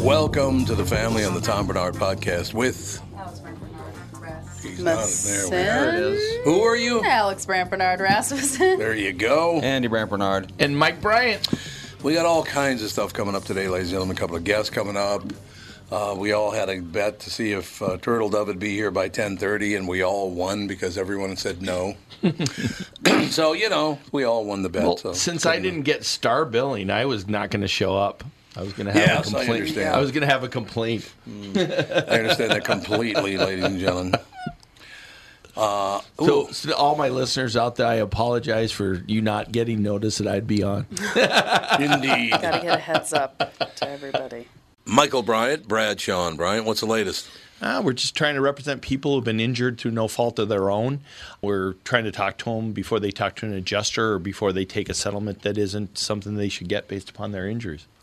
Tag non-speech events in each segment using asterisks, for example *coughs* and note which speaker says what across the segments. Speaker 1: Welcome to the family on the Tom Bernard podcast with
Speaker 2: Alex Brand Bernard Rasmussen.
Speaker 1: he's not in there.
Speaker 3: There it is.
Speaker 1: Who are you?
Speaker 2: Alex Brand Bernard Rasmussen.
Speaker 1: There you go.
Speaker 3: Andy Brant Bernard.
Speaker 4: and Mike Bryant.
Speaker 1: We got all kinds of stuff coming up today, ladies and gentlemen. A couple of guests coming up. Uh, we all had a bet to see if uh, Turtle Dove would be here by 10:30, and we all won because everyone said no. *coughs* so you know, we all won the bet.
Speaker 4: Well,
Speaker 1: so
Speaker 4: since I didn't get star billing, I was not going to show up. I was going to have
Speaker 1: Yes, I
Speaker 4: a complaint.
Speaker 1: understand. Mm.
Speaker 4: was going to have a complaint.
Speaker 1: I understand that completely, ladies and gentlemen.
Speaker 4: So, so to all my listeners out there, I apologize for you not getting notice that I'd be on.
Speaker 1: *laughs*
Speaker 2: *laughs*
Speaker 1: Indeed.
Speaker 2: Gotta get a heads up to everybody.
Speaker 1: Michael Bryant, Brad Sean Bryant. What's the latest?
Speaker 4: Uh, we're just trying to represent people who've been injured through no fault of their own. We're trying to talk to them before they talk to an adjuster or before they take a settlement that isn't something they should get based upon their injuries.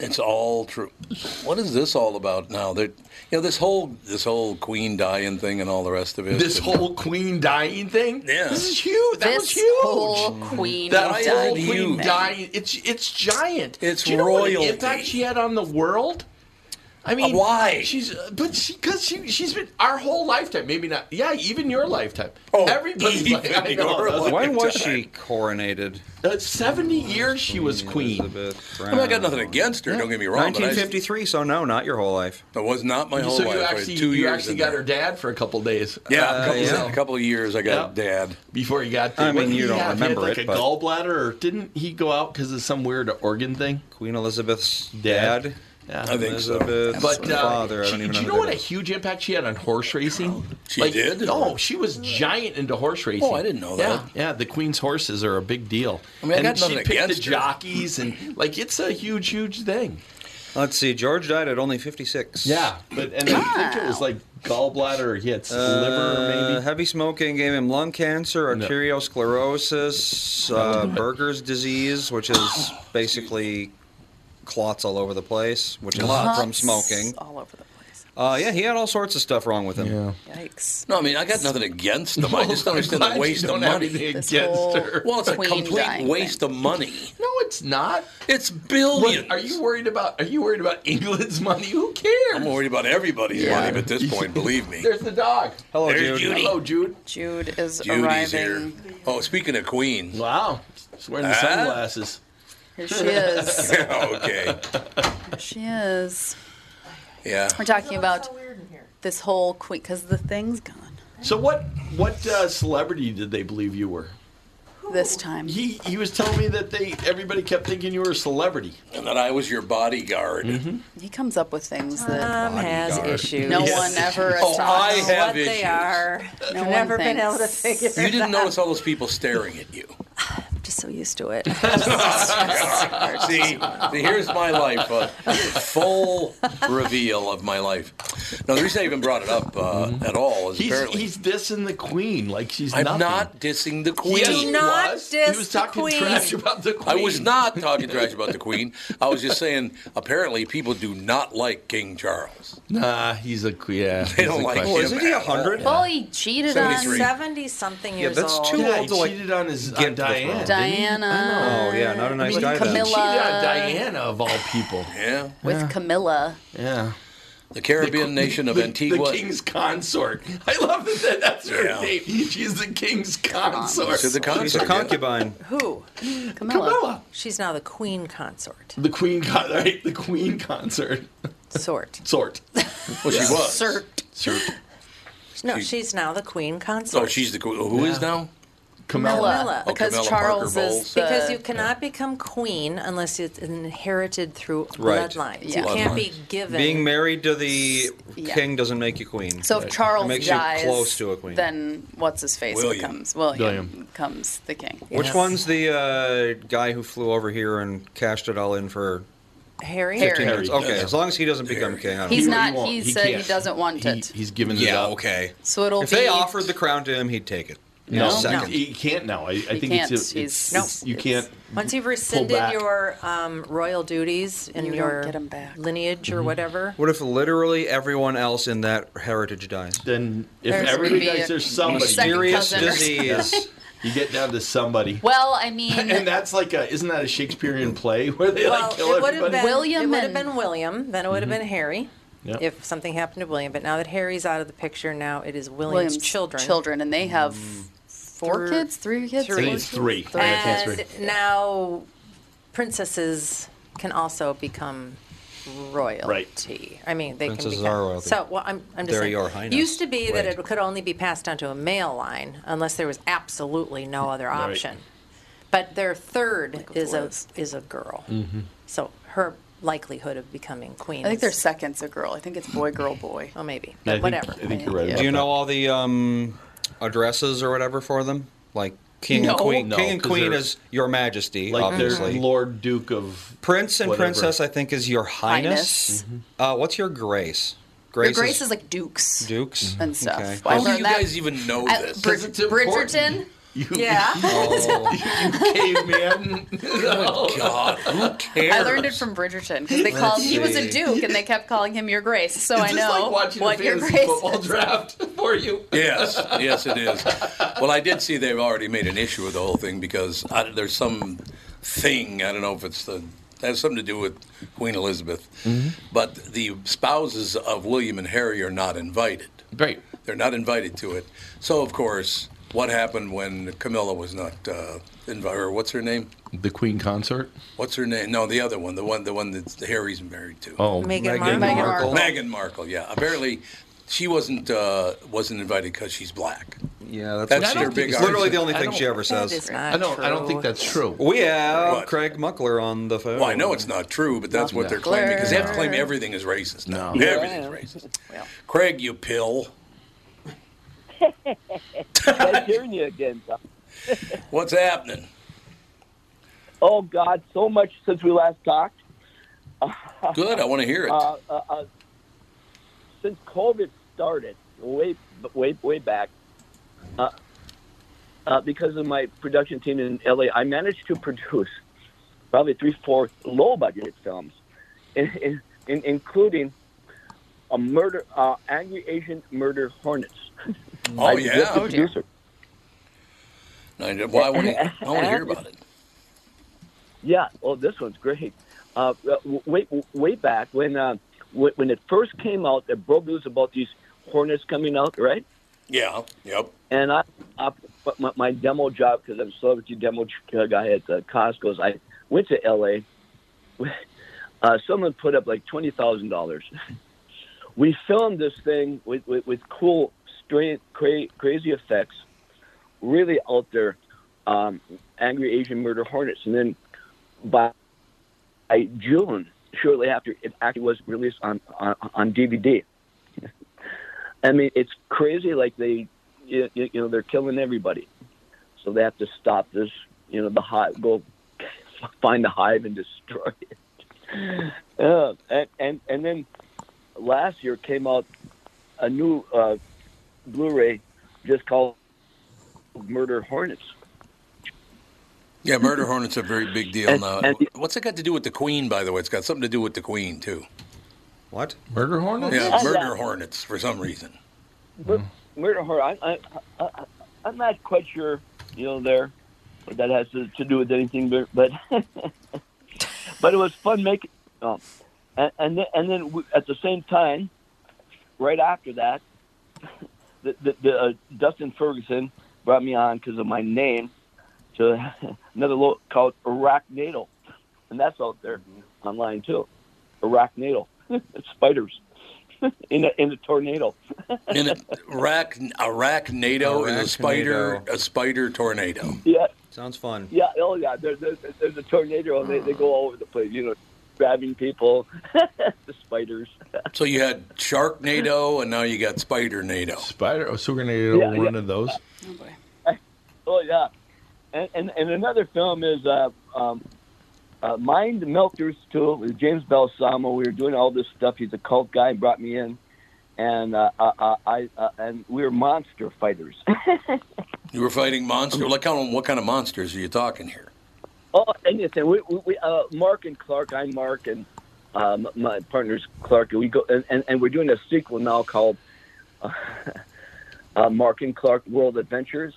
Speaker 1: It's all true. What is this all about now? That you know, this whole this whole Queen dying thing and all the rest of it.
Speaker 4: this whole queen dying thing?
Speaker 1: Yeah.
Speaker 4: This is huge. That was
Speaker 2: this
Speaker 4: huge.
Speaker 2: whole queen
Speaker 4: that
Speaker 1: Why
Speaker 4: whole
Speaker 1: is it
Speaker 4: queen
Speaker 1: huge?
Speaker 4: dying. It's, it's giant.
Speaker 1: It's
Speaker 4: Do you know what
Speaker 1: royalty.
Speaker 4: impact she had on the world? I mean,
Speaker 1: why?
Speaker 4: She's uh, but she because she she's been our whole lifetime, maybe not. Yeah, even your lifetime.
Speaker 1: Oh,
Speaker 4: everybody's
Speaker 1: *laughs* even
Speaker 4: like, *laughs* I know,
Speaker 1: your
Speaker 4: that's-
Speaker 1: life-
Speaker 3: When was she coronated?
Speaker 4: Uh, 70 years she was queen.
Speaker 3: Elizabeth
Speaker 1: I, mean, I got nothing against her. Don't get me wrong. but I-
Speaker 3: 1953, so no, not your whole life.
Speaker 1: That was not my whole
Speaker 4: So
Speaker 1: life.
Speaker 4: you
Speaker 1: I had
Speaker 4: actually,
Speaker 1: two
Speaker 4: you
Speaker 1: years
Speaker 4: actually
Speaker 1: in
Speaker 4: got
Speaker 1: there.
Speaker 4: her dad for a couple days.
Speaker 1: Yeah,
Speaker 4: Uh,
Speaker 1: a couple,
Speaker 3: yeah.
Speaker 1: a couple of years I got dad.
Speaker 4: before he got. To,
Speaker 3: I mean,
Speaker 4: what did
Speaker 3: you
Speaker 4: he
Speaker 3: don't
Speaker 4: have?
Speaker 3: remember
Speaker 4: he had like
Speaker 3: it,
Speaker 4: a
Speaker 3: but-
Speaker 4: gallbladder, or didn't he go out because of some weird organ thing?
Speaker 3: Queen Elizabeth's dad.
Speaker 4: Yeah.
Speaker 1: I think so.
Speaker 3: Elizabeth's
Speaker 4: But uh,
Speaker 3: father. I
Speaker 4: she-
Speaker 3: don't even
Speaker 4: do you
Speaker 3: know.
Speaker 4: know what a
Speaker 3: who
Speaker 4: huge impact she had on horse racing?
Speaker 1: She did?
Speaker 4: No, she was giant into horse racing.
Speaker 1: Oh, I didn't know
Speaker 4: Yeah,
Speaker 1: that.
Speaker 4: yeah. The queen's horses are a big deal.
Speaker 1: I mean, I
Speaker 4: and
Speaker 1: got
Speaker 4: she
Speaker 1: nothing
Speaker 4: picked the
Speaker 1: against her.
Speaker 4: jockeys, and like it's a huge, huge thing.
Speaker 3: that is. Let's see. George died at only 56.
Speaker 4: Yeah, but and
Speaker 1: Ah.
Speaker 4: I think it was like gallbladder. He had liver,
Speaker 3: Uh,
Speaker 4: maybe.
Speaker 3: heavy smoking gave him lung cancer,
Speaker 4: No.
Speaker 3: arteriosclerosis, uh, Berger's disease, which is basically clots all over the place, which is from
Speaker 2: Lots
Speaker 3: smoking.
Speaker 2: All over the place.
Speaker 3: Uh, yeah, he had all sorts of stuff wrong with him.
Speaker 2: Yikes.
Speaker 1: No, I mean I got nothing
Speaker 4: *laughs*
Speaker 1: against them. I just don't
Speaker 4: I'm
Speaker 3: *laughs*
Speaker 1: understand
Speaker 4: glad
Speaker 1: the
Speaker 4: you
Speaker 1: waste of
Speaker 4: don't have
Speaker 1: money.
Speaker 4: anything
Speaker 2: This
Speaker 4: against
Speaker 2: whole-
Speaker 4: her.
Speaker 1: Well, it's a
Speaker 2: Queen
Speaker 1: complete
Speaker 2: dying
Speaker 1: waste
Speaker 2: thing.
Speaker 1: of money.
Speaker 4: No, it's not.
Speaker 1: It's
Speaker 4: What-
Speaker 1: billions.
Speaker 4: are you worried about? Are you worried about England's money? Who cares?
Speaker 1: I'm worried about everybody's
Speaker 4: Yeah.
Speaker 1: money at this point. Believe me.
Speaker 4: There's the dog.
Speaker 3: Hello, Jude.
Speaker 1: There's Judy.
Speaker 4: Hello, Jude.
Speaker 2: Jude is
Speaker 1: Judy's here.
Speaker 2: arriving.
Speaker 1: Oh, speaking of Queen.
Speaker 4: Wow, she's wearing the
Speaker 1: Huh?
Speaker 4: sunglasses.
Speaker 2: Here she
Speaker 1: *laughs*
Speaker 2: is.
Speaker 1: okay.
Speaker 2: Here she is.
Speaker 1: Yeah.
Speaker 2: We're talking about
Speaker 5: so weird in here.
Speaker 2: this whole queen because the thing's gone.
Speaker 4: So what? What uh, celebrity did they believe you were?
Speaker 5: Who
Speaker 2: this time.
Speaker 4: He he was telling me that they everybody kept thinking you were a celebrity. Mm-hmm.
Speaker 1: and that I was your bodyguard.
Speaker 2: He comes up with things that
Speaker 5: Tom has issues.
Speaker 2: no
Speaker 1: Yes.
Speaker 2: one ever
Speaker 1: Oh, I
Speaker 2: assigns.
Speaker 1: have
Speaker 5: what they
Speaker 1: issues. *laughs*
Speaker 5: are.
Speaker 2: No
Speaker 5: I've
Speaker 2: one
Speaker 5: never been
Speaker 2: thinks.
Speaker 5: able to figure
Speaker 1: You
Speaker 5: it out.
Speaker 1: didn't notice all those people staring at you.
Speaker 5: I'm just so used to
Speaker 1: *laughs*
Speaker 5: it.
Speaker 1: See, see, here's my life, a full reveal of my life. Now, the reason I even brought it up uh, at all is
Speaker 4: Mm-hmm. He's
Speaker 1: apparently
Speaker 4: he's dissing the queen like she's
Speaker 1: I'm
Speaker 4: nothing.
Speaker 1: not dissing the queen.
Speaker 4: Yes,
Speaker 5: Do
Speaker 4: he
Speaker 5: not
Speaker 4: was.
Speaker 5: diss
Speaker 4: He was
Speaker 5: the
Speaker 4: talking
Speaker 5: queen.
Speaker 4: trash about the
Speaker 1: I
Speaker 4: queen.
Speaker 1: was not
Speaker 4: *laughs*
Speaker 1: talking trash about the queen. I was just saying, apparently, people do not like King Charles.
Speaker 4: Nah, he's a que- yeah.
Speaker 1: They don't like
Speaker 3: Well,
Speaker 1: him.
Speaker 3: isn't he
Speaker 1: at all.
Speaker 3: 100?
Speaker 2: Well, he cheated on
Speaker 1: 73.
Speaker 5: Seventy something years
Speaker 3: that's
Speaker 5: old.
Speaker 3: too
Speaker 4: Yeah,
Speaker 3: old
Speaker 4: he
Speaker 3: to, like,
Speaker 4: cheated on his
Speaker 3: get
Speaker 4: on
Speaker 3: to the throne.
Speaker 4: Diana.
Speaker 2: Diana
Speaker 3: Oh yeah, not a nice guy. then.
Speaker 4: He cheated
Speaker 2: Camilla.
Speaker 4: on Diana of all people.
Speaker 1: Yeah.
Speaker 2: with Camilla.
Speaker 4: Yeah.
Speaker 1: The Caribbean nation of
Speaker 4: the,
Speaker 1: Antigua.
Speaker 4: The king's consort. I love that that's her
Speaker 1: Yeah.
Speaker 4: name. She's the king's consort.
Speaker 1: She's a
Speaker 3: She's a
Speaker 1: concert.
Speaker 3: concubine.
Speaker 5: *laughs* Who?
Speaker 2: Camilla.
Speaker 4: Camilla.
Speaker 5: She's now the queen consort.
Speaker 4: The queen, con- right? The queen consort.
Speaker 5: Sort.
Speaker 4: Sort.
Speaker 1: Well, she was.
Speaker 5: Sort.
Speaker 4: Sort.
Speaker 5: *laughs* No,
Speaker 1: She-
Speaker 5: she's now the queen consort.
Speaker 1: Oh, she's the queen. Who is now?
Speaker 2: Camilla.
Speaker 5: Camilla. Oh,
Speaker 2: Because
Speaker 1: Camilla
Speaker 2: Charles
Speaker 1: Parker
Speaker 2: is
Speaker 1: Bowles.
Speaker 2: the,
Speaker 5: because you cannot become queen unless it's inherited through
Speaker 3: Right.
Speaker 5: bloodlines.
Speaker 2: Yeah.
Speaker 5: You can't be given.
Speaker 3: Being married to the
Speaker 2: Yeah.
Speaker 3: king doesn't make you queen.
Speaker 2: So if Charles
Speaker 3: it makes
Speaker 2: dies,
Speaker 3: you close to a queen.
Speaker 2: then what's his face
Speaker 1: William.
Speaker 2: becomes William,
Speaker 4: William.
Speaker 2: becomes the king.
Speaker 3: Which
Speaker 5: Yes.
Speaker 3: one's the uh, guy who flew over here and cashed it all in for?
Speaker 5: Harry.
Speaker 2: Harry.
Speaker 3: Okay, as long as he doesn't become king. I don't
Speaker 2: He's
Speaker 3: care.
Speaker 2: not-
Speaker 4: won't.
Speaker 2: he said he
Speaker 4: can't.
Speaker 2: doesn't want
Speaker 4: He-
Speaker 2: it.
Speaker 4: He's giving it
Speaker 3: Yeah,
Speaker 4: up.
Speaker 3: okay.
Speaker 2: So it'll
Speaker 3: If
Speaker 2: be
Speaker 3: they offered the crown to him, he'd take it.
Speaker 4: No,
Speaker 3: No.
Speaker 4: he- he can't now. I, I think
Speaker 2: can't.
Speaker 4: it's, a-
Speaker 2: He's-
Speaker 4: it's,
Speaker 2: No.
Speaker 4: it's- you can't.
Speaker 5: Once you've rescinded
Speaker 4: back.
Speaker 5: your um, royal duties and
Speaker 2: You don't
Speaker 5: your
Speaker 2: get 'em back.
Speaker 5: lineage
Speaker 4: Mm-hmm.
Speaker 5: or whatever,
Speaker 3: What if literally everyone else in that heritage dies?
Speaker 4: Then if
Speaker 2: There's
Speaker 4: everybody
Speaker 2: gonna be
Speaker 4: dies,
Speaker 2: a-
Speaker 4: there's somebody.
Speaker 2: second
Speaker 3: Serious
Speaker 2: cousin or
Speaker 3: disease.
Speaker 4: You get down to somebody.
Speaker 2: Well, I mean,
Speaker 4: *laughs* And that's like a isn't that a Shakespearean play where they
Speaker 5: well,
Speaker 4: like kill
Speaker 5: it would have
Speaker 4: everybody? Mm-hmm.
Speaker 5: been
Speaker 2: William
Speaker 5: It would
Speaker 2: and-
Speaker 5: have been William. Then it would have been Harry.
Speaker 4: Yeah.
Speaker 5: If something happened to William, but now that Harry's out of the picture, now it is William's,
Speaker 2: William's
Speaker 5: children.
Speaker 2: children, and they have four
Speaker 5: Three-
Speaker 2: kids, three kids,
Speaker 5: three.
Speaker 2: four
Speaker 5: I think
Speaker 4: it's three.
Speaker 2: kids? Three.
Speaker 5: And now princesses can also become royalty. I mean, they
Speaker 3: Princesses
Speaker 5: can become.
Speaker 3: are royalty.
Speaker 5: So, well, I'm, I'm just
Speaker 3: They're
Speaker 5: saying.
Speaker 3: your highness.
Speaker 5: Used to be that
Speaker 3: Right.
Speaker 5: it could only be passed down to a male line unless there was absolutely no other
Speaker 4: Right.
Speaker 5: option. But their third is a
Speaker 2: Flores.
Speaker 5: is a girl.
Speaker 4: Mm-hmm.
Speaker 5: So her likelihood of becoming queen.
Speaker 2: I think
Speaker 5: is-
Speaker 2: their second's a girl. I think it's boy, girl, boy.
Speaker 5: Well, maybe.
Speaker 4: I
Speaker 5: But
Speaker 4: think,
Speaker 5: whatever.
Speaker 4: I think you're right.
Speaker 2: Do
Speaker 4: about
Speaker 3: Do you
Speaker 4: that.
Speaker 3: know all the um, addresses or whatever for them? Like king
Speaker 4: No.
Speaker 3: and queen.
Speaker 4: No,
Speaker 3: king and
Speaker 4: 'cause
Speaker 3: queen
Speaker 4: they're-
Speaker 3: is your majesty,
Speaker 4: like
Speaker 3: obviously.
Speaker 4: there's Lord Duke of
Speaker 3: Prince and
Speaker 4: whatever.
Speaker 3: princess, I think, is your highness.
Speaker 2: Highness.
Speaker 3: Uh, what's your grace? Grace,
Speaker 2: Your grace is like dukes
Speaker 3: dukes.
Speaker 2: and stuff.
Speaker 3: Okay.
Speaker 2: Well, I
Speaker 1: How do
Speaker 2: learned
Speaker 1: you
Speaker 2: that-
Speaker 1: guys even know
Speaker 2: I-
Speaker 1: this?
Speaker 2: Brid-
Speaker 4: 'Cause it's important.
Speaker 2: Bridgerton.
Speaker 4: You, *laughs*
Speaker 5: Yeah.
Speaker 3: Oh,
Speaker 4: caveman. *laughs*
Speaker 1: God, who cares?
Speaker 2: I learned it from Bridgerton because they called he was a
Speaker 3: see.
Speaker 2: duke and they kept calling him Your Grace. So
Speaker 4: Is
Speaker 2: I
Speaker 4: this
Speaker 2: know
Speaker 4: like watching
Speaker 2: what
Speaker 4: a
Speaker 2: Your
Speaker 4: fantasy
Speaker 2: Grace
Speaker 4: football
Speaker 2: is.
Speaker 4: draft for you?
Speaker 1: Yes, yes, it is. Well, I did see they've already made an issue of the whole thing because I, there's some thing I don't know if it's the it has something to do with Queen Elizabeth, but the spouses of William and Harry are not invited.
Speaker 4: Right.
Speaker 1: They're not invited to it. So of course, what happened when Camilla was not uh, invited? Or what's her name?
Speaker 4: The queen consort.
Speaker 1: What's her name? No, the other one, the one, the one that Harry's married to.
Speaker 4: Oh,
Speaker 5: Meghan
Speaker 3: Meghan
Speaker 5: Markle.
Speaker 2: Markle.
Speaker 1: Meghan Markle. Yeah, apparently she wasn't uh, wasn't invited because she's black.
Speaker 3: yeah, that's,
Speaker 1: That's
Speaker 3: what she-
Speaker 1: their big
Speaker 3: it's literally
Speaker 1: argument.
Speaker 3: the only
Speaker 4: I
Speaker 3: thing
Speaker 4: don't-
Speaker 3: she ever
Speaker 5: That
Speaker 3: says.
Speaker 5: is not
Speaker 4: I don't. I don't
Speaker 5: true.
Speaker 4: think that's true.
Speaker 3: We have
Speaker 1: What?
Speaker 3: Craig Muckler on the phone.
Speaker 1: Well, I know it's not true, but that's what they're claiming because they have to claim
Speaker 2: Claire.
Speaker 1: everything is racist now.
Speaker 4: No.
Speaker 1: *laughs* Everything's
Speaker 6: *laughs*
Speaker 1: racist. *laughs* Craig, you pill.
Speaker 6: Nice hearing you again. Tom.
Speaker 1: What's happening?
Speaker 6: Oh God, so much since we last talked.
Speaker 1: Good. I want to hear it.
Speaker 6: Uh, uh, uh, since COVID started, way way way back, uh, uh, because of my production team in LA, I managed to produce probably three, four low budget films, in, in, in, including a murder, uh, Angry Asian Murder Hornets. *laughs*
Speaker 1: oh
Speaker 6: I'm just a
Speaker 1: yeah.
Speaker 6: producer.
Speaker 1: No, well, I want to. I want
Speaker 5: *laughs*
Speaker 6: *laughs*
Speaker 1: to hear about it.
Speaker 6: Yeah. Oh, this one's great. Uh, w- way way back when uh, w- when it first came out, there broke news about these hornets coming out, right?
Speaker 1: Yeah. Yep.
Speaker 6: And I, I but my, my demo job because I'm a celebrity demo j- guy at uh, Costco's. I went to L.A. *laughs* Uh, someone put up like twenty thousand dollars. *laughs* We filmed this thing with with, with cool, straight, cra- crazy effects, really out there. um, Angry Asian Murder Hornets. And then by by June, shortly after, it actually was released on, on, on DVD. *laughs* I mean, it's crazy. Like they, you, you know, they're killing everybody, so they have to stop this. You know, the hive. Go find the hive and destroy it. Uh, and, and and then last year came out a new uh, Blu-ray just called Murder Hornets.
Speaker 1: Yeah, murder hornets are a very big deal
Speaker 6: And-
Speaker 1: now.
Speaker 6: and the-
Speaker 1: What's it got to do with the Queen? By the way, it's got something to do with the Queen too.
Speaker 3: What?
Speaker 4: Murder hornets?
Speaker 1: Yeah,
Speaker 6: Yeah.
Speaker 1: murder hornets for some reason.
Speaker 6: Mur- Murder Hornets. I, I, I, I, I'm not quite sure, you know, there what that has to, to do with anything, but but, *laughs* but it was fun making. Um, and and then, and then we, at the same time, right after that, *laughs* the, the, the uh, Dustin Ferguson brought me on because of my name *laughs* to another lo called Arachnado, and that's out there online too. Arachnado, *laughs* spiders *laughs* in a in a tornado. *laughs*
Speaker 1: In a, Iraq, Iraq NATO is a spider,
Speaker 3: Arachnado.
Speaker 1: a spider tornado.
Speaker 6: Yeah.
Speaker 3: Sounds fun.
Speaker 6: Yeah, oh yeah. There, there, there's a tornado, and they, they go all over the place. You know, grabbing people, *laughs* the spiders.
Speaker 1: So you had shark NATO, and now you got spider NATO.
Speaker 7: Spider. Oh, so we're gonna get
Speaker 6: Yeah,
Speaker 7: one
Speaker 6: yeah.
Speaker 7: of those.
Speaker 2: Oh boy.
Speaker 6: Oh yeah, and and, and another film is uh, um, uh, Mind Melters too with James Balsamo. We were doing all this stuff. He's a cult guy. He brought me in, and uh, I, I, I uh, and we were monster fighters.
Speaker 1: You were fighting monsters. Like, how- what kind of monsters are you talking here?
Speaker 6: Oh, anything. We, we, we uh, Mark and Clark. I'm Mark, and um, my partner's Clark. We go and, and, and we're doing a sequel now called *laughs* uh, uh, Mark and Clark World Adventures,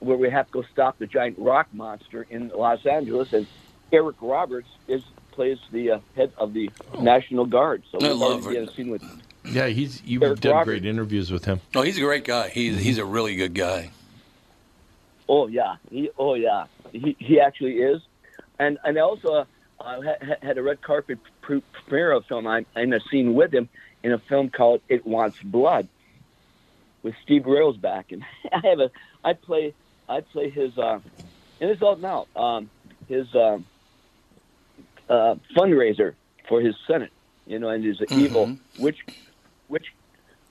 Speaker 6: where we have to go stop the giant rock monster in Los Angeles, and Eric Roberts is plays the uh, head of the National Guard. So
Speaker 1: Oh. I
Speaker 6: we've
Speaker 1: love
Speaker 6: already
Speaker 1: it.
Speaker 6: done a scene with
Speaker 7: Yeah, he's you've
Speaker 6: Eric
Speaker 7: done
Speaker 6: Roberts.
Speaker 7: great interviews with him.
Speaker 1: No, he's a great guy. He's he's a really good guy.
Speaker 6: Oh yeah, he, oh yeah, he, he actually is, and and I also uh, had, had a red carpet pre- premiere of film. I'm in a scene with him in a film called It Wants Blood, with Steve Railsback, and *laughs* I have a I play I play his uh, and it's out now um, his um, uh, fundraiser for his Senate, you know, and he's an evil witch witch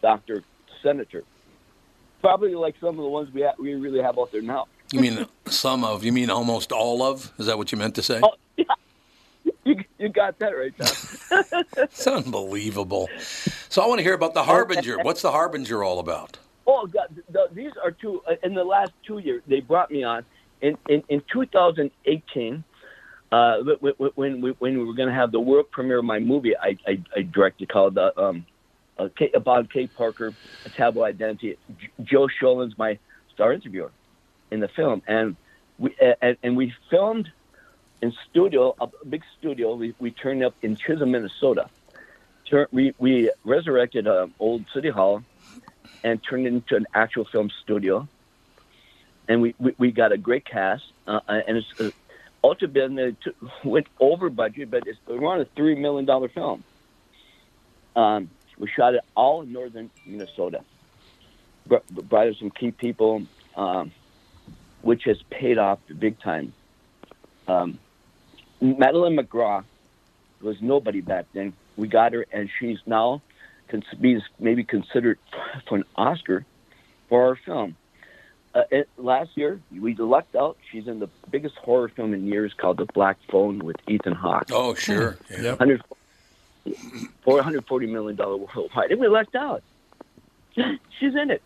Speaker 6: doctor senator, probably like some of the ones we ha- we really have out there now.
Speaker 1: You
Speaker 6: *laughs*
Speaker 1: mean some of? You mean almost all of? Is that what you meant to say?
Speaker 6: Oh, yeah. You, you got that right, Tom.
Speaker 1: It's unbelievable. So I want to hear about the Harbinger. What's the Harbinger all about?
Speaker 6: oh, God, th- th- these are two, uh, in the last two years, they brought me on. In, in, in 2018, uh, wh- wh- when, we when we were going to have the world premiere of my movie I, I, I directed called uh, um, uh, K, About K. Parker, A Taboo Identity, J- Joe Sholin's my star interviewer in the film. And we, a- and, and we filmed in studio, a big studio we, we turned up in Chisholm, Minnesota. Tur we, we resurrected an old city hall and turned it into an actual film studio. And we, we, we got a great cast. Uh, uh, and it's uh, ultra been it took, went over budget, but it's around a $3 million film. Um, we shot it all in northern Minnesota. Br- brought in some key people, um, which has paid off big time. Um, Madeline McGraw was nobody back then. We got her, and she's now cons- be maybe considered for an Oscar for our film. Uh, it, last year, we lucked out. She's in the biggest horror film in years called The Black Phone with Ethan Hawke.
Speaker 1: Oh, sure. Yeah.
Speaker 7: Yep.
Speaker 6: 100 $440 million worldwide. And we lucked out. *laughs* She's in it.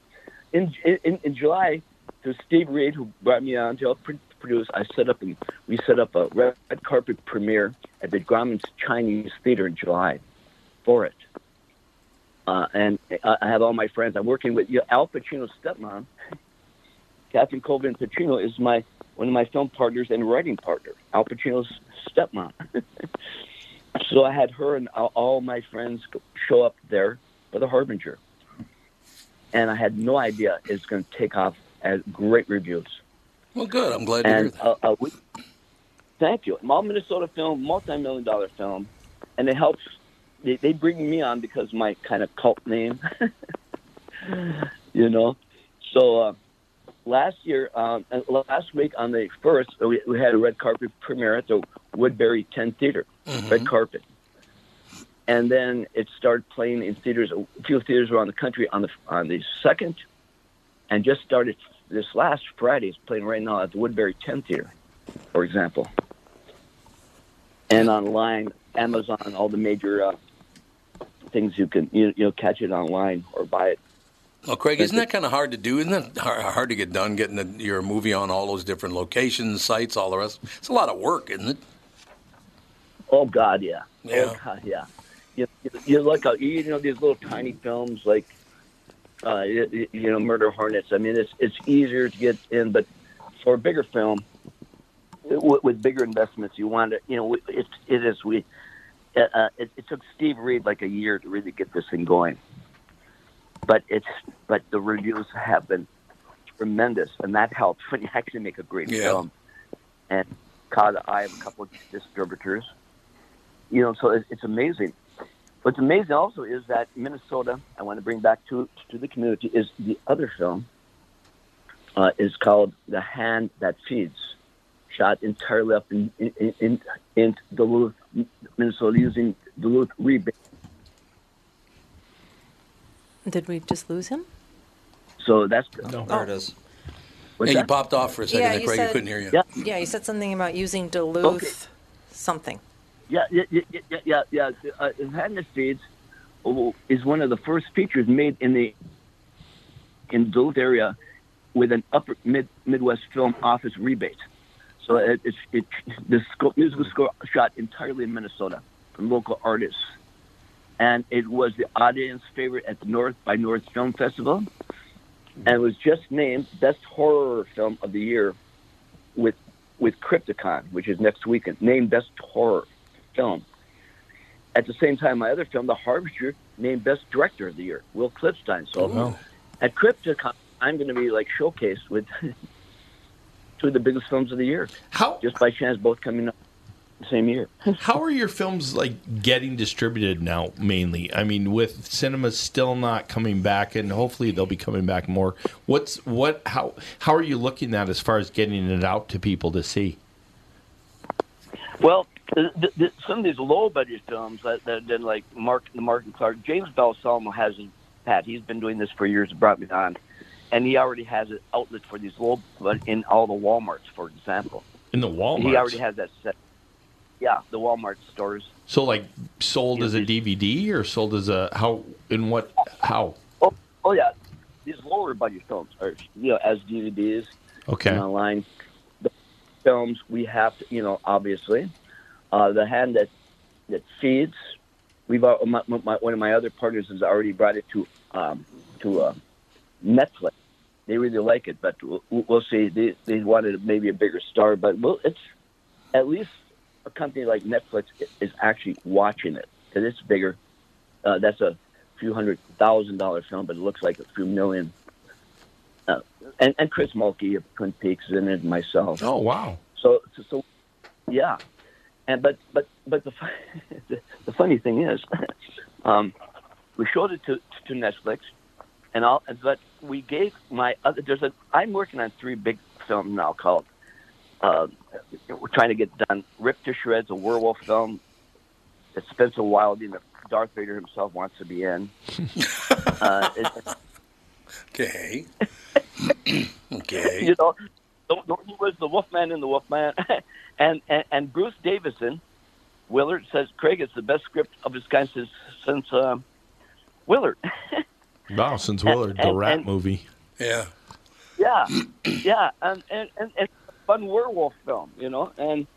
Speaker 6: In, in, in July, through Steve Reed, who brought me on to help pr- produce, I set up and we set up a red carpet premiere at the Grauman's Chinese Theater in July for it. Uh, and I I have all my friends. I'm working with you know, Al Pacino's stepmom. *laughs* Catherine Colvin Pacino is my one of my film partners and writing partner. Al Pacino's stepmom. *laughs* So I had her and all- all my friends go- show up there for the Harbinger, and I had no idea it's going to take off as great reviews.
Speaker 1: Well, good. I'm glad to hear
Speaker 6: And
Speaker 1: that.
Speaker 6: uh, uh, we, thank you, all Minnesota film, multi-million dollar film, and it helps. They, they bring me on because *laughs* my kind of cult name, you know. So uh, last year, um, and last week on the first, uh, we, we had a red carpet premiere at the Woodbury 10 Theater, red carpet. And then it started playing in theaters, a few theaters around the country on the on the second, and just started this last Friday. It's playing right now at the Woodbury 10 Theater, for example, and online, Amazon, all the major uh, things you can you, you know catch it online or buy it.
Speaker 1: Well, Craig, isn't that kind of hard to do? Isn't that har- hard to get done getting the, your movie on all those different locations, sites, all the rest? It's a lot of work, isn't it?
Speaker 6: Oh God, yeah.
Speaker 1: Yeah.
Speaker 6: Oh God, yeah. You, you, you look out, you know these little tiny films like, uh, you, you know, Murder Hornets. I mean, it's it's easier to get in, but for a bigger film, with, with bigger investments, you want to, you know, it it is we. Uh, it, it took Steve Reed like a year to really get this thing going, but it's but the reviews have been tremendous, and that helps *laughs* when you actually make a great
Speaker 1: Yeah.
Speaker 6: film. And caught the eye of a couple of distributors, you know, so it, it's amazing. What's amazing also is that Minnesota, I want to bring back to to the community, is the other film uh, is called The Hand That Feeds, shot entirely up in in, in, in Duluth, Minnesota, using Duluth rebate.
Speaker 5: Did we just lose him?
Speaker 6: So that's
Speaker 3: There it is.
Speaker 6: what's
Speaker 1: yeah, you
Speaker 6: that?
Speaker 1: popped off for a second
Speaker 5: Oh. Yeah,
Speaker 1: there,
Speaker 5: you
Speaker 1: Craig.
Speaker 5: said-
Speaker 1: I couldn't hear you.
Speaker 6: Yeah.
Speaker 5: Yeah, you said something about using Duluth something.
Speaker 6: Yeah, yeah, yeah, yeah, yeah. yeah. Uh, Handless Feeds is one of the first features made in the in Duluth area with an upper mid, Midwest film office rebate. So it, it's it the sco- musical score shot entirely in Minnesota from local artists, and it was the audience favorite at the North by North Film Festival, and it was just named best horror film of the year with with Crypticon, which is next weekend, named Best Horror Film. At the same time, my other film, The Harbinger, named Best Director of the Year, Will Klipstein.
Speaker 8: Oh,
Speaker 6: So at Crypticon, I'm going to be like showcased with *laughs* two of the biggest films of the year,
Speaker 4: How
Speaker 6: just by chance, both coming up the same year.
Speaker 4: how are your films like getting distributed now? Mainly, I mean, with cinemas still not coming back, and hopefully they'll be coming back more. What's what? How how are you looking at as far as getting it out to people to see?
Speaker 6: Well, th- th- th- some of these low budget films that, that did like Mark the Mark and Clark, James Balsalmo has a Pat. He's been doing this for years. and Brought me on, and he already has an outlet for these low, but in all the WalMarts, for example,
Speaker 4: In the Walmart,
Speaker 6: he already has that set. Yeah, the Walmart stores.
Speaker 4: So like sold as a DVD or sold as a how in what how?
Speaker 6: Oh, oh yeah, these lower budget films are you know as DVDs.
Speaker 4: Okay.
Speaker 6: and online the films we have to, you know obviously uh, the hand that that feeds we've al- my, my, one of my other partners has already brought it to um, to uh, Netflix they really like it but we'll, we'll see they, they wanted maybe a bigger star but well it's at least a company like Netflix is actually watching it because it's bigger uh, that's a few hundred thousand dollar film but it looks like a few million uh, and, and Chris Mulkey of Twin Peaks is in it, and myself.
Speaker 4: Oh wow.
Speaker 6: So, so, so, yeah. And but but but the *laughs* fu- the, the funny thing is, *laughs* um, we showed it to to Netflix, and all. But we gave my other. There's a. I'm working on three big films now called. Uh, we're trying to get done. Ripped to shreds, a werewolf film that Spencer Wilding, Darth Vader himself, wants to be
Speaker 1: *laughs*
Speaker 6: in. uh, it, *laughs*
Speaker 1: Okay. okay.
Speaker 6: you know, the, the, he was the Wolfman in the Wolfman, *laughs* and, and and Bruce Davison, Willard says Craig is the best script of his kind since since uh, Willard. *laughs*
Speaker 4: Wow, since Willard, the
Speaker 6: and-
Speaker 4: rat
Speaker 6: and-
Speaker 4: movie.
Speaker 1: Yeah.
Speaker 6: yeah, *clears throat* yeah, and and, and it's a fun werewolf film, you know, and.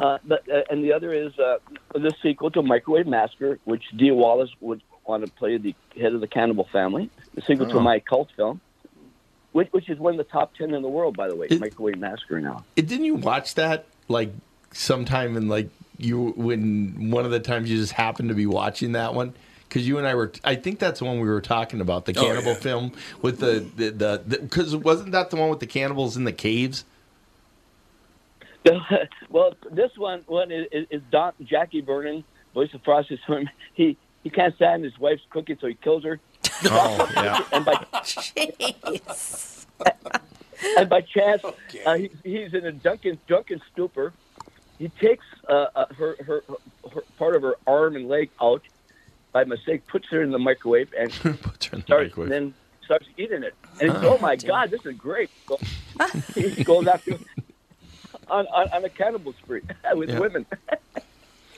Speaker 6: Uh, but, uh, and the other is uh, the sequel to Microwave Massacre, which Dia Wallace would want to play the head of the cannibal family. The sequel to my cult film, which, which is one of the top ten in the world, by the way.
Speaker 4: It-
Speaker 6: Microwave Massacre *laughs* now.
Speaker 4: It, didn't you watch that like sometime in like you when one of the times you just happened to be watching that one? Because you and I were, I think that's the one we were talking about, the
Speaker 1: Oh,
Speaker 4: cannibal
Speaker 1: yeah.
Speaker 4: film with the the because wasn't that the one with the cannibals in the caves?
Speaker 6: well, this one one is, is- is Don, Jackie Vernon, voice of Frosty Storm. *laughs* He he can't stand his wife's
Speaker 9: Oh,
Speaker 6: *laughs* cooking, so he kills her.
Speaker 4: Oh yeah,
Speaker 6: And by
Speaker 5: Jeez.
Speaker 6: and by chance, uh, he, he's in a drunken, drunken stupor. He takes uh, uh, her, her, her part of her arm and leg out by mistake, puts her in the microwave,
Speaker 4: *laughs*
Speaker 6: and
Speaker 4: Put her in the
Speaker 6: starts,
Speaker 4: microwave.
Speaker 6: then starts eating it. And he says, oh my God, this is great. So he goes after on, on, on a cannibal spree *laughs* with
Speaker 4: Yeah.
Speaker 6: women.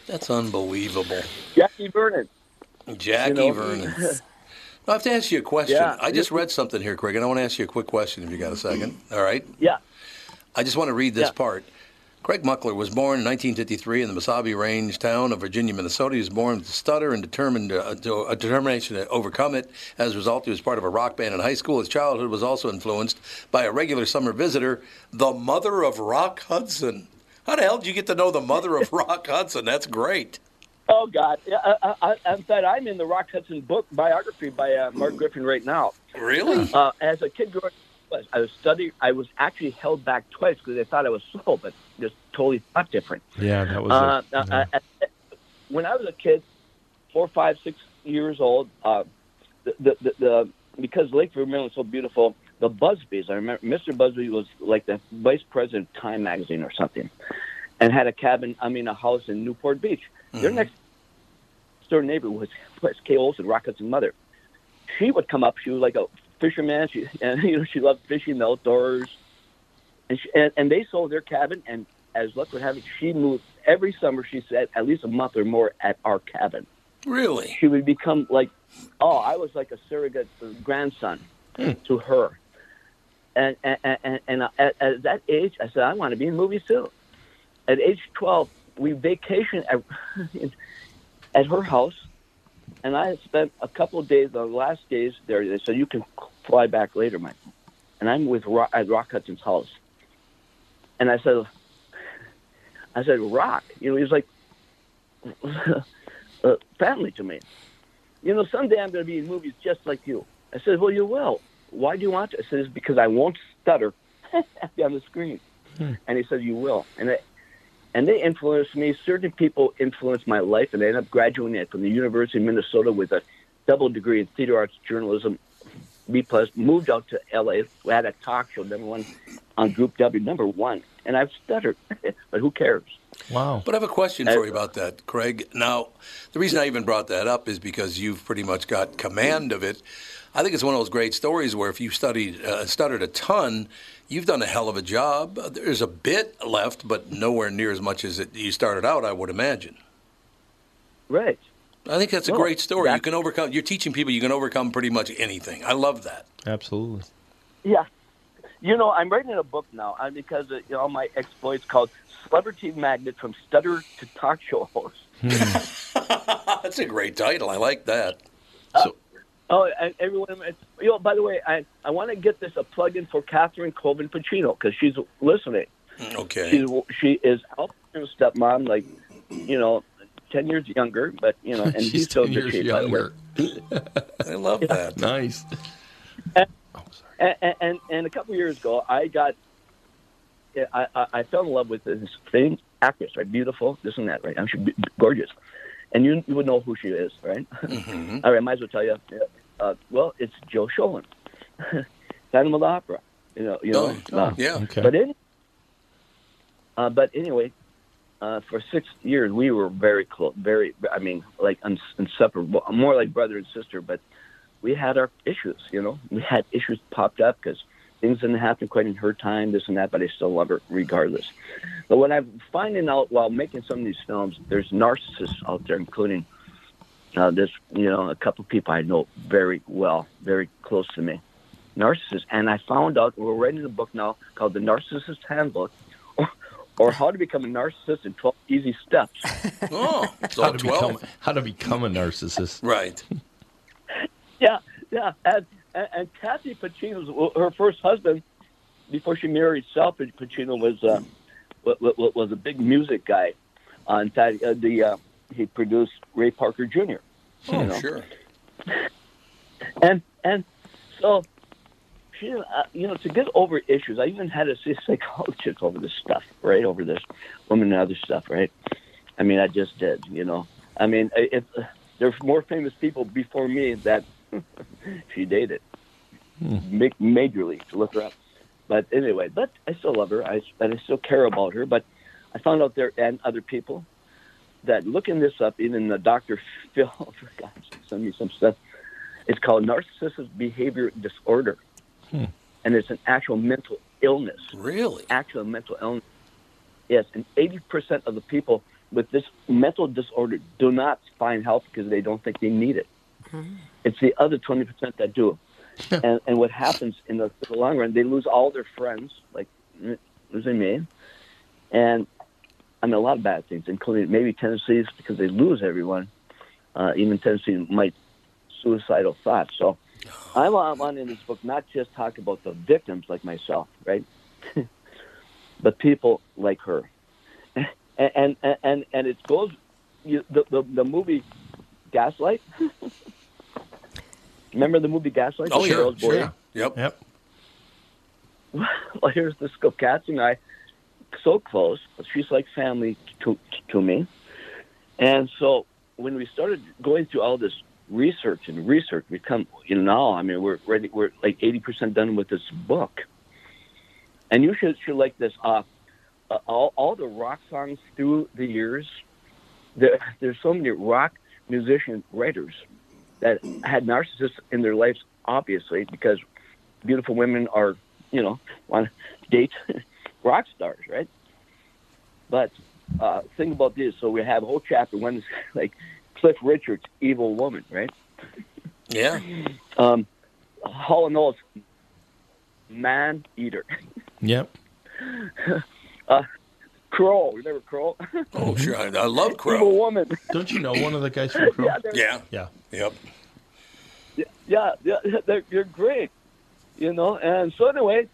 Speaker 1: That's unbelievable.
Speaker 6: Jackie Vernon.
Speaker 1: Jackie
Speaker 6: You know? *laughs*
Speaker 1: Vernon. I have to ask you a question.
Speaker 6: Yeah.
Speaker 1: I just read something here, Craig, and I want to ask you a quick question if you got a second. All right.
Speaker 6: Yeah.
Speaker 1: I just want to read this
Speaker 6: Yeah.
Speaker 1: part. Craig Muckler was born in 1953 in the Mesabi Range town of Virginia, Minnesota. He was born with a stutter and determined uh, to, a determination to overcome it. As a result, he was part of a rock band in high school. His childhood was also influenced by a regular summer visitor, the mother of Rock Hudson. How the hell did you get to know the mother of *laughs* Rock Hudson? That's great.
Speaker 6: Oh God! Yeah, I, I, I, in fact, I'm in the Rock Hudson book biography by uh,
Speaker 4: Hmm.
Speaker 6: Mark Griffin right now.
Speaker 1: Really?
Speaker 6: Uh, as a kid growing up, I was studying. I was actually held back twice because they thought I was slow, but just totally thought different.
Speaker 4: Yeah, that was. a-
Speaker 6: Uh, uh,
Speaker 4: yeah.
Speaker 6: uh, when I was a kid, four, five, six years old, uh, the, the, the, the because Lakeview, Maryland, is so beautiful, the Busbys. I remember Mr. Busby was like the vice president of Time magazine or something, and had a cabin. I mean, a house in Newport Beach. Their next door neighbor was was Kay Olsen, Rocket's mother. She would come up. She was like a fisherman. She *laughs* and you know she loved fishing, the outdoors, and she, and, and they sold their cabin. And as luck would have it, she moved every summer. She said at least a month or more at our cabin
Speaker 1: Really?
Speaker 6: she would become like, oh, I was like a surrogate grandson to her. And and and, and at, at that age, I said I want to be in movies too. At age twelve, we vacationed at, *laughs* at her house, and I had spent a couple of days, the last days there. They said you can fly back later, Mike. And I'm with Rock, at Rock Hudson's house, and I said, I said Rock, you know, he was like *laughs* uh, family to me. You know, someday I'm going to be in movies just like you. I said, Well, you will. Why do you want to? I said, It's because I won't stutter *laughs* on the screen. And he said, You will. And I, and they influenced me. Certain people influenced my life, and I ended up graduating from the University of Minnesota with a double degree in theater arts journalism. B plus moved out to LA. We had a talk show, number one, on Group W, number one. And I've stuttered, *laughs* but who cares?
Speaker 4: wow.
Speaker 1: But I have a question for you about that, Craig. Now, the reason I even brought that up is because you've pretty much got command of it. I think it's one of those great stories where if you studied uh, stuttered a ton, you've done a hell of a job. Uh, There's a bit left, but nowhere near as much as it, you started out. I would imagine.
Speaker 6: Right.
Speaker 1: I think that's a
Speaker 6: No,
Speaker 1: great story. You
Speaker 6: that-
Speaker 1: can overcome. You're teaching people you can overcome pretty much anything. I love that. *laughs*
Speaker 4: Absolutely.
Speaker 6: Yeah. You know, I'm writing a book now uh, because uh, you know, my exploits called Celebrity Magnet from Stutter to Talk Show Host.
Speaker 1: That's a great title. I like that.
Speaker 4: So,
Speaker 6: Oh, and everyone, it's- you know, by the way, I, I want to get this a plug in for Catherine Colvin Pacino because she's listening.
Speaker 1: Mm, Okay.
Speaker 6: She's, she is Alvin's stepmom, like, you know, 10 years younger, but, you
Speaker 4: *laughs*
Speaker 6: know, and he's
Speaker 4: she's
Speaker 6: still
Speaker 4: ten
Speaker 6: in good
Speaker 4: years
Speaker 6: shape, by the way.
Speaker 4: younger. *laughs*
Speaker 1: *laughs* I love that.
Speaker 4: Nice.
Speaker 6: and, and and a couple years ago, I got, I, I, I fell in love with this thing, actress, right? Beautiful, this and that, right? I'm she's gorgeous, and you you would know who she is, right?
Speaker 1: Mm-hmm.
Speaker 6: *laughs* All right, might as well tell you. Yeah. Uh, well, it's Joe Sholin, *laughs* Phantom of the Opera. You know, you know.
Speaker 1: Oh,
Speaker 6: uh,
Speaker 1: yeah.
Speaker 4: Okay.
Speaker 6: But any, uh, but anyway, uh, for six years we were very close, very, I mean, like uns- inseparable, more like brother and sister. But we had our issues, you know. We had issues popped up because things didn't happen quite in her time, this and that. But I still love her regardless. But what I'm finding out while making some of these films, there's narcissists out there, including uh, this, you know, a couple people I know very well, very close to me, narcissists. And I found out we're writing a book now called The Narcissist Handbook, or, or How to Become a Narcissist in 12 Easy Steps.
Speaker 1: *laughs* Oh, it's
Speaker 4: How
Speaker 1: all
Speaker 4: to become
Speaker 1: twelve.
Speaker 4: how to become a narcissist?
Speaker 1: Right.
Speaker 6: *laughs* yeah, yeah. And, and, and Kathy Pacino's her first husband before she married Sal Pacino was uh, was, was a big music guy. Uh, in fact, uh, the uh, he produced Ray Parker Jr. you know.
Speaker 1: Sure.
Speaker 6: *laughs* and and so she, uh, you know, to get over issues, I even had to see a psychologist over this stuff, right? Over this women and other stuff, right? I mean, I just did, you know. I mean, I- if uh, there's more famous people before *laughs* me that she dated, Big majorly to look her up. But anyway, but I still love her. I and I still care about her. But I found out there and other people that looking this up, even the Dr. *laughs* Phil, oh gosh, send me some stuff. It's called narcissistic behavior disorder, and it's an actual mental illness.
Speaker 1: Really?
Speaker 6: Actual mental illness. Yes, and eighty percent of the people with this mental disorder do not find help because they don't think they need it. It's the other twenty percent that do. and, and what happens in the, the long run, they lose all their friends, like mm, losing me, and I mean a lot of bad things, including maybe tendencies because they lose everyone, uh, even tendency might suicidal thoughts. So I want want in this book not just talk about the victims like myself, right, *laughs* but people like her, and and and, and it goes. You, the, the the movie Gaslight. *laughs* Remember the movie Gaslight?
Speaker 1: Oh,
Speaker 6: The
Speaker 1: yeah,
Speaker 6: Charles Boyer?
Speaker 1: sure. Yep.
Speaker 4: Yep.
Speaker 6: *laughs* well, here's this girl, Katz and I, so close. She's like family to to me. And so when we started going through all this research and research, we come you know now. I mean, we're ready. We're like eighty percent done with this book. And you should should like this. Uh, uh, all all the rock songs through the years. There, there's so many rock musician writers that had narcissists in their lives, obviously, because beautiful women are, you know, want to date *laughs* rock stars, right? But uh, think about this. So we have a whole chapter. One is *laughs* like Cliff Richard's Evil Woman, right?
Speaker 1: Yeah.
Speaker 6: Um, Hall and Knowles, Man Eater. *laughs*
Speaker 4: Yep.
Speaker 6: Crow, remember *laughs* Crow?
Speaker 1: Oh, sure. I, I love
Speaker 6: Evil
Speaker 1: Crow.
Speaker 6: Woman.
Speaker 4: *laughs* Don't you know one of the guys from Crow?
Speaker 6: *laughs* yeah, they're,
Speaker 1: Yeah.
Speaker 4: Yeah.
Speaker 1: Yep.
Speaker 6: yeah, yeah, *laughs* they're, you're great. You know, and so anyway,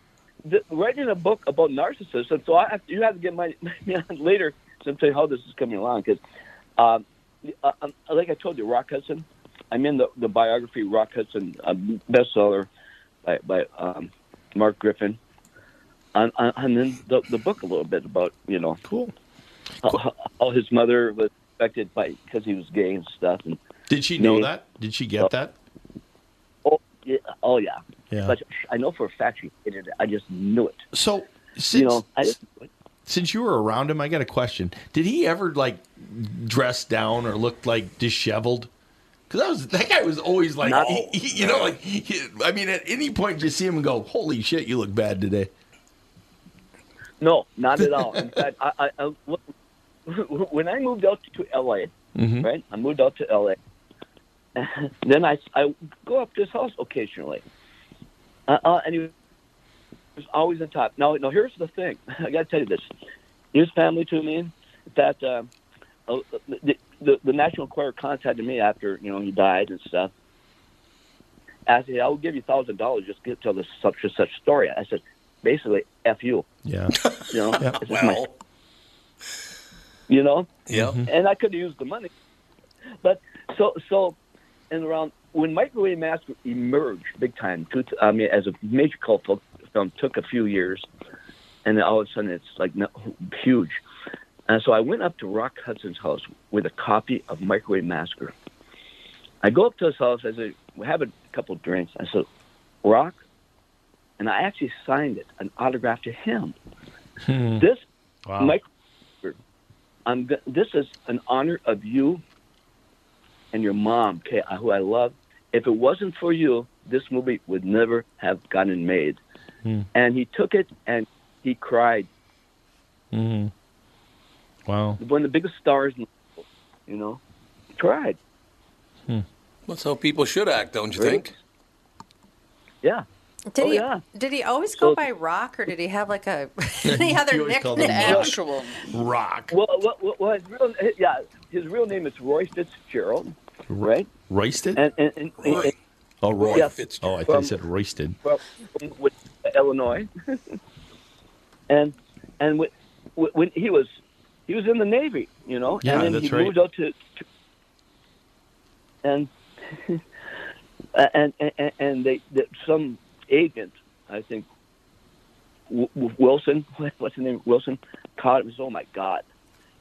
Speaker 6: th- writing a book about narcissists, and so I have, you have to get my, *laughs* me on later to tell you how this is coming along, because um, uh, um, like I told you, Rock Hudson, I'm in the, the biography Rock Hudson uh, bestseller by, by um, Mark Griffin. I'm, I'm- I'm in the, the book a little bit about, you know,
Speaker 4: Cool.
Speaker 6: how, how his mother was affected by, because he was gay and stuff, and
Speaker 4: Did she know
Speaker 6: Me.
Speaker 4: that? Did she get that?
Speaker 6: Oh, yeah. Oh, yeah.
Speaker 4: Yeah.
Speaker 6: But I know for a fact she hated it. I just knew it.
Speaker 4: So since
Speaker 6: you know, I just,
Speaker 4: since you were around him, I got a question. Did he ever like dress down or look like disheveled? Because that was that guy was always like,
Speaker 6: No.
Speaker 4: he- he- you know, like he, I mean, at any point you see him and go, "Holy shit, you look bad today."
Speaker 6: no, not at all.
Speaker 4: *laughs*
Speaker 6: In fact, I, I, I, when I moved out to LA, Mm-hmm.
Speaker 8: Hmm?
Speaker 6: right? I moved out to LA. *laughs* then I, I go up to his house occasionally. Uh, uh, and he was always on top. Now, now here's the thing. *laughs* I got to tell you this. He was family to me. That uh, uh, the, the the National Choir contacted me after you know he died and stuff. I said, "I will give you thousand dollars just to tell this such and such story." I said, "Basically, f you." *laughs*
Speaker 4: Yeah,
Speaker 6: You know, This is my-
Speaker 1: Well.
Speaker 6: you know,
Speaker 1: Yep.
Speaker 4: Mm-hmm.
Speaker 6: and I could use the money. But so so, and around when microwave mask emerged big time, two, I mean, as a major cult fil- film, took a few years, and then all of a sudden it's like no, huge. And so I went up to Rock Hudson's house with a copy of Microwave Massacre. I go up to his house. I said, "We have a couple of drinks." I said, "Rock," and I actually signed it, an autograph to him.
Speaker 1: Hmm.
Speaker 6: This
Speaker 4: Wow.
Speaker 6: Mike, I'm. go- This is an honor of you and your mom, Kay, who I love. If it wasn't for you, this movie would never have gotten made. And he took it and he cried.
Speaker 4: Mm-hmm. wow.
Speaker 6: One of the biggest stars, in the world, you know, he cried.
Speaker 1: That's how people should act, don't you think?
Speaker 6: Yeah.
Speaker 5: Did
Speaker 6: Oh,
Speaker 5: he?
Speaker 6: yeah.
Speaker 5: Did he always go
Speaker 6: So-
Speaker 5: by Rock, or did he have like a *laughs* any
Speaker 4: He
Speaker 5: other
Speaker 4: always called
Speaker 2: The
Speaker 4: him
Speaker 5: nickname?
Speaker 4: Rock.
Speaker 2: actual.
Speaker 4: Rock
Speaker 6: Well, well, well, well his real, yeah, his real name is Roy Fitzgerald, right?
Speaker 4: roisted.
Speaker 6: And and, and, and,
Speaker 1: Roy.
Speaker 4: oh, Roy.
Speaker 6: Yeah.
Speaker 4: Oh, I
Speaker 1: Fitzgerald.
Speaker 4: thought
Speaker 6: Um,
Speaker 4: you said roisted.
Speaker 6: from, from with Illinois, *laughs* and and when, when he was he was in the Navy, you know,
Speaker 4: Yeah,
Speaker 6: and then
Speaker 4: that's
Speaker 6: he
Speaker 4: right.
Speaker 6: moved out to, to and, *laughs* and and and they that some agent, I think W- W- Wilson, *laughs* what's his name, Wilson, caught him. and said, Oh my God,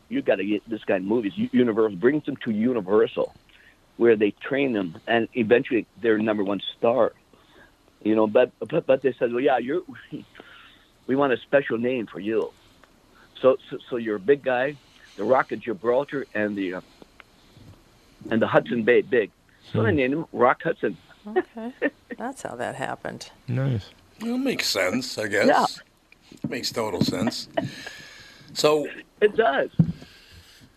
Speaker 6: you got to get this guy in movies. U- Universal brings him to Universal, where they train him, and eventually they're number one star you know. But but, but they said, well, yeah, you're *laughs* we want a special name for you. So, so, so you're a big guy, the Rock of Gibraltar and the uh, and the Hudson Bay big. So I named him Rock Hudson.
Speaker 5: Okay. That's how that happened.
Speaker 4: Nice.
Speaker 1: Well, it makes sense, I guess.
Speaker 6: Yeah.
Speaker 1: Makes total sense. so,
Speaker 6: It does.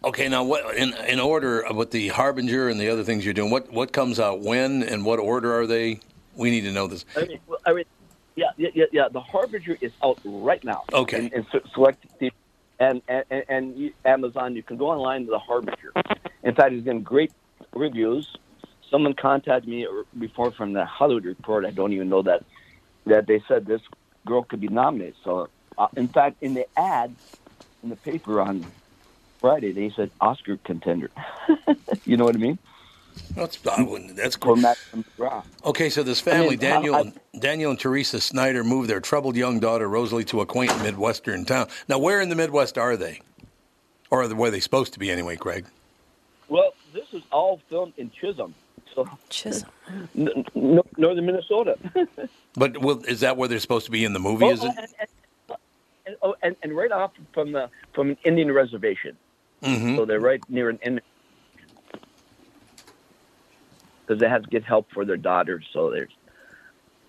Speaker 1: okay, now what in in order with the harbinger and the other things you're doing? What what comes out when and what order are they? We need to know this.
Speaker 6: I mean, well, I mean, yeah, yeah, yeah, yeah. The Harbinger is out right now.
Speaker 1: Okay.
Speaker 6: And, and se- select the, and and and, and you, Amazon. You can go online to the Harbinger. In fact, it's getting great reviews. Someone contacted me or- before from the Hollywood Report. I don't even know that that they said this girl could be nominated. So, uh, in fact, in the ad in the paper on Friday, they said Oscar contender. *laughs* you know what I mean?
Speaker 1: That's I wouldn't- that's
Speaker 6: For
Speaker 1: cool.
Speaker 6: Madame McGraw.
Speaker 1: Okay, so this family,
Speaker 6: I mean,
Speaker 1: Daniel,
Speaker 6: I-
Speaker 1: and Daniel and Teresa Snyder, moved their troubled young daughter Rosalie to a quaint midwestern town. Now, where in the Midwest are they, or where are they supposed to be anyway, Craig?
Speaker 6: Well, this is all filmed in Chisholm. So
Speaker 5: Chisholm.
Speaker 6: *laughs* N- n- northern Minnesota. Oh,
Speaker 1: But will, is that where they're supposed to be in the movie? is it?
Speaker 6: and, and- and- oh, and, and right off from the from an Indian reservation,
Speaker 1: Mm-hmm.
Speaker 6: so they're right near an Indian. Because they have to get help for their daughter, so there's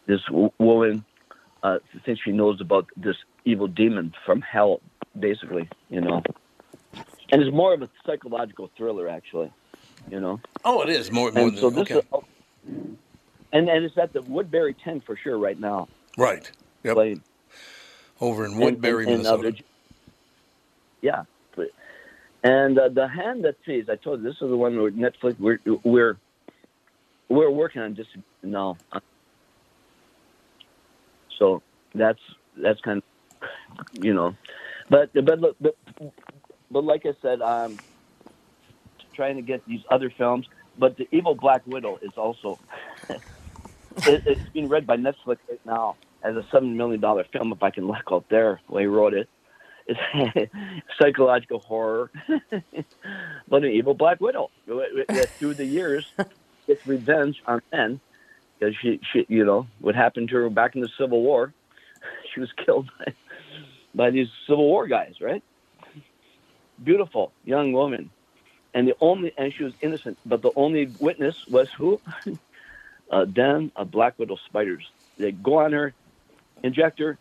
Speaker 6: this w- woman. Uh, since she knows about this evil demon from hell, basically, you know, and it's more of a psychological thriller, actually, you know.
Speaker 1: Oh, it is more. more
Speaker 6: And
Speaker 1: than,
Speaker 6: so this
Speaker 1: okay.
Speaker 6: is, and and it's at the Woodbury Ten for sure right now.
Speaker 1: right. Yep.
Speaker 6: Playing
Speaker 1: Over in
Speaker 6: and-
Speaker 1: Woodbury,
Speaker 6: and- and, uh,
Speaker 1: Minnesota.
Speaker 6: the- yeah, but- and uh, the hand that feeds. I told you this is the one where Netflix. We're we're we're working on just now. So that's that's kind of you know, but but look, but, but like I said, I'm trying to get these other films. But the Evil Black Widow is also *laughs* it, it's being read by Netflix right now as a seven million dollar film. If I can luck out there, the way he wrote it, it's *laughs* psychological horror, *laughs* but an evil Black Widow that- that through the years gets revenge on men because she, she, you know, what happened to her back in the Civil War. *laughs* She was killed by, by these Civil War guys, right? Beautiful young woman. And the only, and she was innocent, but the only witness was who? *laughs* Uh, a den of black widow spiders. They go on her, inject her,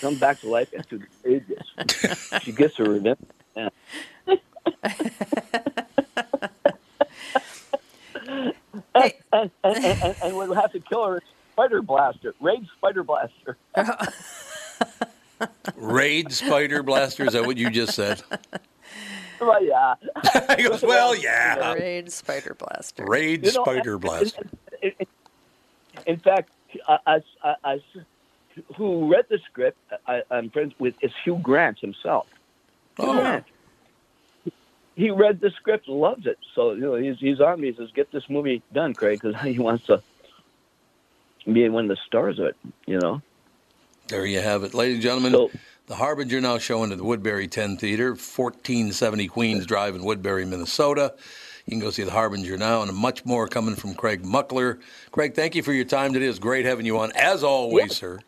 Speaker 6: come back to life, and through the ages, she gets her revenge. Yeah. and, and, and, and, *laughs* and what we have to kill her is spider blaster, rage spider blaster.
Speaker 1: Raid spider blaster. Is that what you just said?
Speaker 6: Well, yeah.
Speaker 1: *laughs* he goes, well, yeah.
Speaker 5: Raid Spider Blaster.
Speaker 1: Raid
Speaker 6: You know,
Speaker 1: spider blaster.
Speaker 6: In, in- in fact, I, I, I- I- who read the script? I, I'm friends with is Hugh Grant himself. Hugh
Speaker 1: Oh.
Speaker 6: Grant. He read the script, loves it. So you know, he's he's on me. He says, "Get this movie done, Craig," because *laughs* he wants to be one of the stars of it. You know.
Speaker 1: There you have it, ladies and gentlemen.
Speaker 6: So-
Speaker 1: the Harbinger now showing at the Woodbury 10 Theater, 1470 Queens Drive in Woodbury, Minnesota. You can go see The Harbinger now and much more coming from Craig Muckler. Craig, thank you for your time today. It's great having you on, as always, sir.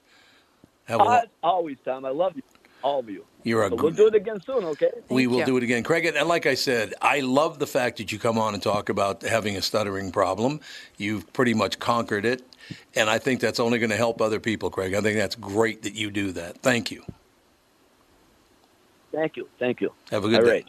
Speaker 1: Have a,
Speaker 6: As always, Tom, I love you, all of you.
Speaker 1: You're a
Speaker 6: So Uh, we'll
Speaker 1: good-
Speaker 6: do it again soon, okay?
Speaker 1: we will
Speaker 5: you.
Speaker 1: do it again. Craig, and like I said, I love the fact that you come on and talk about having a stuttering problem. You've pretty much conquered it. And I think that's only going to help other people, Craig. I think that's great that you do that. Thank you.
Speaker 6: Thank you, thank you.
Speaker 1: Have a good
Speaker 6: All
Speaker 1: day.
Speaker 6: right.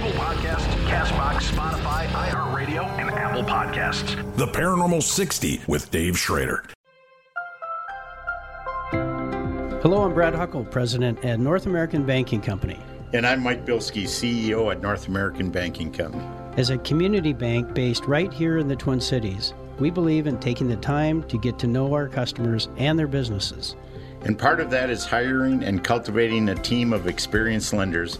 Speaker 10: Podcasts, Castbox, Spotify, iHeartRadio, and Apple Podcasts. The Paranormal 60 with Dave Schrader.
Speaker 9: Hello, I'm Brad Huckle, president at North American Banking Company.
Speaker 11: And I'm Mike Bilski, CEO at North American Banking Company.
Speaker 9: As a community bank based right here in the Twin Cities, we believe in taking the time to get to know our customers and their businesses.
Speaker 11: And part of that is hiring and cultivating a team of experienced lenders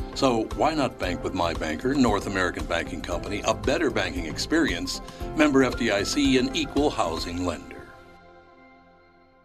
Speaker 1: So why not bank with my banker, North American Banking Company, a better banking experience, member FDIC, and equal housing lender?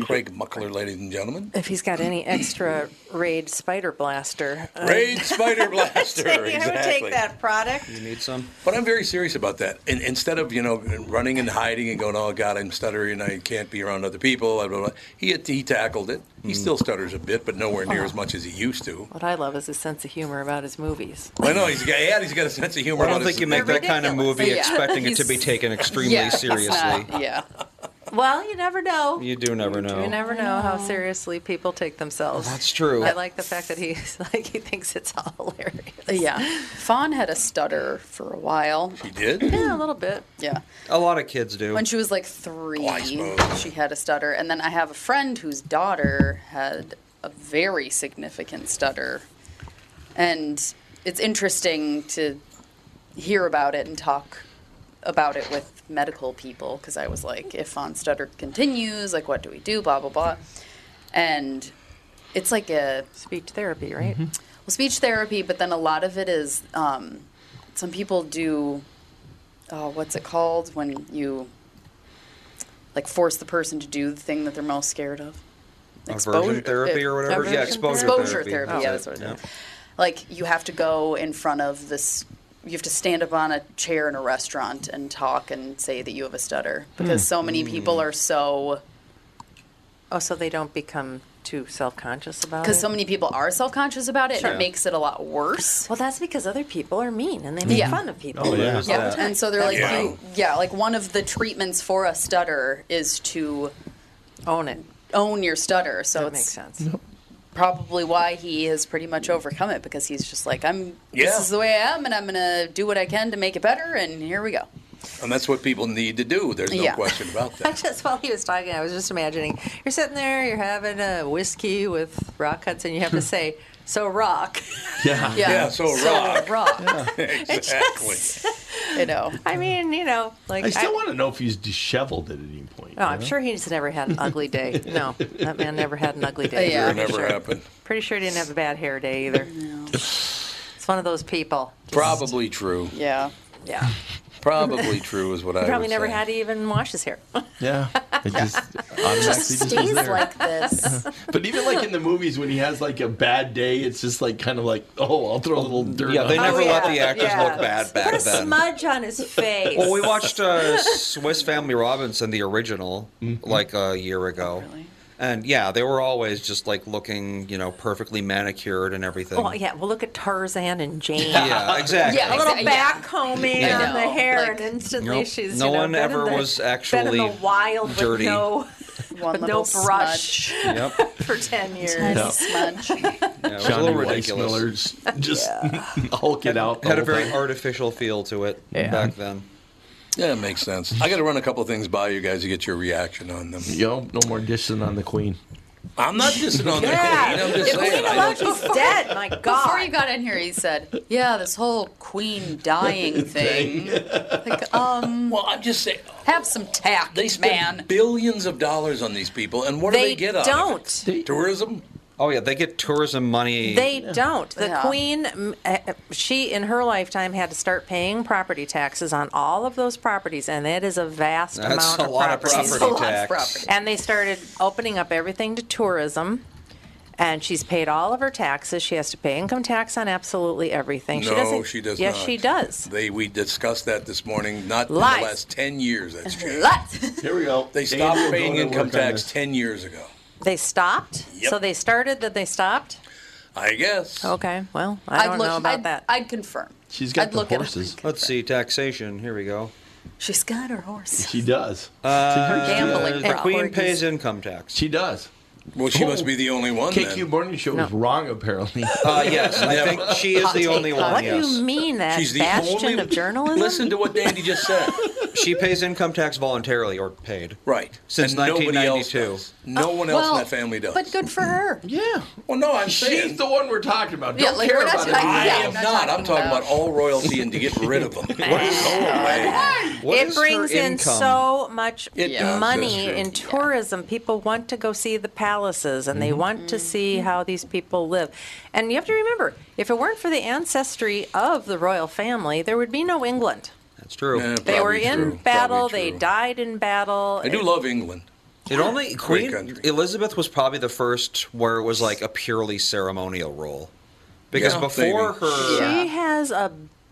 Speaker 5: *laughs*
Speaker 1: Craig Muckler, ladies and gentlemen.
Speaker 5: If he's got any extra Raid Spider
Speaker 3: *laughs*
Speaker 5: Blaster. I- *laughs*
Speaker 1: Raid Spider Blaster.
Speaker 5: I would
Speaker 1: exactly.
Speaker 5: take that product.
Speaker 3: You need some?
Speaker 1: But I'm very serious about that. And instead of you know running and hiding and going, oh God, I'm stuttering, I can't be around other people. Blah, blah, blah. He he tackled it.
Speaker 5: Mm.
Speaker 1: He still stutters a bit, but nowhere near as much as he used to.
Speaker 5: What I love is his sense of humor about his movies.
Speaker 1: I know he's got yeah, he's got a sense of humor.
Speaker 5: I don't
Speaker 1: about
Speaker 5: think
Speaker 1: his-
Speaker 5: you make They're that kind of ridiculous.
Speaker 3: movie
Speaker 5: Yeah.
Speaker 3: expecting it to be
Speaker 5: He's- *laughs*
Speaker 3: taken extremely
Speaker 5: Yeah, he's
Speaker 3: seriously.
Speaker 5: not, yeah. Well, you never know.
Speaker 3: *laughs* You do never know.
Speaker 5: You never know how seriously people take themselves.
Speaker 3: That's true.
Speaker 5: I like the fact
Speaker 2: *laughs*
Speaker 5: that he's like he thinks it's all hilarious.
Speaker 2: Yeah. Fawn had a stutter for a while.
Speaker 1: He did?
Speaker 2: Yeah,
Speaker 5: a little bit.
Speaker 2: Yeah.
Speaker 3: A lot of kids do.
Speaker 2: When she was like three, she had a stutter. And then I have a friend whose daughter had a very significant stutter. And it's interesting to hear about it and talk about it with medical people because I was like, if on stutter continues, like, what do we do? Blah, blah, blah. And it's like a
Speaker 5: speech therapy, right?
Speaker 3: Mm-hmm.
Speaker 2: Well, speech therapy, but then a lot of it is um, some people do oh, what's it called when you like force the person to do the thing that they're most scared of?
Speaker 3: Aversion therapy or whatever? Yeah,
Speaker 2: Aversion
Speaker 3: exposure
Speaker 2: therapy.
Speaker 3: therapy.
Speaker 2: Exposure
Speaker 3: That's
Speaker 2: yeah,
Speaker 3: it,
Speaker 2: that's what it is.
Speaker 3: yeah.
Speaker 2: Like you have to go in front of this. You have to stand up on a chair in a restaurant and talk and say that you have a stutter because
Speaker 5: Hmm.
Speaker 2: so many
Speaker 3: Mm.
Speaker 2: people are so
Speaker 5: Oh, so they don't become too self conscious about it?
Speaker 2: because so many people are self conscious about it and
Speaker 5: Sure.
Speaker 2: it makes it a lot worse.
Speaker 5: Well, that's because other people are mean and they make
Speaker 2: Yeah.
Speaker 5: fun of people.
Speaker 2: Oh,
Speaker 3: yeah.
Speaker 2: Yeah, and so they're like,
Speaker 5: That's
Speaker 2: you, yeah, like one of the treatments for a stutter is to
Speaker 5: own it,
Speaker 2: own your stutter. So it
Speaker 5: makes sense.
Speaker 2: Probably why he has pretty much overcome it because he's just like, I'm. This
Speaker 1: Yeah.
Speaker 2: is the way I am, and I'm gonna do what I can to make it better. And here we go.
Speaker 1: and that's what people need to do. There's no
Speaker 5: Yeah.
Speaker 1: question about that.
Speaker 5: I *laughs* just while he was talking, I was just imagining you're sitting there, you're having a whiskey with rock cuts, and you have to say, "So rock." *laughs*
Speaker 1: Yeah. Yeah. so rock.
Speaker 5: rock.
Speaker 1: *laughs*
Speaker 5: *laughs*
Speaker 1: exactly.
Speaker 2: you know.
Speaker 5: I mean, you know, like
Speaker 4: I still want to know if he's disheveled at any point.
Speaker 5: No, I'm
Speaker 4: you know?
Speaker 5: sure he's never had an ugly day. No, that man never had an ugly day.
Speaker 1: *laughs* Yeah.
Speaker 5: I'm
Speaker 1: Never
Speaker 5: sure.
Speaker 1: happened.
Speaker 5: Pretty sure he didn't have a bad hair day either. It's one of those people.
Speaker 1: Probably true.
Speaker 2: Yeah.
Speaker 5: Yeah.
Speaker 1: Probably true is what
Speaker 5: He
Speaker 1: I
Speaker 5: probably
Speaker 1: would
Speaker 5: never
Speaker 1: say.
Speaker 5: had to even wash his hair. *laughs*
Speaker 4: Yeah, it just automatically just was there.
Speaker 3: *laughs*
Speaker 2: this.
Speaker 4: But even like in the movies, when he has like a bad day, it's just like kind of like, oh, I'll throw a little dirt.
Speaker 3: Oh, Yeah, they
Speaker 4: on it.
Speaker 3: never let the actors look bad back
Speaker 5: Put a
Speaker 3: then.
Speaker 5: smudge on
Speaker 3: *laughs*
Speaker 5: his face.
Speaker 3: Well, we watched uh, Swiss Family Robinson, the original, like a year ago. And yeah, they were always just like looking, you know, perfectly manicured and everything.
Speaker 5: *laughs* Well, yeah. Well, look at Tarzan and Jane.
Speaker 3: Yeah, exactly.
Speaker 5: a little
Speaker 2: exactly.
Speaker 5: back combing
Speaker 3: Yeah.
Speaker 5: on the
Speaker 2: No,
Speaker 5: hair,
Speaker 2: like-
Speaker 5: and instantly
Speaker 3: Nope.
Speaker 5: she's
Speaker 3: No
Speaker 5: you know,
Speaker 3: one
Speaker 5: been in
Speaker 3: ever
Speaker 5: the-
Speaker 3: was
Speaker 5: been in
Speaker 3: actually
Speaker 5: the wild
Speaker 3: dirty.
Speaker 5: with no,
Speaker 2: One
Speaker 5: *laughs* with no
Speaker 2: little
Speaker 5: brush *laughs*
Speaker 3: *laughs* Yep.
Speaker 5: for ten years.
Speaker 2: Tiny smudge.
Speaker 3: *laughs* Yeah, it was a
Speaker 4: Johnny
Speaker 3: little ridiculous.
Speaker 4: Weissmiller's just *laughs* hulk it out. the
Speaker 3: Had a
Speaker 4: whole
Speaker 3: very
Speaker 4: time.
Speaker 3: artificial feel to it
Speaker 4: Yeah.
Speaker 3: back then.
Speaker 1: Yeah, it makes sense. I got to run a couple things by you guys to get your reaction on them.
Speaker 4: Yo, no more dissing on the queen.
Speaker 1: I'm not dissing on
Speaker 5: Yeah.
Speaker 1: the queen. I'm just
Speaker 5: If we
Speaker 1: saying.
Speaker 5: know
Speaker 1: I
Speaker 2: *laughs*
Speaker 5: about
Speaker 1: don't-
Speaker 5: He's dead, my God.
Speaker 2: Before you got in here, he said, "Yeah, this whole queen
Speaker 5: *laughs*
Speaker 1: *laughs*
Speaker 2: dying thing. like, um,
Speaker 1: well, I'm just saying, uh,
Speaker 2: have some tact,
Speaker 1: They
Speaker 2: man.
Speaker 1: spend billions of dollars on these people, and what do
Speaker 5: They
Speaker 1: they get out
Speaker 5: don't.
Speaker 1: of it? Tourism?
Speaker 3: Oh yeah, they get tourism money.
Speaker 5: They don't. The
Speaker 2: Yeah.
Speaker 5: queen, mm, uh, uh, she in her lifetime had to start paying property taxes on all of those properties, and that is a vast
Speaker 3: That's
Speaker 5: amount
Speaker 3: a
Speaker 5: of
Speaker 3: lot of
Speaker 5: properties.
Speaker 3: property tax.
Speaker 5: And they started opening up everything to tourism. and she's paid all of her taxes. She has to pay income tax on absolutely everything. she
Speaker 1: No,
Speaker 5: doesn't,
Speaker 1: she does
Speaker 5: Yes,
Speaker 1: not.
Speaker 5: she does.
Speaker 1: They we discussed that this morning. Not
Speaker 5: Lies.
Speaker 1: in the last ten
Speaker 5: *laughs*
Speaker 1: years. That's changed.
Speaker 4: Here we go.
Speaker 1: They
Speaker 4: Dave
Speaker 1: stopped
Speaker 4: will go
Speaker 1: paying
Speaker 4: to
Speaker 1: income
Speaker 4: work on
Speaker 1: tax
Speaker 4: this.
Speaker 1: ten years ago.
Speaker 5: They stopped. So they started, then they stopped.
Speaker 1: I guess.
Speaker 5: Okay. Well, I don't know about
Speaker 2: I'd,
Speaker 5: that.
Speaker 2: I'd confirm.
Speaker 3: She's
Speaker 2: got I'd the look it up.
Speaker 3: Let's see taxation. Here we go.
Speaker 2: She's got her horse.
Speaker 3: She does.
Speaker 2: It's a
Speaker 3: Uh,
Speaker 2: huge Gambling
Speaker 3: the
Speaker 2: problem.
Speaker 3: queen pays income tax.
Speaker 4: She does.
Speaker 1: Well,
Speaker 4: she must be
Speaker 1: the only one.
Speaker 4: KQ Morning Show was wrong, apparently.
Speaker 3: Uh, yes,
Speaker 4: *laughs*
Speaker 3: I think she is the only one.
Speaker 5: what
Speaker 3: yes.
Speaker 5: do you mean that
Speaker 3: She's the
Speaker 5: bastion
Speaker 3: only-
Speaker 5: of journalism?
Speaker 3: Listen
Speaker 1: to what Dandy just said.
Speaker 3: she pays income tax voluntarily or paid.
Speaker 1: Right.
Speaker 3: Since
Speaker 1: And nobody else
Speaker 3: 1992.
Speaker 5: Oh,
Speaker 1: No one else in that family does.
Speaker 2: But good for her.
Speaker 4: Yeah.
Speaker 1: Well, no, I'm
Speaker 4: Mm-hmm. She's
Speaker 1: saying-
Speaker 4: the one we're talking about.
Speaker 2: Yeah,
Speaker 4: Don't
Speaker 2: like,
Speaker 4: care
Speaker 2: we're not
Speaker 4: about it.
Speaker 2: talking-
Speaker 1: I
Speaker 2: yeah,
Speaker 1: am
Speaker 2: not
Speaker 1: not. I'm
Speaker 2: talking
Speaker 1: talking
Speaker 2: about-
Speaker 1: about all royalty and to get rid of them.
Speaker 5: it brings in so much
Speaker 1: It does, that's
Speaker 5: money
Speaker 1: true.
Speaker 5: in tourism. People want to go see the palaces and
Speaker 3: Mm-hmm.
Speaker 5: they want to see how these people live. And you have to remember, if it weren't for the ancestry of the royal family, there would be no England.
Speaker 3: That's true.
Speaker 5: They were in battle, they died in battle.
Speaker 1: I do
Speaker 5: It-
Speaker 1: love England.
Speaker 3: It only
Speaker 1: Great
Speaker 3: Queen Elizabeth was probably the first where it was like a purely ceremonial role, because
Speaker 5: Yeah,
Speaker 3: before
Speaker 5: maybe.
Speaker 3: her,
Speaker 5: she has a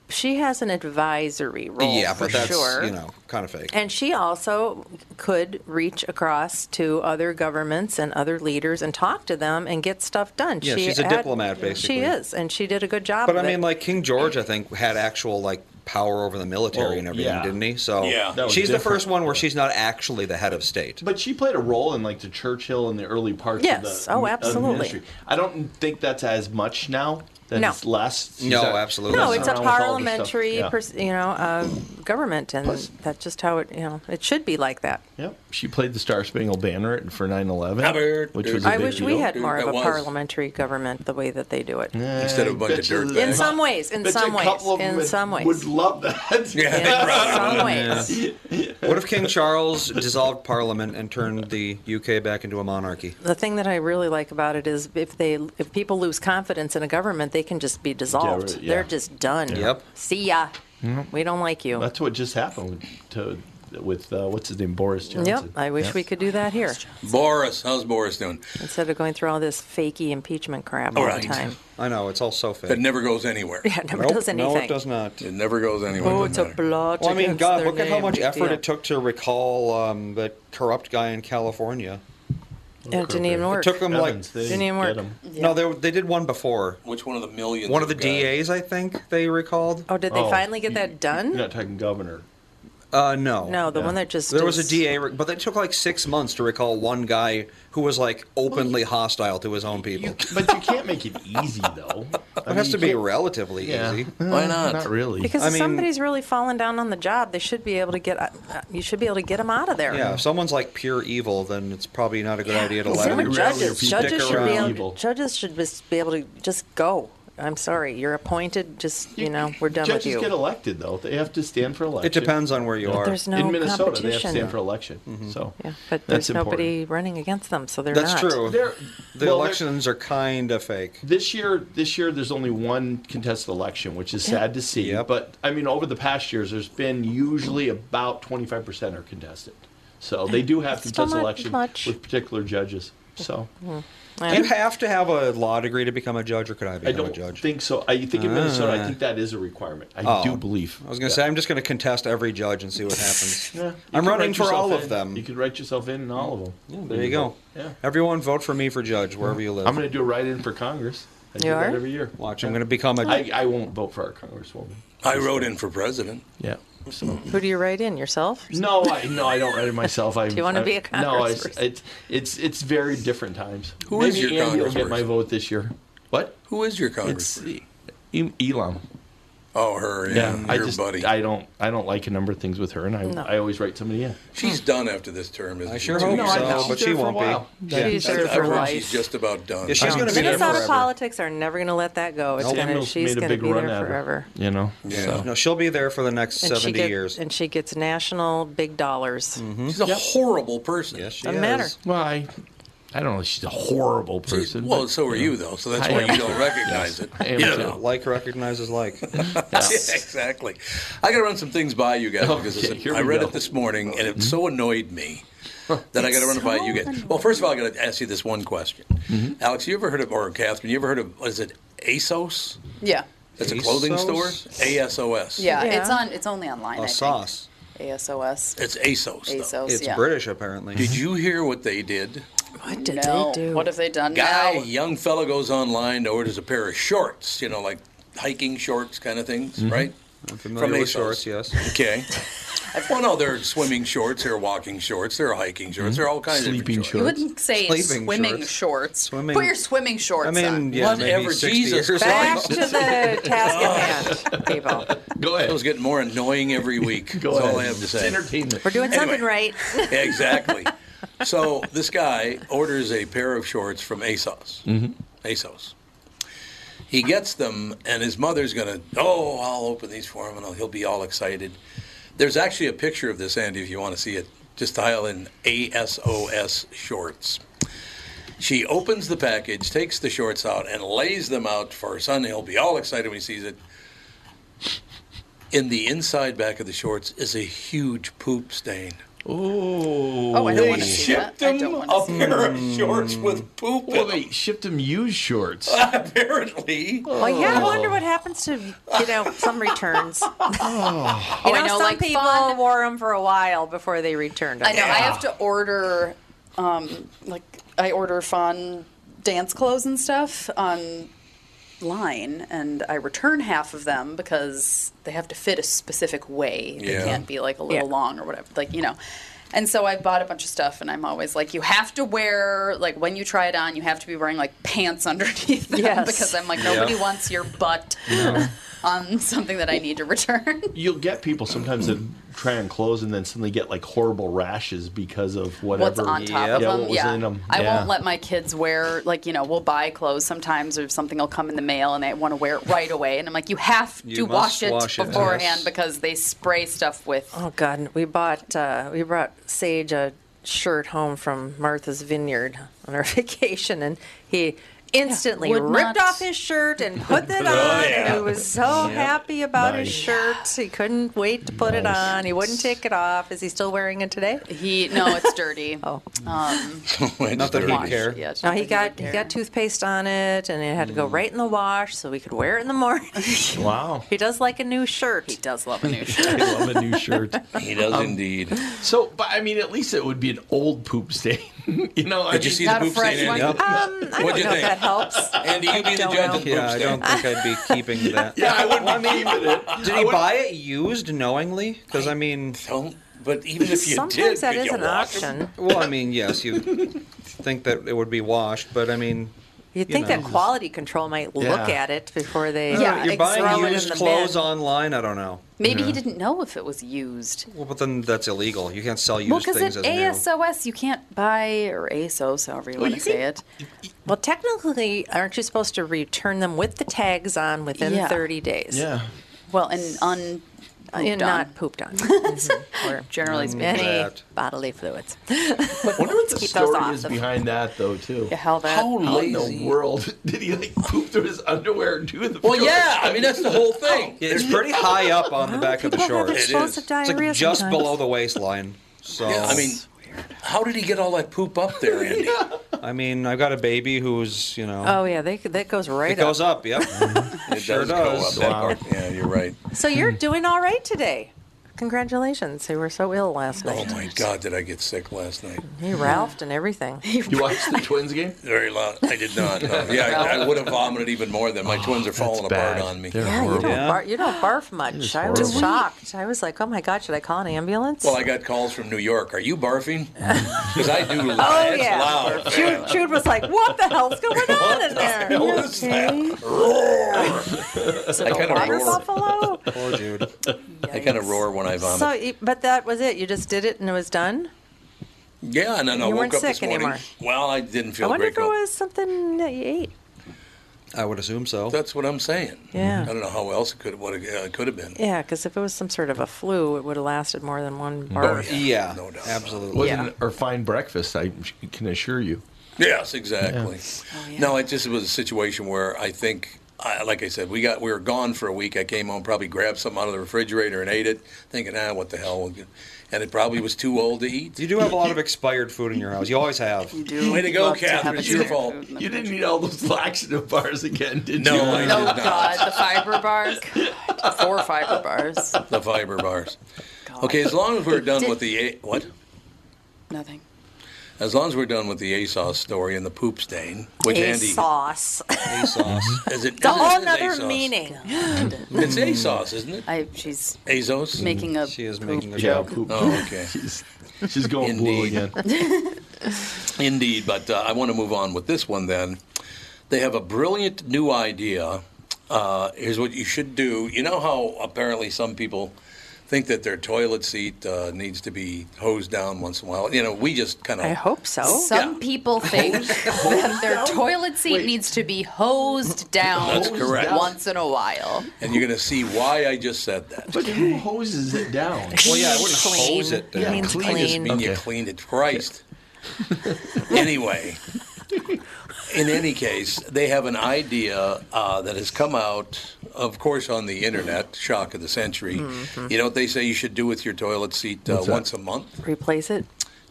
Speaker 5: she has an advisory role
Speaker 3: yeah,
Speaker 5: for
Speaker 3: but that's
Speaker 5: sure.
Speaker 3: you know kind of fake.
Speaker 5: And she also could reach across to other governments and other leaders and talk to them and get stuff done.
Speaker 3: Yeah,
Speaker 5: She
Speaker 3: she's a
Speaker 5: had-
Speaker 3: diplomat, basically.
Speaker 5: She is, and she did a good job.
Speaker 3: But I
Speaker 5: of
Speaker 3: mean,
Speaker 5: it.
Speaker 3: like King George, I think had actual like power over the military
Speaker 4: Well,
Speaker 3: and everything,
Speaker 4: yeah.
Speaker 3: didn't he? So
Speaker 4: Yeah. That was
Speaker 3: she's the
Speaker 4: different.
Speaker 3: first one where she's not actually the head of state.
Speaker 4: But she played a role in like the Churchill in the early parts
Speaker 5: Yes.
Speaker 4: of the
Speaker 5: Oh,
Speaker 4: of the
Speaker 5: absolutely.
Speaker 4: ministry. I don't think that's as much now. That's
Speaker 5: No.
Speaker 4: less.
Speaker 3: No, absolutely.
Speaker 5: no, it's a parliamentary,
Speaker 4: Yeah.
Speaker 5: pers- you know, uh, government, and that's just how it, you know, it should be like that.
Speaker 4: Yep. She played the Star Spangled Banner for 9/11, which was a
Speaker 5: I
Speaker 4: big
Speaker 5: wish we
Speaker 4: deal.
Speaker 5: had more of a parliamentary government the way that they do it.
Speaker 4: Instead of a bunch of
Speaker 5: betcha-
Speaker 4: dirtbags.
Speaker 5: In some ways, in
Speaker 4: Betcha a
Speaker 5: some ways,
Speaker 4: couple of them
Speaker 5: in
Speaker 4: would-
Speaker 5: some ways.
Speaker 4: would love
Speaker 1: *laughs*
Speaker 4: that.
Speaker 5: Yeah, they probably some would. ways.
Speaker 3: Yeah. *laughs* What if King Charles dissolved Parliament and turned the UK back into a monarchy?
Speaker 5: The thing that I really like about it is if they if people lose confidence in a government, they can just be dissolved.
Speaker 4: right, yeah.
Speaker 5: They're just done.
Speaker 4: Yep.
Speaker 5: See ya.
Speaker 4: Yep.
Speaker 5: We don't like you.
Speaker 4: That's what just happened to with uh, what's his name Boris
Speaker 5: Yep.
Speaker 4: Johnson.
Speaker 5: I wish
Speaker 4: Yeah.
Speaker 5: we could do that here
Speaker 1: Boris, how's Boris doing?
Speaker 5: instead of going through all this fakey impeachment crap all, the
Speaker 3: *laughs*
Speaker 5: time.
Speaker 3: I know it's all so fake.
Speaker 1: That never goes anywhere.
Speaker 5: Yeah, it never Nope, does no, it anything. does
Speaker 3: not.
Speaker 1: It never goes anywhere.
Speaker 5: Oh,
Speaker 1: doesn't
Speaker 5: it's a
Speaker 1: matter.
Speaker 5: blot.
Speaker 3: Well, I mean,
Speaker 5: against
Speaker 3: God,
Speaker 5: their
Speaker 3: look at how
Speaker 5: name.
Speaker 3: much
Speaker 5: Big
Speaker 3: effort
Speaker 5: deal.
Speaker 3: it took to recall um, that corrupt guy in California.
Speaker 5: It didn't even work.
Speaker 3: It took them like
Speaker 5: Evans, they Didn't even work. get 'em.
Speaker 3: No, they, they did one before.
Speaker 1: Which one of the millions?
Speaker 3: One of the
Speaker 1: of guys?
Speaker 3: DAs, I think they recalled.
Speaker 5: Oh, did they finally get that done?
Speaker 4: not talking governor.
Speaker 3: Uh, no.
Speaker 5: No, the one that just
Speaker 3: there was a
Speaker 5: is-
Speaker 3: DA, re- but it took like six months to recall one guy who was like openly hostile to his own people.
Speaker 4: but you can't make it easy though.
Speaker 3: *laughs* it has to be relatively
Speaker 4: Yeah.
Speaker 3: easy.
Speaker 4: Why not? Not really.
Speaker 5: Because
Speaker 3: I
Speaker 5: if
Speaker 3: mean,
Speaker 5: somebody's really fallen down on the job, they should be able to get. Uh, uh, you should be able to get them out of there.
Speaker 3: Yeah, if someone's like pure evil, then it's probably not a good idea to
Speaker 5: Same with
Speaker 3: let them
Speaker 5: judges.
Speaker 3: stick
Speaker 5: Judges should be
Speaker 3: around.
Speaker 5: able. Judges should just be able to just go. I'm sorry, you're appointed. Just you know, we're done with
Speaker 4: Judges
Speaker 5: you.
Speaker 4: get elected though; they have to stand for election.
Speaker 3: It depends on where you are. Mm-hmm.
Speaker 5: There's no
Speaker 4: in Minnesota. They have to
Speaker 5: competition.
Speaker 4: stand for election. So
Speaker 5: yeah, but
Speaker 4: that's
Speaker 5: there's nobody running against them, so they're not.
Speaker 3: That's true. the
Speaker 4: well, they're-
Speaker 3: elections are kind of fake.
Speaker 4: This year, this year, there's only one contested election, which is sad to see. But I mean, over the past years, there's been usually about 25 percent are contested. So Oh, they do have
Speaker 5: Still
Speaker 4: contested
Speaker 5: not
Speaker 4: election
Speaker 5: much.
Speaker 4: with particular judges. So
Speaker 5: Mm.
Speaker 3: Do you have to have a law degree to become a judge, or could I become
Speaker 4: I don't
Speaker 3: a judge?
Speaker 4: think so. I think in Minnesota, I
Speaker 3: Ah.
Speaker 4: think that is a requirement. I
Speaker 3: Oh.
Speaker 4: do believe.
Speaker 3: I was going to say, I'm just going to contest every judge and
Speaker 4: *laughs*
Speaker 3: see what happens.
Speaker 4: Yeah, you
Speaker 3: I'm
Speaker 4: could
Speaker 3: running
Speaker 4: write
Speaker 3: for
Speaker 4: yourself
Speaker 3: all of
Speaker 4: in.
Speaker 3: them.
Speaker 4: You could write yourself in in all of them.
Speaker 3: there you go.
Speaker 4: Yeah.
Speaker 3: Everyone vote for me for judge, wherever you live.
Speaker 4: I'm going to do a write-in for Congress. I do
Speaker 3: You
Speaker 4: that
Speaker 3: are?
Speaker 4: every year.
Speaker 3: Watch, I'm going to become a.
Speaker 4: I, I won't vote for our congresswoman.
Speaker 1: I wrote in for president.
Speaker 4: Yeah. So.
Speaker 5: Who do you write in? Yourself?
Speaker 4: No, I no, I don't write it myself. I,
Speaker 5: Do you wanna
Speaker 4: I-
Speaker 5: be a
Speaker 4: No, I,
Speaker 5: congressperson?
Speaker 4: it's it's it's very different times.
Speaker 1: Who is
Speaker 4: Maybe
Speaker 1: your
Speaker 4: Andy will get
Speaker 1: congressperson?
Speaker 4: my vote this year. What?
Speaker 1: Who is your
Speaker 4: It's
Speaker 1: congressperson?
Speaker 4: E- Elam.
Speaker 1: Oh, her. Yeah,
Speaker 4: Yeah, I
Speaker 1: your
Speaker 4: just
Speaker 1: buddy.
Speaker 4: I don't I don't like a number of things with her, and I
Speaker 1: No.
Speaker 4: I always write somebody in.
Speaker 1: She's done after this term, isn't
Speaker 4: I
Speaker 1: she?
Speaker 4: sure
Speaker 1: Two
Speaker 5: Oh,
Speaker 4: hope
Speaker 1: years.
Speaker 4: so, No, I know. but She's she there for a won't be. while. Yeah. She's there
Speaker 1: I've
Speaker 4: for
Speaker 1: heard
Speaker 4: life.
Speaker 1: She's just about done.
Speaker 4: Yeah, she's gonna be there
Speaker 5: Minnesota
Speaker 4: forever.
Speaker 5: politics are never going to let that go. It's
Speaker 4: Nope.
Speaker 5: going to.
Speaker 4: Samuels
Speaker 5: She's
Speaker 4: made a
Speaker 5: going to
Speaker 4: big
Speaker 5: be
Speaker 4: run
Speaker 5: there
Speaker 4: at it.
Speaker 5: forever.
Speaker 4: You know.
Speaker 3: Yeah.
Speaker 4: So.
Speaker 3: No, she'll be there for the next
Speaker 5: And she
Speaker 3: 70
Speaker 5: get- *laughs*
Speaker 3: years.
Speaker 5: And she gets national big dollars.
Speaker 4: Mm-hmm.
Speaker 1: She's a horrible person.
Speaker 3: Yes, she
Speaker 5: Doesn't matter.
Speaker 4: Well, I, I don't know. She's a horrible person.
Speaker 1: well,
Speaker 4: but,
Speaker 1: so are you,
Speaker 4: know.
Speaker 1: though, so that's
Speaker 4: I
Speaker 1: why
Speaker 4: am
Speaker 1: you
Speaker 4: too.
Speaker 1: don't recognize
Speaker 4: Yes,
Speaker 1: it.
Speaker 4: I am
Speaker 1: You
Speaker 4: too.
Speaker 1: know.
Speaker 3: Like
Speaker 4: *laughs*
Speaker 3: recognizes like.
Speaker 5: *laughs*
Speaker 1: Yeah, *laughs* exactly. I got to run some things by you guys because
Speaker 4: Okay,
Speaker 1: it's-
Speaker 4: here
Speaker 1: I
Speaker 4: we
Speaker 1: read
Speaker 4: go.
Speaker 1: it this morning and it so annoyed me. that I got to run it by you guys. Well, first of all, I got to ask you this one question, Alex. You ever heard of or Catherine? You ever heard of? what Is it ASOS?
Speaker 2: Yeah.
Speaker 1: That's a clothing
Speaker 2: ASOS?
Speaker 1: store. ASOS.
Speaker 2: yeah, It's on. It's only online. I think.
Speaker 1: sauce.
Speaker 2: ASOS.
Speaker 1: It's ASOS. though.
Speaker 2: ASOS. yeah.
Speaker 3: apparently.
Speaker 1: Did you hear what they did?
Speaker 2: What did they do? What have they done
Speaker 1: Guy,
Speaker 2: Uh, now?
Speaker 1: young fellow goes online to orders a pair of shorts. You know, like hiking shorts kind of things, right?
Speaker 3: I'm familiar
Speaker 1: From
Speaker 3: with
Speaker 1: ASOS.
Speaker 3: shorts, yes.
Speaker 2: *laughs*
Speaker 1: Okay. well, no, they're swimming shorts, they're walking shorts, they're hiking shorts, they're all kinds
Speaker 7: Sleeping
Speaker 2: You
Speaker 1: of different Mm-hmm. shorts.
Speaker 2: wouldn't say
Speaker 1: Sleeping
Speaker 2: swimming
Speaker 1: shorts.
Speaker 2: shorts.
Speaker 1: Swimming- *laughs*
Speaker 2: Put your swimming shorts on.
Speaker 1: whatever. Jesus Christ.
Speaker 5: Back to
Speaker 1: *laughs*
Speaker 5: the task at hand.
Speaker 1: people.
Speaker 4: Go ahead.
Speaker 1: Those get more annoying *laughs* every week. That's all I have to say.
Speaker 4: It's entertainment.
Speaker 5: We're doing something right.
Speaker 2: *laughs*
Speaker 1: exactly. So this guy orders a pair of shorts from ASOS.
Speaker 4: Mm-hmm.
Speaker 7: Mhm.
Speaker 1: ASOS. He gets them, and his mother's gonna. Oh, I'll open these for him, and I'll- he'll be all excited. There's actually a picture of this, Andy, if you want to see it. Just dial in ASOS shorts. She opens the package, takes the shorts out, and lays them out for her son. He'll be all excited when he sees it. In the inside back of the shorts is a huge poop stain.
Speaker 4: Oh,
Speaker 1: Oh, I don't
Speaker 4: they
Speaker 1: wanna see that.
Speaker 4: shipped
Speaker 1: I
Speaker 4: them
Speaker 1: don't wanna
Speaker 4: a
Speaker 1: see
Speaker 4: pair
Speaker 1: that.
Speaker 4: of
Speaker 1: shorts with poop.
Speaker 4: Well, they shipped them used shorts.
Speaker 1: *laughs* Apparently.
Speaker 5: Oh yeah, I wonder what happens to you know some
Speaker 4: *laughs*
Speaker 5: returns.
Speaker 4: Oh.
Speaker 5: You
Speaker 2: Oh, I
Speaker 5: know,
Speaker 2: know,
Speaker 5: some
Speaker 2: like
Speaker 5: people wore them for a while before they returned. 'em.
Speaker 2: I know. I have to order, um, like, I order fun dance clothes and stuff online, and I return half of them because they have to fit a specific way. They
Speaker 12: Yeah.
Speaker 2: can't be like a little
Speaker 12: Yeah.
Speaker 2: long or whatever. Like you know. And so I bought a bunch of stuff, and I'm always like, you have to wear like when you try it on, you have to be wearing like pants *laughs* underneath them
Speaker 12: Yes.
Speaker 2: because I'm like
Speaker 4: Yeah.
Speaker 2: nobody wants your butt *laughs* on something that I need to return.
Speaker 4: Oh. You'll get people sometimes that try on clothes and then suddenly get like horrible rashes because of
Speaker 2: what's
Speaker 4: whatever.
Speaker 2: on top of
Speaker 4: yeah,
Speaker 2: them.
Speaker 4: What was
Speaker 2: yeah,
Speaker 4: in them.
Speaker 2: I
Speaker 4: yeah.
Speaker 2: won't let my kids wear like you know we'll buy clothes sometimes or something will come in the mail and they want to wear it right away and I'm like you have
Speaker 5: You
Speaker 2: to wash
Speaker 5: must
Speaker 2: it
Speaker 5: wash it,
Speaker 2: beforehand
Speaker 5: yes.
Speaker 2: because they spray stuff with.
Speaker 5: Oh God, and we bought uh, we brought Sage a shirt home from Martha's Vineyard on our *laughs* vacation, and he instantly
Speaker 12: would
Speaker 5: ripped
Speaker 12: not-
Speaker 5: off his shirt and put *laughs* it on,
Speaker 12: Oh,
Speaker 5: and
Speaker 12: yeah.
Speaker 5: he was so
Speaker 12: Yep.
Speaker 5: happy about his
Speaker 12: Nice.
Speaker 5: shirt. He couldn't wait to put it on. He wouldn't take it off. Is he still wearing it today?
Speaker 2: He no, it's dirty.
Speaker 5: *laughs* oh,
Speaker 2: Um,
Speaker 1: Not
Speaker 3: that he'd care.
Speaker 2: Yeah,
Speaker 5: no, he got he got toothpaste on it, and it had to go right in the wash so we could wear it in the morning.
Speaker 4: Wow.
Speaker 5: *laughs* he does like a new shirt. He
Speaker 2: does love a new
Speaker 4: *laughs* I love a new shirt.
Speaker 1: *laughs*
Speaker 4: Um,
Speaker 1: He does indeed.
Speaker 4: So, but I mean, at least it would be an old poop stain. *laughs* you know, I
Speaker 1: Did you
Speaker 4: mean-
Speaker 1: see the Not a poop fresh stain, Andy? one.
Speaker 5: Um, I don't know if that helps.
Speaker 1: Andy, you be the
Speaker 5: Don't
Speaker 1: judge
Speaker 5: know.
Speaker 1: of the
Speaker 3: Yeah, I
Speaker 1: poop
Speaker 3: don't
Speaker 1: stain.
Speaker 3: think I'd be keeping that.
Speaker 1: *laughs* Yeah, I wouldn't be keeping it.
Speaker 3: Did
Speaker 1: I
Speaker 3: he
Speaker 1: would-
Speaker 3: buy it used knowingly? Because I mean,
Speaker 1: but even
Speaker 5: if you Sometimes did, that could is you an wash it? option.
Speaker 3: Well, I mean, yes,
Speaker 1: *laughs*
Speaker 3: you think that it would be washed, but I mean,
Speaker 5: You'd think
Speaker 3: know.
Speaker 5: that quality control might look
Speaker 3: Yeah.
Speaker 5: at it before
Speaker 3: I
Speaker 5: they.
Speaker 3: don't know, you're
Speaker 5: throw it
Speaker 3: buying
Speaker 5: in
Speaker 3: used
Speaker 5: the
Speaker 3: clothes
Speaker 5: bin.
Speaker 3: online. I don't know.
Speaker 2: Maybe he
Speaker 3: Yeah.
Speaker 2: didn't know if it was used.
Speaker 3: Well, but then that's illegal. You can't sell used
Speaker 2: Well, because
Speaker 3: things
Speaker 2: at
Speaker 3: as new.
Speaker 2: ASOS you can't buy or ASOS, however you
Speaker 5: Well,
Speaker 2: want
Speaker 5: you
Speaker 2: to say it.
Speaker 5: Well, technically, aren't you supposed to return them with the tags on within
Speaker 2: Yeah.
Speaker 5: 30 days?
Speaker 2: Well, and un.
Speaker 5: And not
Speaker 2: *laughs*
Speaker 5: pooped on. or
Speaker 4: *laughs*
Speaker 2: generally
Speaker 5: Mm,
Speaker 2: speaking,
Speaker 5: any that. bodily fluids.
Speaker 4: wonder what the
Speaker 5: keep those
Speaker 4: story
Speaker 5: off
Speaker 4: is
Speaker 5: the-
Speaker 4: behind that, though, too.
Speaker 5: Yeah, how that- How
Speaker 4: in
Speaker 5: lazy.
Speaker 4: the world *laughs* did he like poop through his underwear and do the? *laughs*
Speaker 1: Well, yeah, I mean, that's the whole thing.
Speaker 3: *laughs* Yeah, it's pretty high up on the back of the shorts.
Speaker 1: explosive
Speaker 3: It's like
Speaker 1: diarrhea
Speaker 3: just
Speaker 1: sometimes.
Speaker 3: below the waistline. So
Speaker 1: Yeah, I mean, how did he get all that poop up there, Andy?
Speaker 3: I mean, I've got a baby who's you know.
Speaker 5: Oh, yeah, they, that goes right
Speaker 3: it goes up. Yep. it sure
Speaker 1: does go
Speaker 3: does.
Speaker 1: up that far. Yeah, you're right.
Speaker 5: So you're doing all right today. Congratulations. You were so ill last
Speaker 1: Oh
Speaker 5: night.
Speaker 1: my God, did I get sick last night?
Speaker 5: You ralphed and
Speaker 2: *laughs*
Speaker 5: everything. *laughs*
Speaker 4: You watched the Twins game?
Speaker 1: Very loud. I did
Speaker 4: *laughs*
Speaker 1: not. no. Yeah, I, I would have vomited even more than my twins are falling apart
Speaker 4: Oh, bad.
Speaker 1: on me.
Speaker 5: yeah, you don't, Bar- you don't barf much. I was
Speaker 1: horrible.
Speaker 5: shocked. I was like, oh my God, should I call an ambulance?
Speaker 1: Well, I got calls from New York. Are you barfing?
Speaker 4: *laughs*
Speaker 1: Because I do. loud.
Speaker 5: Oh,
Speaker 1: it's
Speaker 5: yeah.
Speaker 1: loud.
Speaker 5: Jude,
Speaker 1: *laughs*
Speaker 5: Jude was like, what the hell's going on in there?
Speaker 1: hell
Speaker 5: You
Speaker 1: is
Speaker 5: okay?
Speaker 1: *laughs* I kind of
Speaker 5: Water
Speaker 1: roar.
Speaker 5: buffalo?
Speaker 3: Poor dude.
Speaker 1: I kind of roar when I vomit.
Speaker 5: So, you- but that was it. You just did it and it was done.
Speaker 1: yeah, and then I
Speaker 5: you
Speaker 1: woke
Speaker 5: weren't
Speaker 1: up this
Speaker 5: sick
Speaker 1: morning.
Speaker 5: anymore.
Speaker 1: Well, I didn't
Speaker 5: I
Speaker 1: feel
Speaker 5: wonder
Speaker 1: great.
Speaker 5: if it was something that you ate.
Speaker 3: I would assume so.
Speaker 1: That's what I'm saying.
Speaker 5: Yeah.
Speaker 1: I don't know how else it could what it uh, could have been.
Speaker 5: Yeah, because if it was some sort of a flu, it would have lasted more than
Speaker 1: Mm.
Speaker 5: one
Speaker 4: Oh,
Speaker 5: bar.
Speaker 3: yeah,
Speaker 1: no doubt.
Speaker 3: absolutely.
Speaker 4: Wasn't a fine breakfast. I can assure you.
Speaker 2: Oh,
Speaker 1: Yes, exactly. No, it just was a situation where I think I, like I said, we got we were gone for a week. I came home, probably grabbed something out of the refrigerator and ate it, thinking, ah, what the hell. And it probably was too old to eat.
Speaker 3: You do have a lot of expired food in your house. You always have. You
Speaker 1: do. Way to go, Love to have Catherine. It's your expired fault. food in
Speaker 4: You didn't eat all *laughs* those laxative bars again, did
Speaker 1: No,
Speaker 4: you?
Speaker 1: I did not.
Speaker 2: Oh, God, the fiber bars. God, Four fiber bars.
Speaker 1: The fiber bars. Okay, as long as we're done with the A- what?
Speaker 2: Nothing.
Speaker 1: As long as we're done with the ASOS story and the poop stain, which Andy
Speaker 5: sauce.
Speaker 1: ASOS *laughs* is it?
Speaker 5: It's a whole
Speaker 1: it
Speaker 5: nother
Speaker 1: ASOS?
Speaker 5: meaning. *gasps*
Speaker 1: It's ASOS, isn't it?
Speaker 2: I, she's
Speaker 1: Azos
Speaker 2: making a She
Speaker 3: is
Speaker 2: making
Speaker 4: a joke. poop.
Speaker 1: Oh, okay.
Speaker 4: *laughs* she's, going blue again.
Speaker 5: *laughs*
Speaker 1: Indeed, but uh, I want to move on with this one then. They have a brilliant new idea. Uh, here's what you should do. You know how apparently some people think that their toilet seat uh, needs to be hosed down once in a while. You know, we just kind of.
Speaker 5: I hope so.
Speaker 1: Yeah,
Speaker 2: Some
Speaker 5: *laughs*
Speaker 2: people think that their toilet seat
Speaker 1: Wait.
Speaker 2: needs to be hosed down
Speaker 1: That's correct.
Speaker 2: once in a while.
Speaker 1: and you're going to see why I just said that.
Speaker 4: But who hoses it
Speaker 1: *laughs*
Speaker 4: down?
Speaker 3: Well, yeah, I wouldn't hose it.
Speaker 1: Yeah,
Speaker 3: down.
Speaker 1: clean just mean you cleaned it.
Speaker 2: *laughs*
Speaker 1: Christ. anyway, in any case, they have an idea uh, that has come out, of course, on the internet. Shock of the century.
Speaker 2: Mm-hmm.
Speaker 5: Mhm.
Speaker 1: You know what they say you should do with your toilet seat uh,
Speaker 5: What's that?
Speaker 1: once a month?
Speaker 5: Replace it.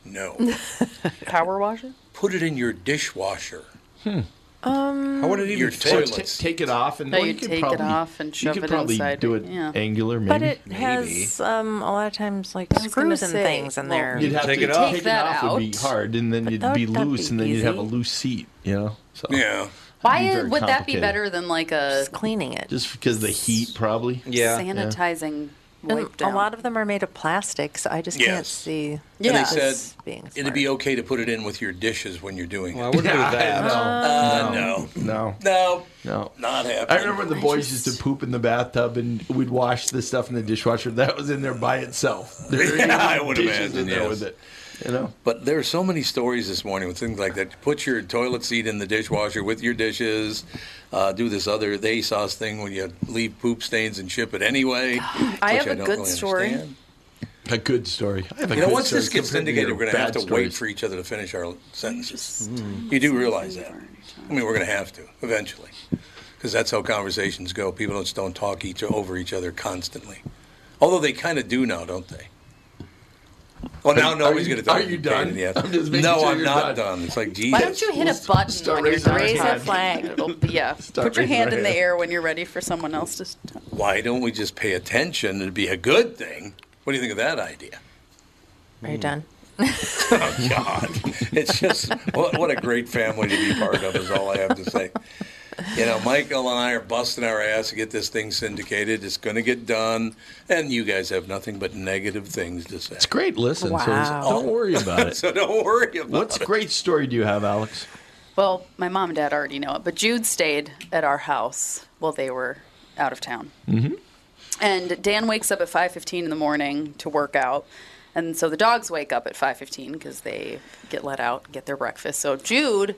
Speaker 1: No,
Speaker 2: *laughs* Power washer.
Speaker 1: put it in your dishwasher.
Speaker 5: Um.
Speaker 1: How would it even Your fit? toilet.
Speaker 4: T- take it off and
Speaker 2: No,
Speaker 4: well,
Speaker 2: Mm. Oh, you
Speaker 4: could
Speaker 2: take it
Speaker 4: probably-
Speaker 2: off and shove
Speaker 4: you could
Speaker 2: it
Speaker 4: probably
Speaker 2: inside.
Speaker 4: Do it
Speaker 2: Yeah.
Speaker 4: angular, maybe.
Speaker 5: But it has um, a lot of times like
Speaker 2: was
Speaker 5: screws
Speaker 2: gonna
Speaker 5: and
Speaker 2: say,
Speaker 5: things in
Speaker 2: well,
Speaker 5: there.
Speaker 4: You'd have
Speaker 3: Take
Speaker 4: to
Speaker 3: it off.
Speaker 4: Take it
Speaker 2: that
Speaker 4: off would be
Speaker 2: out.
Speaker 4: hard, and then you'd
Speaker 2: that
Speaker 4: be
Speaker 2: would not
Speaker 4: loose,
Speaker 2: be
Speaker 4: and then you'd have a
Speaker 2: easy.
Speaker 4: loose seat. You know. So.
Speaker 1: Yeah.
Speaker 2: Why
Speaker 4: Very
Speaker 2: is- would that be
Speaker 4: complicated.
Speaker 2: better than like a
Speaker 5: cleaning it?
Speaker 4: Just because the heat, probably.
Speaker 2: sanitizing
Speaker 5: And
Speaker 2: wipe
Speaker 5: a
Speaker 2: down?
Speaker 5: lot of them are made of plastic, so I just can't
Speaker 1: Yes.
Speaker 5: see.
Speaker 1: And they
Speaker 5: this
Speaker 1: said
Speaker 5: being
Speaker 1: it'd be okay to put it in with your dishes when you're doing it.
Speaker 3: Well, I wouldn't
Speaker 1: *laughs*
Speaker 3: do that.
Speaker 1: Uh, no. *laughs*
Speaker 4: No.
Speaker 1: No.
Speaker 4: No.
Speaker 1: Not happening.
Speaker 4: I remember the boys used to poop in the bathtub, and we'd wash the stuff in the dishwasher. That was in there by
Speaker 1: *laughs*
Speaker 4: itself. There were
Speaker 1: Yeah, I would
Speaker 4: dishes
Speaker 1: imagine,
Speaker 4: in there
Speaker 1: yes.
Speaker 4: with it. You know.
Speaker 1: But there are so many stories this morning with things like that. Put your toilet seat in the dishwasher with your dishes. Uh, do this other they sauce thing when you leave poop stains and ship it anyway.
Speaker 2: *clears throat* I
Speaker 1: which
Speaker 2: have a
Speaker 1: don't
Speaker 2: good
Speaker 1: really
Speaker 2: story.
Speaker 1: understand.
Speaker 4: A good story. I have a
Speaker 1: You know,
Speaker 4: good
Speaker 1: once
Speaker 4: story.
Speaker 1: this gets
Speaker 4: compared to
Speaker 1: syndicated,
Speaker 4: your
Speaker 1: we're going to have
Speaker 4: bad
Speaker 1: to wait
Speaker 4: stories.
Speaker 1: for each other to finish our sentences. You do realize that? I mean, we're going to have to eventually, because that's how conversations go. People just don't talk each over each other constantly. Although they kind of do now, don't they? Well, now
Speaker 4: Are-
Speaker 1: nobody's
Speaker 4: are you-
Speaker 1: going to talk.
Speaker 4: are you done?
Speaker 1: Yes.
Speaker 4: I'm just making
Speaker 1: no,
Speaker 4: sure
Speaker 1: I'm
Speaker 4: you're done.
Speaker 1: not done. It's like Jesus.
Speaker 2: Why don't you hit a button
Speaker 4: start
Speaker 2: when you're
Speaker 4: raising our
Speaker 2: raise a
Speaker 4: hand. *laughs*
Speaker 2: flag? It'll be, yeah.
Speaker 4: Start
Speaker 2: Put your
Speaker 4: raising
Speaker 2: hand
Speaker 4: our
Speaker 2: in the
Speaker 4: hand.
Speaker 2: air when you're ready for someone else to. St-
Speaker 1: Why don't we just pay attention? It'd be a good thing. What do you think of that idea?
Speaker 5: Are you done?
Speaker 1: *laughs* Oh God! It's just what, what a great family to be part of is all I have to say. You know, Michael and I are busting our ass to get this thing syndicated. It's going to get done, and you guys have nothing but negative things to say.
Speaker 4: It's great. Listen, so
Speaker 5: Wow.
Speaker 4: don't worry about it.
Speaker 1: *laughs* So don't worry about
Speaker 4: What's
Speaker 1: it.
Speaker 4: great story do you have, Alex?
Speaker 2: well, my mom and dad already know it, but Jude stayed at our house while they were out of town.
Speaker 4: Mm-hmm.
Speaker 2: And Dan wakes up at 5:15 in the morning to work out. And so the dogs wake up at 5:15 because they get let out and get their breakfast. So Jude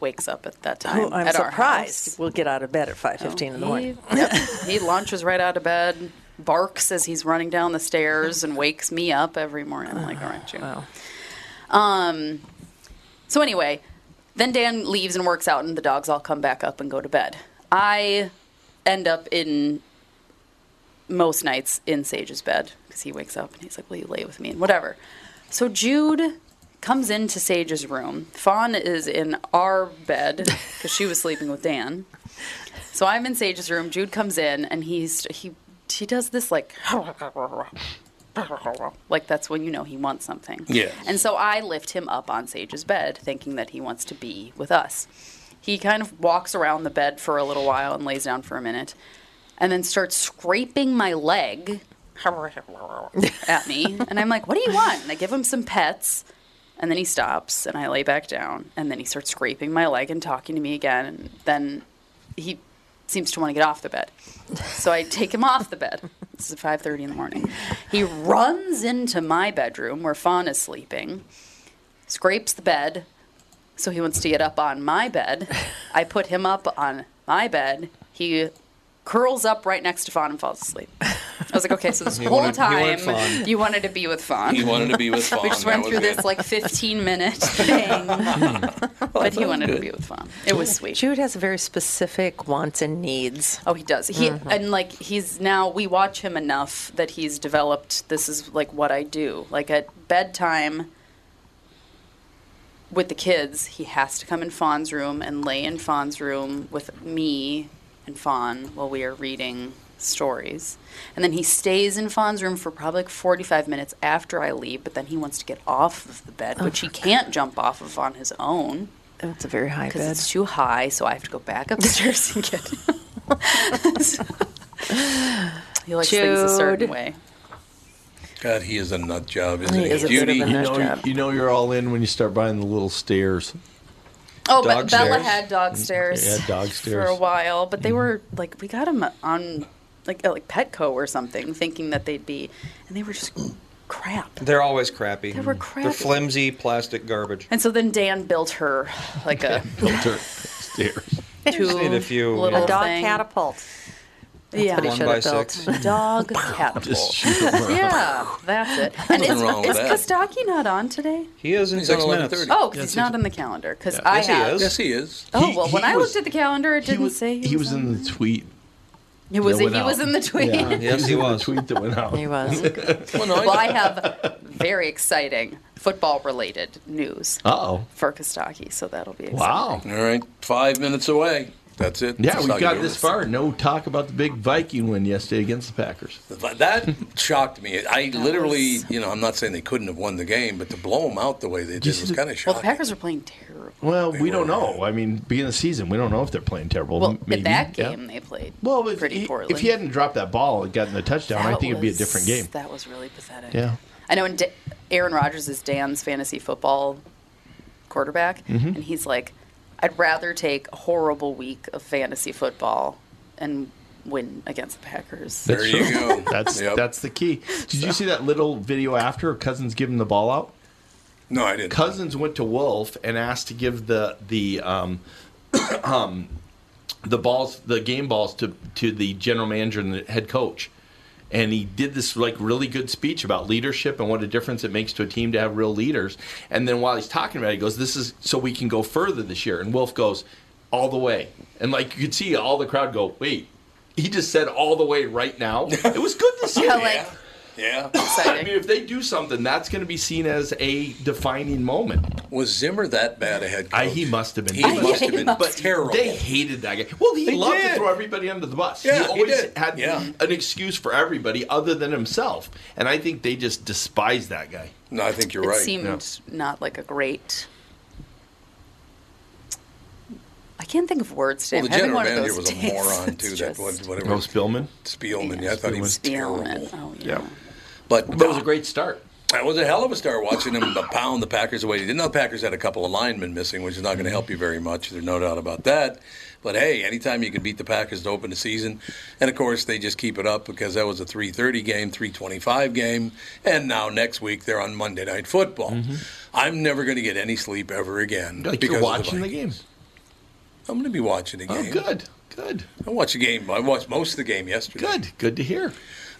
Speaker 2: wakes up at that time
Speaker 5: Oh, I'm
Speaker 2: at our
Speaker 5: surprised.
Speaker 2: house. Oh,
Speaker 5: We'll get out of bed at 5:15 in the morning.
Speaker 2: He launches right out of bed, barks as he's running down the stairs, and wakes me up every morning. I'm like, all right, Jude. Um, so anyway, then Dan leaves and works out, and the dogs all come back up and go to bed. I end up in most nights in Sage's bed because he wakes up and he's like, "Will you lay with me?" and whatever. So Jude comes into Sage's room. Fawn is in our bed because she was sleeping with Dan. So I'm in Sage's room. Jude comes in and he's he he does this like *laughs* like that's when you know he wants something.
Speaker 1: Yes.
Speaker 2: And so I lift him up on Sage's bed, thinking that he wants to be with us. He kind of walks around the bed for a little while and lays down for a minute, and then starts scraping my leg at me. And I'm like, "What do you want?" And I give him some pets. And then he stops, and I lay back down. And then he starts scraping my leg and talking to me again. And then he seems to want to get off the bed, so I take him off the bed. This is 5:30 in the morning. He runs into my bedroom where Fawn is sleeping, scrapes the bed, so he wants to get up on my bed. I put him up on my bed. He curls up right next to Fawn and falls asleep. I was like, okay, so this
Speaker 1: *laughs* He
Speaker 2: whole
Speaker 1: wanted- he
Speaker 2: time
Speaker 1: wanted fun.
Speaker 2: you wanted to be with Fawn.
Speaker 1: He wanted to be with
Speaker 2: *laughs* we
Speaker 1: Fawn.
Speaker 2: just
Speaker 1: That
Speaker 2: went
Speaker 1: was
Speaker 2: through
Speaker 1: it.
Speaker 2: this like 15 minute
Speaker 1: *laughs*
Speaker 2: thing, but he wanted to be with Fawn. It was sweet.
Speaker 5: Jude has very specific wants and needs.
Speaker 2: Oh, he does. He
Speaker 5: Mm-hmm.
Speaker 2: and like he's now we watch him enough that he's developed. This is like what I do. Like at bedtime with the kids, he has to come in Fawn's room and lay in Fawn's room with me and Fawn while we are reading stories. And then he stays in Fawn's room for probably like 45 minutes after I leave, but then he wants to get off of the bed,
Speaker 5: Oh,
Speaker 2: which he can't jump off of on his own.
Speaker 5: It's a very high
Speaker 2: Because
Speaker 5: bed.
Speaker 2: it's too high, so I have to go back upstairs and get *laughs* He likes things a certain
Speaker 5: Jude.
Speaker 2: way.
Speaker 1: God, he is a nut job, isn't
Speaker 2: He
Speaker 1: he?
Speaker 2: is a bit of a
Speaker 4: you
Speaker 2: nut
Speaker 4: know,
Speaker 2: job.
Speaker 4: you know, you're all in when you start buying the little stairs.
Speaker 2: Oh, but
Speaker 4: Dog
Speaker 2: Bella
Speaker 4: stairs.
Speaker 2: had
Speaker 3: Mm,
Speaker 2: dog stairs,
Speaker 4: Yeah, dog
Speaker 2: for a
Speaker 4: stairs.
Speaker 2: while, but
Speaker 3: Mm-hmm.
Speaker 2: they were like we got them on like at, like Petco or something, thinking that they'd be, and they were just crap.
Speaker 3: They're always crappy.
Speaker 2: They were
Speaker 3: They're
Speaker 2: crappy.
Speaker 3: flimsy plastic garbage.
Speaker 2: And so then Dan built her like
Speaker 3: *laughs*
Speaker 2: a *laughs*
Speaker 3: Filter
Speaker 4: stairs.
Speaker 2: two
Speaker 3: need a few,
Speaker 2: little
Speaker 3: yeah. A dog
Speaker 2: thing.
Speaker 5: catapult.
Speaker 2: That's yeah,
Speaker 3: what he One should have by built. six.
Speaker 2: A *laughs* dog catapult. yeah, that's
Speaker 3: *laughs*
Speaker 2: it. And
Speaker 3: Nothing
Speaker 2: is,
Speaker 3: wrong with
Speaker 2: is
Speaker 3: that.
Speaker 2: Kostaki not on today?
Speaker 3: He is in
Speaker 1: He's on
Speaker 3: six minutes.
Speaker 1: 11:30.
Speaker 2: Oh, 'cause he's not on the calendar. Because I
Speaker 1: yes,
Speaker 2: have.
Speaker 1: he is. Yes, he is.
Speaker 2: Oh
Speaker 1: He-
Speaker 2: well,
Speaker 1: he
Speaker 2: when I
Speaker 1: was-
Speaker 2: looked at the calendar, it didn't say he,
Speaker 4: He was in the tweet.
Speaker 2: It was
Speaker 4: that
Speaker 2: he
Speaker 4: went
Speaker 2: was
Speaker 4: out.
Speaker 2: in the tweet.
Speaker 4: Yeah,
Speaker 3: Yes, he
Speaker 4: was. in *laughs* the tweet that went out.
Speaker 5: He was.
Speaker 2: well, I have very exciting football-related news
Speaker 4: Uh-oh.
Speaker 2: for Kostaki, so that'll be exciting.
Speaker 4: Wow.
Speaker 1: All right, five minutes away. That's it.
Speaker 4: Yeah,
Speaker 1: That's
Speaker 4: we
Speaker 1: how you
Speaker 4: got
Speaker 1: do
Speaker 4: this
Speaker 1: it.
Speaker 4: far. No talk about the big Viking win yesterday against the Packers.
Speaker 1: But That shocked me. I literally, you know, I'm not saying they couldn't have won the game, but to blow them out the way they did was kind of
Speaker 2: Well, the
Speaker 1: shocking.
Speaker 2: Packers are playing terrible.
Speaker 4: Well, we don't know. I mean, beginning of the season, we don't know if they're playing terrible.
Speaker 2: Well,
Speaker 4: Maybe,
Speaker 2: at that
Speaker 4: yeah.
Speaker 2: game, they played
Speaker 4: Well, if,
Speaker 2: pretty
Speaker 4: he,
Speaker 2: poorly.
Speaker 4: if he hadn't dropped that ball and gotten the touchdown, I
Speaker 2: That
Speaker 4: think it'd be a
Speaker 2: was-
Speaker 4: different game.
Speaker 2: That was really pathetic.
Speaker 4: Yeah.
Speaker 2: I know. And da- Aaron Rodgers is Dan's fantasy football quarterback,
Speaker 4: Mhm.
Speaker 2: and he's like, "I'd rather take a horrible week of fantasy football and win against the Packers."
Speaker 4: That's true. *laughs* That's that's the key. Did you see that little video after Cousins giving the ball out?
Speaker 1: No, I didn't.
Speaker 4: Cousins went to Wolf and asked to give the the um, *coughs* um, the balls the game balls to to the general manager and the head coach. And he did this like really good speech about leadership and what a difference it makes to a team to have real leaders. And then while he's talking about it, he goes, "This is so we can go further this year." And Wolf goes, "All the way." And like you could see all the crowd go, "Wait, he just said all the way right now." It was good to see.
Speaker 2: Yeah,
Speaker 4: that.
Speaker 2: like- *coughs*
Speaker 1: Yeah.
Speaker 4: I mean, if they do something, that's going to be seen as a defining moment.
Speaker 1: Was Zimmer that bad a head coach?
Speaker 4: he must have been.
Speaker 1: He must have been
Speaker 4: but
Speaker 1: terrible.
Speaker 4: They hated that guy. Well, he
Speaker 1: They
Speaker 4: loved
Speaker 1: did.
Speaker 4: to throw everybody under the bus.
Speaker 1: Yeah,
Speaker 4: he
Speaker 1: he
Speaker 4: always
Speaker 1: did.
Speaker 4: had an excuse for everybody other than himself, and I think they just despise that guy.
Speaker 1: No, I think
Speaker 2: it seemed not like a great. I can't think of words today.
Speaker 1: Well, the
Speaker 2: I'm having
Speaker 1: general
Speaker 2: one of
Speaker 1: manager
Speaker 2: those
Speaker 1: was a
Speaker 2: days.
Speaker 1: moron too. That
Speaker 2: It's just-
Speaker 1: what- whatever.
Speaker 4: Oh, Spielman.
Speaker 1: Spielman. Yeah, I thought he was
Speaker 2: Spielman.
Speaker 1: terrible.
Speaker 2: Oh,
Speaker 4: Yeah.
Speaker 1: But uh,
Speaker 4: that was a great start.
Speaker 1: That was a hell of a start watching him *laughs* pound the Packers away. They didn't know the Packers had a couple of linemen missing, which is not going to help you very much. There's no doubt about that. But hey, anytime you can beat the Packers to open the season, and of course they just keep it up because that was a 3:30 game, 3:25 game, and now next week they're on Monday Night Football. I'm never going to get any sleep ever again
Speaker 4: Mm-hmm. Like you're
Speaker 1: of the
Speaker 4: watching the, game.
Speaker 1: I'm going to be watching the
Speaker 4: Oh,
Speaker 1: game.
Speaker 4: good, good.
Speaker 1: I watched the game. I watched most of the game yesterday.
Speaker 4: Good, good to hear.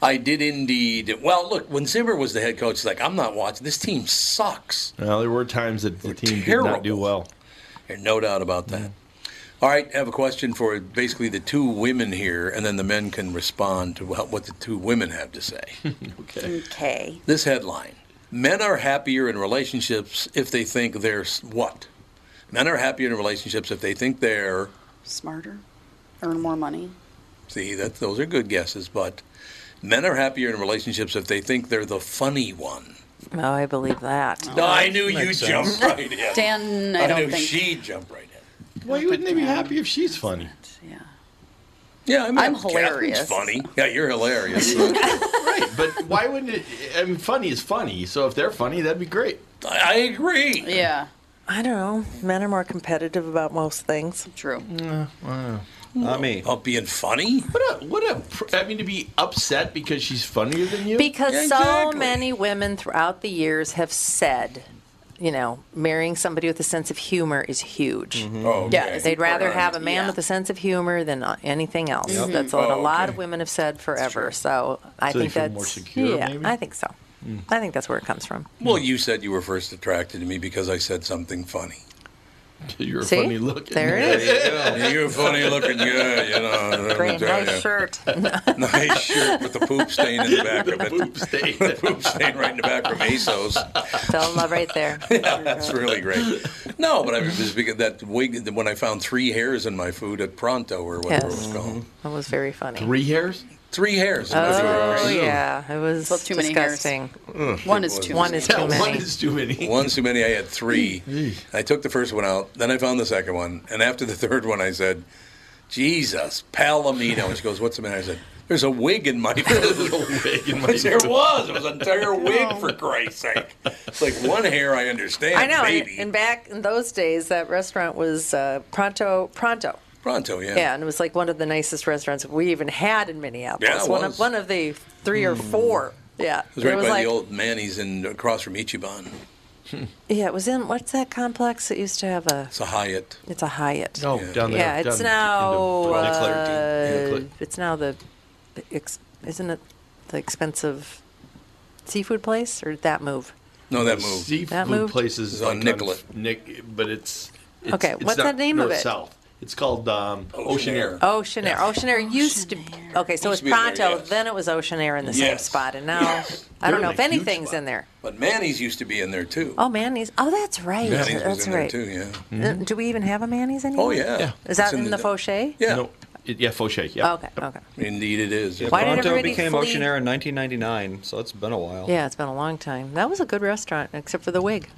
Speaker 1: I did indeed. Well, look, when Zimmer was the head coach, it's like I'm not watching. This team sucks.
Speaker 4: Well, there were times that the team did
Speaker 1: terrible.
Speaker 4: not do well. Mm-hmm.
Speaker 1: There's no doubt about that. All right, I have a question for basically the two women here, and then the men can respond to what what the two women have to say.
Speaker 2: *laughs*
Speaker 4: okay.
Speaker 2: Okay.
Speaker 1: This headline Men are happier in relationships if they think they're s- what? Men are happier in relationships if they think they're.
Speaker 2: Smarter, earn more money.
Speaker 1: See, that, those are good guesses, but men are happier in relationships if they think they're the funny one.
Speaker 5: Oh, I believe Oh, that.
Speaker 2: Oh,
Speaker 1: No, I knew you
Speaker 5: Makes sense.
Speaker 1: jumped right in.
Speaker 2: Dan, I
Speaker 1: I
Speaker 2: don't
Speaker 1: knew
Speaker 2: think-
Speaker 1: she jumped right in.
Speaker 4: Why wouldn't they be happy if she's funny?
Speaker 1: Yeah, I mean,
Speaker 2: I'm
Speaker 1: Catherine's
Speaker 2: hilarious.
Speaker 1: Funny. Yeah,
Speaker 5: *laughs*
Speaker 1: you're hilarious.
Speaker 4: right, but why wouldn't it? I mean, funny is funny. So if they're funny, that'd be great.
Speaker 1: I agree.
Speaker 2: Yeah.
Speaker 5: I don't know. Men are more competitive about most things.
Speaker 2: True.
Speaker 3: Not me.
Speaker 1: About being funny.
Speaker 4: What a what a! pr- I mean, to be upset because she's funnier than you.
Speaker 5: Because so
Speaker 4: Exactly.
Speaker 5: many women throughout the years have said, you know, marrying somebody with a sense of humor is huge.
Speaker 2: Oh, okay.
Speaker 5: Yeah, they'd rather have a man
Speaker 2: Yeah.
Speaker 5: with a sense of humor than uh, anything else.
Speaker 2: Yep.
Speaker 5: That's what
Speaker 2: Oh,
Speaker 5: a lot
Speaker 2: okay.
Speaker 5: of women have said forever. So I
Speaker 1: Mm-hmm. So they
Speaker 5: think
Speaker 1: feel
Speaker 5: that's
Speaker 1: more secure,
Speaker 5: yeah,
Speaker 1: maybe?
Speaker 5: I think so. I think that's where it comes from.
Speaker 1: Well, you said you were first attracted to me because I said something funny.
Speaker 4: You're
Speaker 5: See? funny looking. There it
Speaker 1: is. You're funny looking good, you know. let me
Speaker 5: Great,
Speaker 1: tell
Speaker 5: nice
Speaker 1: you.
Speaker 5: shirt.
Speaker 1: *laughs*
Speaker 6: *laughs*
Speaker 1: Nice shirt with the poop stain in the back of it. poop
Speaker 4: stain.
Speaker 1: *laughs* the poop stain right in the back from ASOS.
Speaker 5: *laughs* Fell in love right there.
Speaker 1: Yeah, that's really great. No, but I mean, just because that wig, when I found three hairs in my food at Pronto or whatever it
Speaker 5: Yes. Mm-hmm.
Speaker 1: was called.
Speaker 5: That was very funny.
Speaker 4: Three hairs?
Speaker 1: Three hairs.
Speaker 5: Oh yeah, it was
Speaker 2: Well, too many hairs.
Speaker 5: disgusting.
Speaker 1: Ugh.
Speaker 2: One is too
Speaker 5: One
Speaker 2: many.
Speaker 5: is too many.
Speaker 4: too many.
Speaker 1: One's too many. I had three. I took the first one out. Then I found the second one. And after the *laughs* third one, I said, Jesus, Palomino. And she goes, What's the matter? I said, There's a wig in my food. a wig *laughs*
Speaker 4: in
Speaker 1: my There was. It was an entire wig, for Christ's sake. It's like one hair I understand.
Speaker 5: I know. And,
Speaker 1: Baby.
Speaker 5: and back in those days, that restaurant was uh, Pronto. Pronto.
Speaker 1: Pronto, yeah.
Speaker 5: and it was like one of the nicest restaurants we even had in Minneapolis.
Speaker 1: Yeah, it
Speaker 5: one
Speaker 1: was. Hmm.
Speaker 5: of one of the three or four. Yeah,
Speaker 1: It was right
Speaker 5: it was
Speaker 1: by
Speaker 5: like
Speaker 1: the old Manny's and across from Ichiban.
Speaker 5: yeah, it was in what's that complex that used to have a.
Speaker 1: It's a Hyatt.
Speaker 5: It's a Hyatt.
Speaker 1: Oh, down there,
Speaker 5: Yeah, it's
Speaker 1: down
Speaker 5: now.
Speaker 1: in the- in the Clark-
Speaker 5: uh,
Speaker 1: in the Clark.
Speaker 5: it's now the, the ex, isn't it the expensive seafood place or did that move?
Speaker 1: No, that
Speaker 4: The
Speaker 1: moved.
Speaker 4: Seafood
Speaker 5: That moved?
Speaker 4: places is
Speaker 1: on
Speaker 4: like
Speaker 1: Nicollet.
Speaker 4: Nick, but it's, it's
Speaker 5: Okay,
Speaker 4: it's
Speaker 5: what's
Speaker 4: not
Speaker 5: the name of
Speaker 4: north,
Speaker 5: it?
Speaker 4: South. It's called um, Ocean Air.
Speaker 5: Ocean Air. Ocean Air used to. Okay, so it's
Speaker 1: Used to be there,
Speaker 5: Pronto.
Speaker 1: yes.
Speaker 5: Then it was Ocean Air in the same
Speaker 1: Yes.
Speaker 5: spot, and now
Speaker 1: Yes.
Speaker 5: I don't
Speaker 1: They're
Speaker 5: know
Speaker 1: in
Speaker 5: if
Speaker 1: a huge
Speaker 5: anything's
Speaker 1: spot.
Speaker 5: in there.
Speaker 1: But Manny's used to be in there too.
Speaker 5: Oh, Manny's. Oh, that's right.
Speaker 1: Manny's was
Speaker 5: that's
Speaker 1: in there
Speaker 5: right.
Speaker 1: too, yeah.
Speaker 5: Uh, Do we even have a Manny's anymore?
Speaker 1: Oh, yeah. Yeah.
Speaker 5: Is that
Speaker 1: It's
Speaker 5: in,
Speaker 1: in
Speaker 5: the,
Speaker 1: the-
Speaker 5: Fauché?
Speaker 1: Yeah.
Speaker 4: No, it, yeah, Fauché. Yeah.
Speaker 5: Okay. Okay.
Speaker 1: Indeed, it is.
Speaker 5: Why did
Speaker 3: Pronto
Speaker 5: everybody
Speaker 3: became
Speaker 5: flee-
Speaker 3: Ocean Air in 1999, so it's been a while.
Speaker 5: Yeah, it's been a long time. That was a good restaurant, except for the wig.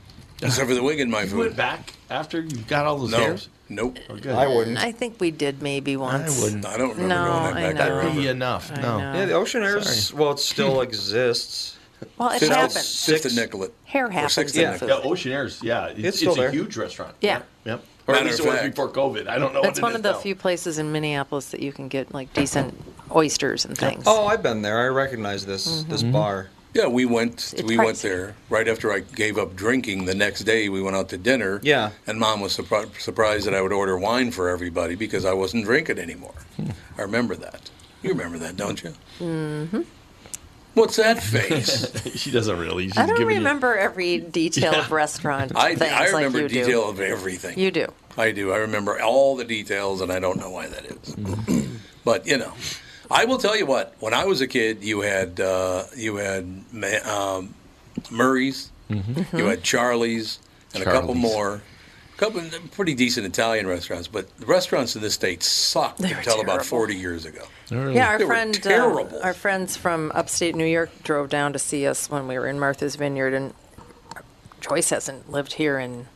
Speaker 1: Except for the wig in my
Speaker 4: You
Speaker 1: food.
Speaker 4: went back after you got all those
Speaker 1: No.
Speaker 4: hairs?
Speaker 1: Nope.
Speaker 4: Oh, good.
Speaker 5: I think we did maybe once.
Speaker 4: wouldn't.
Speaker 1: I don't remember
Speaker 5: no,
Speaker 1: going
Speaker 5: I
Speaker 1: that
Speaker 5: know.
Speaker 1: back there.
Speaker 4: That'd be enough.
Speaker 5: I
Speaker 4: No.
Speaker 5: know.
Speaker 3: Yeah, the Ocean Air, is, well,
Speaker 5: *laughs*
Speaker 3: it still exists.
Speaker 5: Well, it
Speaker 1: Fifth-
Speaker 5: happens.
Speaker 1: Fifth and Nicollet.
Speaker 5: Hair
Speaker 1: Or
Speaker 5: happens
Speaker 1: sixth
Speaker 5: in
Speaker 1: and
Speaker 5: food.
Speaker 1: Nicollet.
Speaker 4: Yeah, Ocean Air's. Yeah, it's,
Speaker 3: It's still
Speaker 4: a
Speaker 3: there.
Speaker 4: huge restaurant.
Speaker 5: Yeah.
Speaker 4: Yep. Or at
Speaker 1: Matter
Speaker 4: least
Speaker 1: of
Speaker 4: it was
Speaker 1: fact-
Speaker 4: before COVID. I don't know.
Speaker 5: That's
Speaker 4: what
Speaker 5: one
Speaker 4: it
Speaker 5: of
Speaker 4: is
Speaker 5: the
Speaker 4: now.
Speaker 5: few places in Minneapolis that you can get like decent oysters and things.
Speaker 3: Oh, I've been there. I recognize this this bar.
Speaker 1: Yeah, we went.
Speaker 5: Mm-hmm. It's
Speaker 1: we went
Speaker 5: pricey.
Speaker 1: there right after I gave up drinking. The next day, we went out to dinner.
Speaker 3: Yeah.
Speaker 1: and Mom was surpri- surprised that I would order wine for everybody because I wasn't drinking anymore.
Speaker 5: Hmm.
Speaker 1: I remember that. You remember that, don't you? Mm-hmm. What's that face?
Speaker 4: she doesn't really. She's
Speaker 5: I don't
Speaker 4: giving you-
Speaker 5: remember every detail of restaurant
Speaker 1: *laughs* I,
Speaker 5: things
Speaker 1: I remember
Speaker 5: like you
Speaker 1: detail of everything.
Speaker 5: do. You do.
Speaker 1: I do. I remember all the details, and I don't know why that is.
Speaker 4: Mm-hmm.
Speaker 1: *clears throat* but you know, I will tell you what. When I was a kid, you had uh, you had Ma- um, Murray's, Mm-hmm.
Speaker 5: Mm-hmm.
Speaker 1: you had Charlie's, and a couple
Speaker 4: Charlie's.
Speaker 1: more. A couple of pretty decent Italian restaurants, but the restaurants in this state sucked
Speaker 5: They were
Speaker 1: until about
Speaker 5: terrible.
Speaker 1: forty years ago.
Speaker 5: Yeah, our
Speaker 1: They were
Speaker 5: friend, uh,
Speaker 1: terrible.
Speaker 5: our friends from upstate New York drove down to see us when we were in Martha's Vineyard, and Joyce hasn't lived here in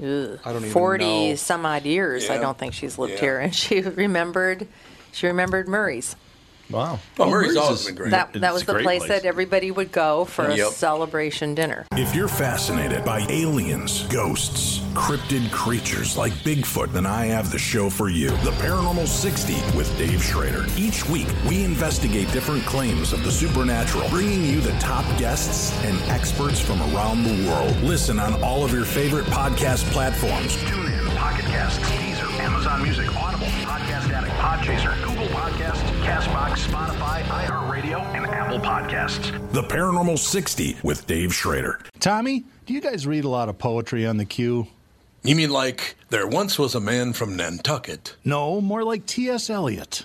Speaker 5: ugh,
Speaker 3: I don't even
Speaker 5: forty
Speaker 3: know.
Speaker 5: some odd years. I
Speaker 1: Yeah.
Speaker 5: don't think she's lived
Speaker 1: Yeah.
Speaker 5: here, and *laughs* she remembered, she remembered Murray's.
Speaker 4: *laughs* Wow. Oh,
Speaker 1: Well, Oh, Murray's always
Speaker 4: is-
Speaker 1: been great.
Speaker 5: That that
Speaker 4: it's
Speaker 5: was
Speaker 4: a
Speaker 5: the
Speaker 4: great
Speaker 5: place, that everybody would go for a
Speaker 1: Yep.
Speaker 5: celebration dinner.
Speaker 10: If you're fascinated by aliens, ghosts, cryptid creatures like Bigfoot, then I have the show for you The Paranormal 60 with Dave Schrader. Each week, we investigate different claims of the supernatural, bringing you the top guests and experts from around the world. Listen on all of your favorite podcast platforms.
Speaker 12: Tune in, Pocket Casts, Deezer, Amazon Music, Audible, Podcast Addict, Podchaser, Google Podcasts, Castbox, Spotify, iHeartRadio, and Apple Podcasts.
Speaker 10: The Paranormal 60 with Dave Schrader.
Speaker 13: Tommy, do you guys read a lot of poetry on the queue?
Speaker 1: You mean like there once was a man from Nantucket?
Speaker 13: No, more like T.S. Eliot.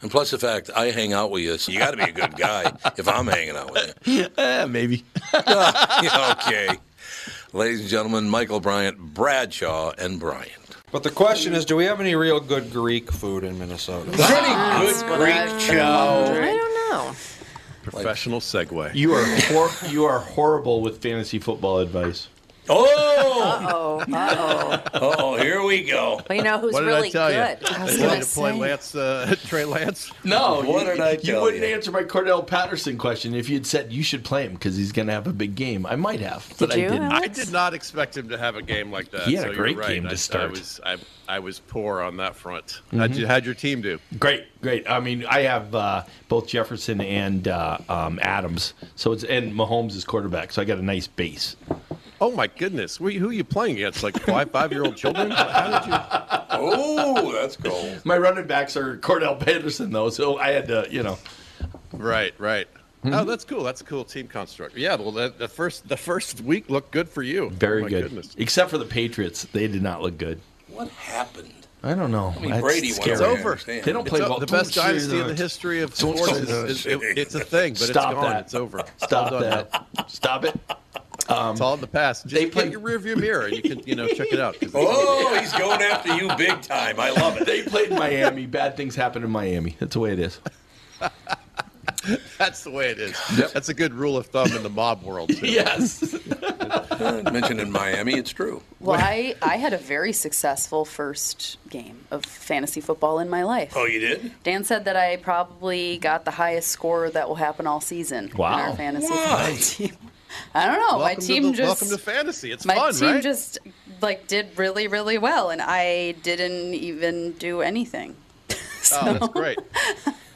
Speaker 1: And plus the fact I hang out with you, so you got to be a good *laughs* guy if I'm hanging out with
Speaker 4: Eh, maybe.
Speaker 1: you. *laughs* okay, ladies and gentlemen, Michael Bryant, Bradshaw, and Bryant.
Speaker 3: But the question is, do we have any real good Greek food in Minnesota?
Speaker 2: Uh,
Speaker 1: Pretty
Speaker 3: good Greek chow.
Speaker 5: don't know.
Speaker 7: Professional segue.
Speaker 4: You are hor- you are horrible with fantasy football advice.
Speaker 1: Oh,
Speaker 5: uh-oh, uh-oh.
Speaker 1: oh, here we go.
Speaker 5: Well, you know who's
Speaker 7: What did I
Speaker 5: really
Speaker 7: tell you?
Speaker 5: good?
Speaker 7: I was They gonna wanted to play say. Lance, uh, *laughs* Trey Lance.
Speaker 4: No,
Speaker 7: What
Speaker 4: you,
Speaker 7: did I
Speaker 4: you
Speaker 7: tell
Speaker 4: wouldn't
Speaker 7: you?
Speaker 4: answer my Cordell Patterson question if you'd said you should play him because he's going to have a big game. I might have, but I didn't.
Speaker 7: I did not expect him to have a game like that.
Speaker 4: He had a
Speaker 7: so
Speaker 4: great
Speaker 7: you're right.
Speaker 4: game to
Speaker 7: I, I
Speaker 4: start.
Speaker 7: was, I, I was poor on that front.
Speaker 4: Mhm.
Speaker 2: Mm-hmm.
Speaker 7: How'd, you, how'd your team do?
Speaker 4: Great, great. I mean, I have uh, both Jefferson and uh, um, Adams, so it's and Mahomes is quarterback, so I got a nice base.
Speaker 7: Oh my goodness, who, who are you playing against? Like five five year
Speaker 2: *laughs*
Speaker 7: old children? How did
Speaker 4: *laughs*
Speaker 7: you?
Speaker 1: Oh, that's cool.
Speaker 4: My running backs are Cordell Patterson, though, so I had to, you know. Hmm?
Speaker 7: Right, right. Oh, that's cool. That's a cool team construct. Yeah. Well, the, the first the first week looked good for you.
Speaker 4: Very
Speaker 7: oh, my
Speaker 4: good.
Speaker 7: Goodness.
Speaker 4: Except for the Patriots, they did not look good.
Speaker 1: What happened?
Speaker 4: I don't know.
Speaker 7: I mean,
Speaker 4: That's
Speaker 7: Brady won,
Speaker 4: scary.
Speaker 7: It's over.
Speaker 4: They don't
Speaker 7: It's
Speaker 4: play
Speaker 7: o-
Speaker 4: ball.
Speaker 7: the best
Speaker 4: Don't
Speaker 7: dynasty
Speaker 4: say
Speaker 7: in the
Speaker 4: that.
Speaker 7: history of
Speaker 4: Don't
Speaker 7: sports
Speaker 4: say
Speaker 7: is-
Speaker 4: that.
Speaker 7: is- it- it's a thing, but it's
Speaker 4: Stop
Speaker 7: gone.
Speaker 4: That.
Speaker 7: It's over. It's
Speaker 4: Stop
Speaker 7: all done.
Speaker 4: that. Stop it. Um, it's
Speaker 7: all in the past. Just
Speaker 4: they
Speaker 7: get
Speaker 4: played
Speaker 7: your rearview mirror. and You can you know check it out.
Speaker 4: *laughs*
Speaker 7: 'cause it's-
Speaker 1: Oh, he's going after you big time. I love it.
Speaker 4: They played Miami. Bad things happen in Miami. That's the way it is.
Speaker 7: *laughs* That's the way it is. That's a good rule of thumb in the mob world.
Speaker 4: *laughs*
Speaker 7: Too.
Speaker 4: yes. *laughs*
Speaker 1: Mentioned in Miami, it's true.
Speaker 2: Well, I, I had a very successful first game of fantasy football in my life.
Speaker 1: Oh, you did?
Speaker 2: Dan said that I probably got the highest score that will happen all season in our fantasy football team. I don't know. my
Speaker 7: Welcome to
Speaker 2: team
Speaker 7: the-
Speaker 2: just
Speaker 7: welcome to fantasy. It's
Speaker 2: my
Speaker 7: fun,
Speaker 2: team
Speaker 7: right?
Speaker 2: just like did really really well, and I didn't even do anything. *laughs*
Speaker 7: Oh, that's great.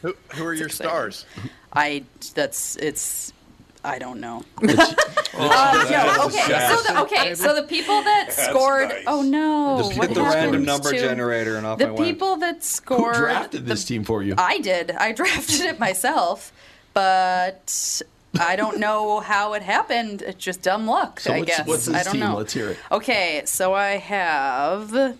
Speaker 7: Who, who are your stars?
Speaker 2: I that's it's I don't
Speaker 3: *laughs*
Speaker 2: know.
Speaker 7: *laughs* Oh,
Speaker 2: yeah,
Speaker 7: that's
Speaker 2: okay,
Speaker 7: sad.
Speaker 2: so the, okay, so the people that
Speaker 3: That's
Speaker 2: scored. Oh no!
Speaker 3: Just hit
Speaker 2: what
Speaker 3: the random
Speaker 2: happened
Speaker 3: number
Speaker 2: to-
Speaker 3: generator and off
Speaker 2: The
Speaker 3: I went.
Speaker 2: people that scored.
Speaker 4: drafted this team for you?
Speaker 2: I did. I *laughs* drafted it myself, but I don't know how it happened. It's just dumb luck,
Speaker 4: So
Speaker 2: I
Speaker 4: what's,
Speaker 2: guess.
Speaker 4: what's this
Speaker 2: I don't
Speaker 4: team?
Speaker 2: know.
Speaker 4: Let's hear it.
Speaker 2: Okay, so I
Speaker 4: *laughs*
Speaker 2: have.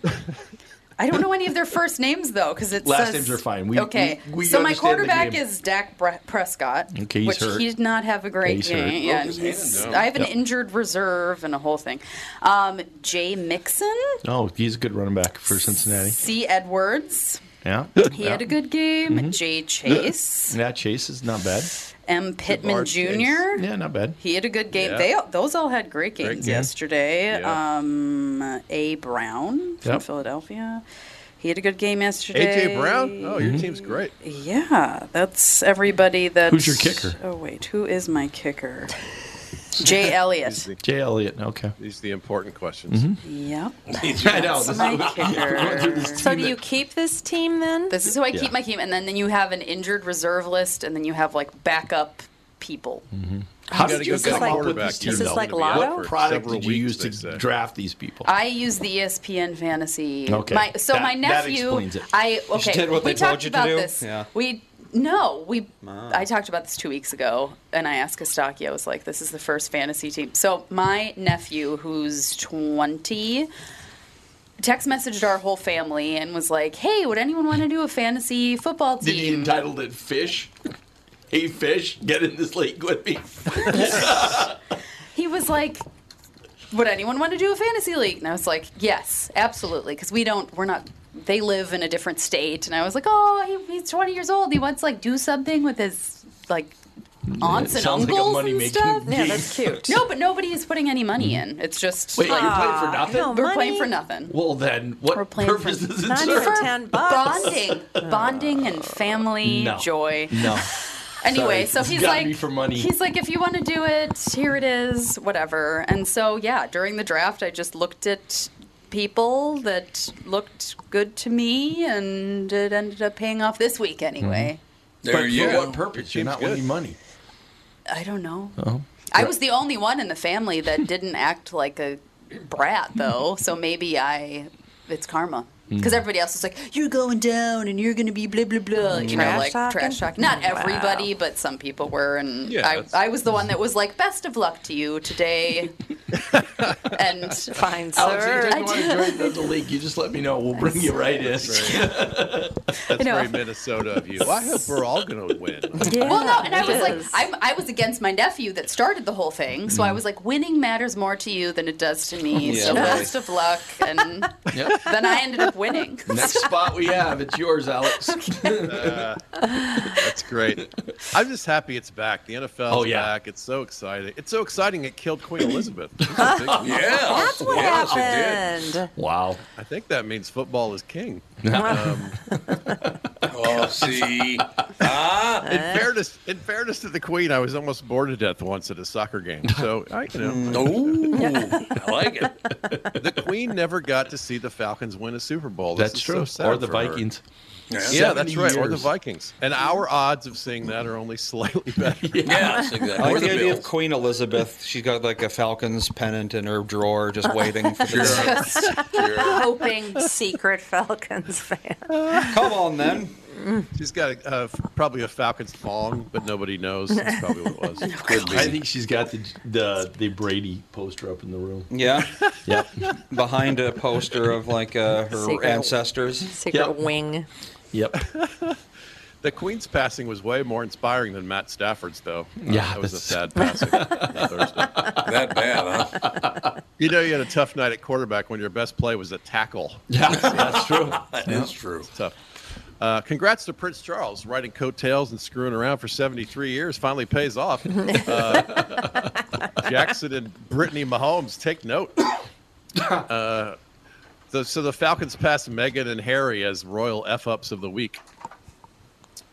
Speaker 2: I don't know any of their first names though, because it
Speaker 4: Last
Speaker 2: says
Speaker 4: names are fine. We-
Speaker 2: okay,
Speaker 4: we- we
Speaker 2: so my
Speaker 4: understand the
Speaker 2: quarterback
Speaker 4: game.
Speaker 2: is Dak Bre- Prescott,
Speaker 4: Okay, he's
Speaker 2: which
Speaker 4: hurt.
Speaker 2: he did not have a great
Speaker 4: he's hurt.
Speaker 2: game. Yeah,
Speaker 4: Broke his
Speaker 2: and he's-
Speaker 4: hand, no.
Speaker 2: I have an
Speaker 4: Yep.
Speaker 2: injured reserve and a whole thing. Um, Jay Mixon,
Speaker 4: Oh, he's a good running back for Cincinnati.
Speaker 2: C. Edwards,
Speaker 4: Yeah.
Speaker 2: he
Speaker 4: yeah. Mm-hmm.
Speaker 2: had a good game. Jay Chase,
Speaker 4: Yeah, Chase is not bad.
Speaker 2: M.
Speaker 4: Jamar
Speaker 2: Pittman Jr.
Speaker 4: Chase. Yeah, not bad.
Speaker 2: He had a good game.
Speaker 4: Yeah.
Speaker 2: They those all had great games
Speaker 4: Great game.
Speaker 2: yesterday.
Speaker 4: Yeah.
Speaker 2: Um, A. Brown from
Speaker 7: Yep.
Speaker 2: Philadelphia. He had a good game yesterday. Mm-hmm.
Speaker 7: AJ Brown. Oh, your team's great.
Speaker 2: Yeah, that's everybody. That
Speaker 4: Who's your kicker?
Speaker 2: Oh wait, who is my kicker?
Speaker 4: *laughs*
Speaker 2: Jay
Speaker 7: *laughs*
Speaker 2: Elliott.
Speaker 4: Jay Elliott. Okay. Mm-hmm.
Speaker 7: These are the important questions. *laughs*
Speaker 2: Yep.
Speaker 4: *laughs* I know,
Speaker 2: That's
Speaker 4: this is-
Speaker 2: my
Speaker 4: We're going through
Speaker 2: kicker.
Speaker 4: this So team do that- you
Speaker 2: keep this team then? This is who I
Speaker 4: Yeah.
Speaker 2: keep my team, and then, then you have an injured reserve list, and then you have like backup people.
Speaker 4: How
Speaker 7: gotta
Speaker 4: did
Speaker 7: go
Speaker 4: you
Speaker 7: get a
Speaker 4: come up with
Speaker 7: quarterback.
Speaker 4: this team?
Speaker 7: This is
Speaker 4: though?
Speaker 2: like lotto?
Speaker 4: Mm-hmm. What product
Speaker 7: Several
Speaker 4: did you use
Speaker 7: weeks,
Speaker 4: to
Speaker 7: they say.
Speaker 4: draft these people?
Speaker 2: I use the E ESPN fantasy.
Speaker 4: Okay.
Speaker 2: My, so
Speaker 4: That-
Speaker 2: my
Speaker 4: that
Speaker 2: nephew.
Speaker 4: explains it.
Speaker 2: I
Speaker 4: You
Speaker 2: okay.
Speaker 4: did what
Speaker 2: we
Speaker 4: they told
Speaker 2: talked
Speaker 4: you to
Speaker 2: about
Speaker 4: do?
Speaker 2: this.
Speaker 4: Yeah.
Speaker 2: We no. We
Speaker 4: Ah.
Speaker 2: I talked about this two weeks ago, and I asked Kostaki. I was like, "This is the first fantasy team." So my nephew, who's twenty. Text messaged our whole family and was like, "Hey, would anyone want to do a fantasy football
Speaker 4: Did
Speaker 2: team?"
Speaker 4: he entitled it Fish? Hey, Fish, get in this league with me.
Speaker 2: he was like would anyone want to do a fantasy league and i was like yes absolutely because we don't we're not they live in a different state and i was like oh he, he's 20 years old he wants to like do something with his like aunts
Speaker 4: It
Speaker 2: and
Speaker 4: sounds like a
Speaker 2: uncles and
Speaker 4: money-making
Speaker 2: stuff.
Speaker 4: Yeah, that's game. cute.
Speaker 2: no, but nobody is putting any money in. It's just
Speaker 4: Wait, you're playing for
Speaker 2: Ah,
Speaker 4: nothing? no
Speaker 2: We're playing for nothing.
Speaker 4: Well, then, what purpose does it serve?
Speaker 2: For Bonding, bonding, and family
Speaker 4: No.
Speaker 2: joy.
Speaker 4: No.
Speaker 2: Anyway,
Speaker 4: Sorry.
Speaker 2: so
Speaker 4: It's
Speaker 2: he's
Speaker 4: gotta
Speaker 2: like,
Speaker 4: be for money.
Speaker 2: he's like, if you want to do it, here it is, whatever. And so, yeah, during the draft, I just looked at people that looked good to me, and it ended up paying off this week anyway.
Speaker 4: There but for what purpose? You're not winning money.
Speaker 2: I don't know.
Speaker 4: Oh.
Speaker 2: I was the only one in the family
Speaker 5: *laughs*
Speaker 2: that didn't act like a brat, though. So maybe I, it's karma. Because
Speaker 5: Mm.
Speaker 2: everybody else is like, you're going down and you're going to be blah, blah, blah. You know,
Speaker 5: Mm. Trash
Speaker 2: like
Speaker 5: talking?
Speaker 2: trash talk. Not
Speaker 5: Wow.
Speaker 2: everybody, but some people were. And
Speaker 5: Yeah, that's-
Speaker 2: I, I was the one that was like, best of luck to you
Speaker 5: *laughs*
Speaker 2: today. and fine,
Speaker 4: Alex, anytime you want to join the, the league, you just let me know. We'll bring you right in. *laughs*
Speaker 7: That's
Speaker 2: You know.
Speaker 7: very Minnesota of you. Well, I hope we're all going to win.
Speaker 4: *laughs*
Speaker 2: well, no, and I was like, I'm, I was against my nephew that started the whole thing, so I
Speaker 7: Mm.
Speaker 2: was like, winning matters more to you than it does to
Speaker 7: *laughs*
Speaker 2: me.
Speaker 4: Yeah,
Speaker 2: so
Speaker 4: right.
Speaker 2: best of luck, and
Speaker 4: Yep.
Speaker 2: then I ended up winning.
Speaker 4: Next spot we have, it's yours, *laughs* Alex.
Speaker 7: Uh, *laughs* that's great. I'm just happy it's back. The NFL's
Speaker 4: Oh, yeah.
Speaker 7: back. It's so exciting. It's so exciting. It killed
Speaker 1: *laughs*
Speaker 7: Queen Elizabeth.
Speaker 4: That's
Speaker 5: what Yes, it did. happened.
Speaker 4: Wow.
Speaker 7: I think that means football
Speaker 4: *laughs*
Speaker 7: is king.
Speaker 4: Wow.
Speaker 1: oh, see.
Speaker 7: Ah, in fairness, in fairness to the Queen, I was almost bored to death once at a soccer game. So I, you
Speaker 1: *laughs*
Speaker 7: know,
Speaker 1: I like it.
Speaker 7: *laughs* the Queen never got to see the Falcons win a Super Bowl. This
Speaker 4: That's
Speaker 7: is
Speaker 4: true.
Speaker 7: so sad
Speaker 4: Or the
Speaker 7: for her.
Speaker 4: Vikings.
Speaker 7: Yeah,
Speaker 4: Yeah.
Speaker 7: that's
Speaker 4: 70
Speaker 7: right. Or the
Speaker 4: years.
Speaker 7: Vikings. And our odds of seeing that are only slightly
Speaker 4: *laughs*
Speaker 7: better.
Speaker 1: yes,
Speaker 3: I like the, idea of Queen Elizabeth. She's got like a Falcons pennant in her drawer, just
Speaker 5: *laughs*
Speaker 3: waiting for the day.
Speaker 2: hoping
Speaker 5: secret Falcons fan.
Speaker 7: Come on, then. *laughs* She's got a, uh, probably a Falcons thong, but nobody knows. That's probably what
Speaker 4: *laughs*
Speaker 7: it was. Could be.
Speaker 4: I think she's got the, the the Brady poster up in the room. *laughs*
Speaker 3: Yeah. yep. Behind a poster of like uh, her
Speaker 5: Secret-
Speaker 3: ancestors.
Speaker 5: Secret wing.
Speaker 2: *laughs*
Speaker 4: Yep.
Speaker 7: the Queen's passing was way more inspiring than Matt Stafford's, though.
Speaker 4: Yeah,
Speaker 7: that was a
Speaker 4: that's- *laughs*
Speaker 7: sad passing. on Thursday.
Speaker 1: That bad, huh?
Speaker 7: You know, you had a tough night at quarterback when your best play was a tackle.
Speaker 4: Yeah, that's true. That
Speaker 1: is true.
Speaker 7: tough. Uh, congrats to Prince Charles. Riding coattails and screwing around for 73 years finally pays off.
Speaker 4: *laughs*
Speaker 7: Uh, Jackson and Brittany Mahomes, take note. Uh, the, so the Falcons passed Meghan and Harry as royal F ups of the week.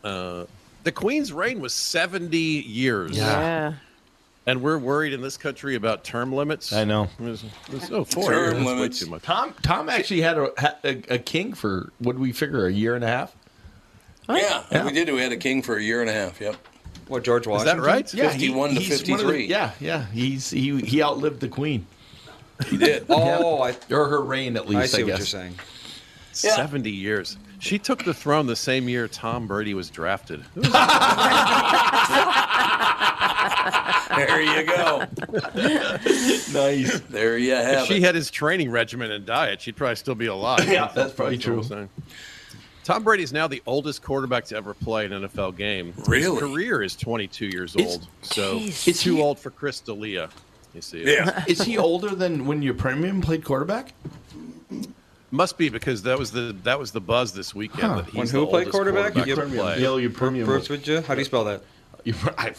Speaker 7: Uh, the Queen's reign was 70 years.
Speaker 5: Yeah.
Speaker 7: And we're worried in this country about term limits.
Speaker 4: I know.
Speaker 7: There's, there's, oh, four years.
Speaker 4: Term
Speaker 7: That's way
Speaker 4: limits.
Speaker 7: too much.
Speaker 4: Tom Tom actually had a, had a, a king for what did we figure a year and a half.
Speaker 1: Yeah, we did. We had a king for a year and a half. Yep.
Speaker 3: What George
Speaker 1: Washington?
Speaker 4: Yeah, he-
Speaker 1: 51 to
Speaker 4: he's one of the-
Speaker 1: 53.
Speaker 4: yeah, yeah. He's he he outlived the queen.
Speaker 1: He did.
Speaker 3: Oh,
Speaker 4: I, or her reign at least. I,
Speaker 3: I see what
Speaker 4: guess.
Speaker 3: you're saying.
Speaker 7: 70 years. She took the throne the same year Tom Brady was drafted.
Speaker 1: There you go.
Speaker 4: nice.
Speaker 1: There you
Speaker 7: If
Speaker 1: have
Speaker 7: she
Speaker 1: it.
Speaker 7: had his training regimen and diet, she'd probably still be alive.
Speaker 4: *laughs* Yeah, that's probably
Speaker 7: what I'm
Speaker 4: true.
Speaker 7: saying. Tom Brady is now the oldest quarterback to ever play an NFL game.
Speaker 1: Really?
Speaker 7: His career is 22 years
Speaker 4: It's-
Speaker 7: old. So
Speaker 4: Jeez.
Speaker 7: it's
Speaker 4: Is
Speaker 7: too
Speaker 4: he-
Speaker 7: old for Chris D'Elia. You see? *laughs*
Speaker 4: Is he older than when your premium played quarterback?
Speaker 7: Must be because that was the that was the buzz this weekend.
Speaker 4: Huh.
Speaker 7: That he's
Speaker 4: When
Speaker 7: the
Speaker 3: who played
Speaker 7: oldest
Speaker 3: quarterback?
Speaker 7: quarterback
Speaker 3: You
Speaker 7: to
Speaker 3: get-
Speaker 7: play.
Speaker 4: Bill, your premium.
Speaker 3: Bruce, would you? How do you spell that?
Speaker 4: You, I,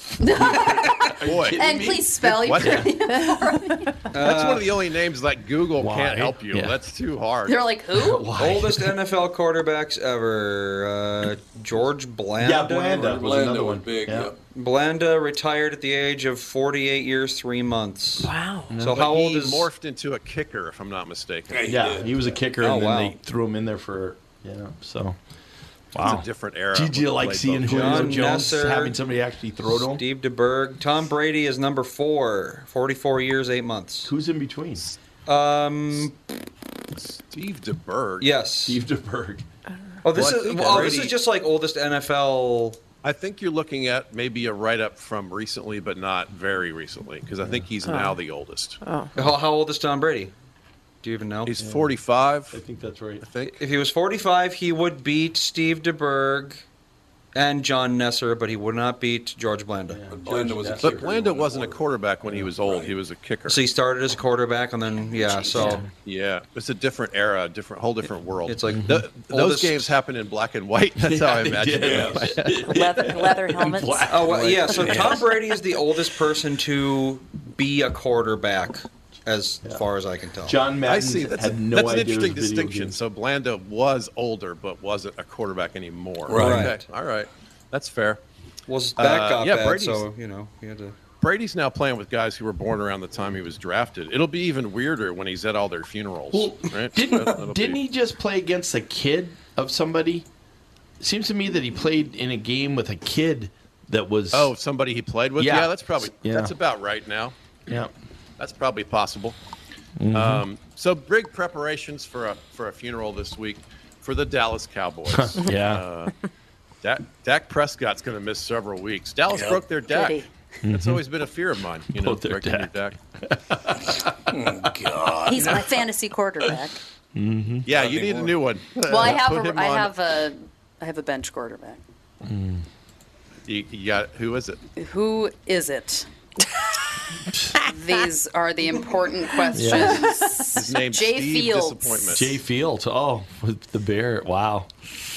Speaker 7: Boy,
Speaker 2: and please spell your
Speaker 7: What? *laughs*
Speaker 2: name for me.
Speaker 7: That's
Speaker 3: Uh,
Speaker 7: one of the only names that Google
Speaker 3: Why?
Speaker 7: can't help you.
Speaker 3: Yeah.
Speaker 7: That's too hard.
Speaker 2: They're
Speaker 4: *laughs*
Speaker 2: like, who?
Speaker 7: *laughs*
Speaker 3: Oldest NFL quarterbacks ever. Uh, George Blanda.
Speaker 4: Yeah, Blanda was Blanda another was one.
Speaker 1: big, Yeah. yep.
Speaker 3: Blanda retired at the age of 48 years, three months.
Speaker 5: Wow.
Speaker 3: So
Speaker 7: But
Speaker 3: how old
Speaker 7: he
Speaker 3: is
Speaker 7: morphed into a kicker, if I'm not mistaken.
Speaker 4: yeah, he was a kicker,
Speaker 3: Oh,
Speaker 4: and then
Speaker 3: wow.
Speaker 4: they threw him in there for you know. So,
Speaker 7: It's
Speaker 4: wow,
Speaker 7: a different era.
Speaker 4: Did you like seeing Julio
Speaker 3: John
Speaker 4: Jones
Speaker 3: Nesser,
Speaker 4: having somebody actually throw to him?
Speaker 3: Steve DeBerg. Tom Brady is number four, 44 years, eight months.
Speaker 4: Who's in between?
Speaker 3: Um,
Speaker 7: Steve DeBerg.
Speaker 3: yes.
Speaker 4: Steve DeBerg.
Speaker 3: Oh, this
Speaker 7: Well, I
Speaker 3: is
Speaker 7: think
Speaker 3: oh, this
Speaker 7: Brady-
Speaker 3: is just like oldest NFL.
Speaker 7: I think you're looking at maybe a write up from recently, but not very recently, because I think he's
Speaker 3: Oh.
Speaker 7: now the oldest.
Speaker 3: Oh. How, how old is Tom Brady? Do you even know?
Speaker 7: He's 45.
Speaker 4: I think that's right.
Speaker 7: I think.
Speaker 3: If he was 45, he would beat Steve DeBerg and John Nesser, but he would not beat George Blanda. But
Speaker 7: Blanda was a But kicker. Blanda wasn't a quarterback when he was old. He was a kicker.
Speaker 3: So he started as a quarterback, and then yeah, so
Speaker 7: *laughs* yeah, it's a different era, different whole different world. It's
Speaker 3: like
Speaker 7: those
Speaker 3: oldest-
Speaker 7: games happen in black and white. *laughs* That's how I
Speaker 3: Yeah, they
Speaker 7: imagine
Speaker 3: did.
Speaker 7: it.
Speaker 5: Leather,
Speaker 7: *laughs*
Speaker 5: leather helmets.
Speaker 3: Oh well, yeah. So Tom Brady is the oldest person to be a quarterback, as far as I can tell.
Speaker 7: I see. That's, a, that's an interesting distinction. So Blanda was older, but wasn't a quarterback anymore.
Speaker 3: Right.
Speaker 7: Okay. All right. That's fair.
Speaker 3: Was
Speaker 7: backup.
Speaker 3: backup
Speaker 7: Uh, yeah,
Speaker 3: ad,
Speaker 7: Brady's,
Speaker 3: so you know he had to.
Speaker 7: Brady's now playing with guys who were born around the time he was drafted. It'll be even weirder when he's at all their funerals.
Speaker 4: Well,
Speaker 7: right?
Speaker 1: uh,
Speaker 7: That'll
Speaker 4: Didn't
Speaker 7: be-
Speaker 4: didn't he just play against a kid of somebody? Seems to me that he played in a game with a kid that was
Speaker 7: Oh, somebody he played with. Yeah, that's probably
Speaker 4: yeah.
Speaker 7: that's about right now.
Speaker 4: Yeah.
Speaker 7: That's probably possible.
Speaker 4: Mhm.
Speaker 2: *laughs*
Speaker 7: Um, so big preparations for a for a funeral this week for the Dallas Cowboys.
Speaker 4: Yeah.
Speaker 7: Uh, Dak, Dak Prescott's going to miss several weeks. Dallas
Speaker 1: Yep.
Speaker 7: broke their Dak.
Speaker 1: Did
Speaker 7: That's
Speaker 1: Mhm.
Speaker 7: always been a fear of mine. You know,
Speaker 1: Broke their
Speaker 7: breaking your Dak.
Speaker 1: Oh, God.
Speaker 2: He's my fantasy
Speaker 7: *laughs*
Speaker 2: quarterback.
Speaker 7: Yeah, you need a new one.
Speaker 2: Well, I have
Speaker 7: Put
Speaker 2: a,
Speaker 7: him
Speaker 2: I
Speaker 7: on-
Speaker 2: have a I have a bench quarterback.
Speaker 7: You, you got who is it?
Speaker 2: Who is
Speaker 7: *laughs*
Speaker 2: it? These are the important questions.
Speaker 7: His name's
Speaker 2: Jay
Speaker 7: Steve
Speaker 2: Fields.
Speaker 7: Disappointment.
Speaker 4: Jay Fields. Oh, with the bear. Wow.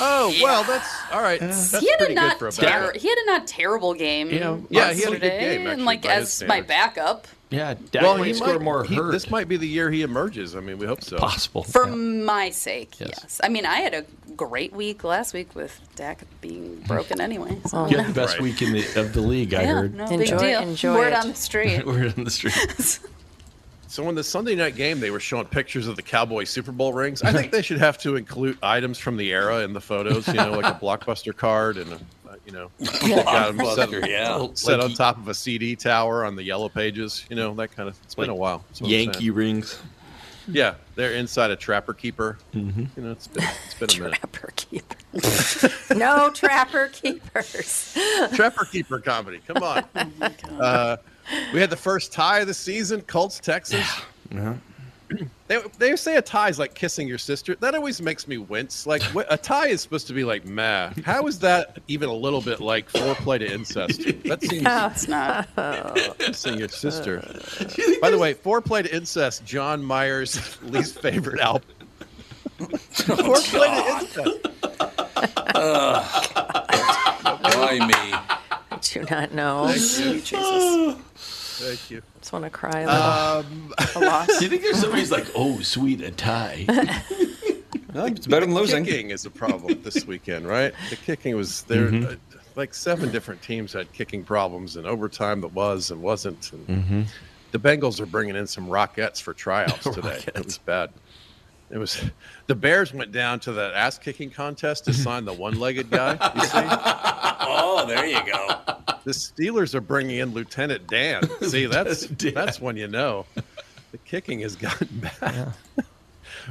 Speaker 7: Oh well, that's all right. That's
Speaker 2: he had a
Speaker 7: pretty
Speaker 2: not
Speaker 7: good for a
Speaker 2: ter-
Speaker 7: backup.
Speaker 2: he had a not terrible game.
Speaker 7: Yeah, yeah, he had a good
Speaker 2: yesterday,
Speaker 7: game, actually,
Speaker 2: and like
Speaker 7: by his
Speaker 2: as my
Speaker 7: standards.
Speaker 2: backup
Speaker 4: Yeah,
Speaker 7: Dak
Speaker 4: might score more hurt.
Speaker 7: This might be the year he emerges. I mean, we hope so.
Speaker 4: Possible.
Speaker 2: for my sake.
Speaker 7: Yes.
Speaker 2: Yes. I mean I had a great week last week with Dak being broken anyway.
Speaker 4: *laughs*
Speaker 2: So
Speaker 4: You had the best week in the, of the league. I
Speaker 2: Yeah,
Speaker 4: heard.
Speaker 2: no big Enjoy- deal. enjoy Word it. on the
Speaker 7: *laughs*
Speaker 4: *laughs*
Speaker 2: street. *laughs*
Speaker 4: Word on the street.
Speaker 7: So in the Sunday night game, they were showing pictures of the Cowboy Super Bowl rings. I think they should have to include items from the era in the photos. You know,
Speaker 2: *laughs*
Speaker 7: like a blockbuster card and a, uh, you know, they got 'em
Speaker 1: Blockbuster,
Speaker 7: set,
Speaker 1: yeah.
Speaker 7: set
Speaker 1: Like
Speaker 7: on top of a CD tower on the yellow pages. You know, that kind of. It's been a while. That's what I'm saying.
Speaker 4: Yankee rings.
Speaker 7: Yeah, they're inside a trapper keeper. You know, it's been it's been a minute.
Speaker 2: Trapper keeper.
Speaker 5: No trapper keepers. Oh
Speaker 7: Trapper keeper comedy. Come on.
Speaker 2: *laughs*
Speaker 5: *laughs*
Speaker 2: Oh
Speaker 7: Uh, we had the first tie of the season, Colts Texas.
Speaker 4: Yeah.
Speaker 7: They, they say a tie is like kissing your sister. That always makes me wince. Like wh- a tie is supposed to be like meh. How is that even a little bit like foreplay to incest? That seems
Speaker 2: No, it's not.
Speaker 7: kissing your
Speaker 2: Uh,
Speaker 7: sister. By the way, foreplay to incest. John Myers' least favorite album.
Speaker 1: Oh,
Speaker 7: foreplay to incest.
Speaker 1: Why
Speaker 5: I do not know.
Speaker 7: Thank
Speaker 5: Oh, Jesus.
Speaker 7: Thank you.
Speaker 5: Just want to cry a little.
Speaker 7: Um,
Speaker 5: a
Speaker 7: *laughs*
Speaker 5: loss.
Speaker 4: Do *laughs* you think there's somebody's like, oh, sweet, a
Speaker 5: *laughs*
Speaker 4: tie?
Speaker 7: it's better than losing. Kicking is a problem this weekend, right? The kicking was there.
Speaker 4: Mhm.
Speaker 7: uh, like seven different teams had kicking problems, and overtime that was and wasn't. And
Speaker 6: Mm-hmm.
Speaker 4: Mhm.
Speaker 7: The Bengals are bringing in some rockets for *laughs* tryouts today. It was bad. It was the Bears went down to that ass kicking contest to sign the one legged guy. *laughs* You see?
Speaker 1: oh, there you go.
Speaker 7: The Steelers are bringing in
Speaker 1: *laughs*
Speaker 7: Lieutenant Dan. See, that's that's when you know the kicking has gotten *laughs* bad.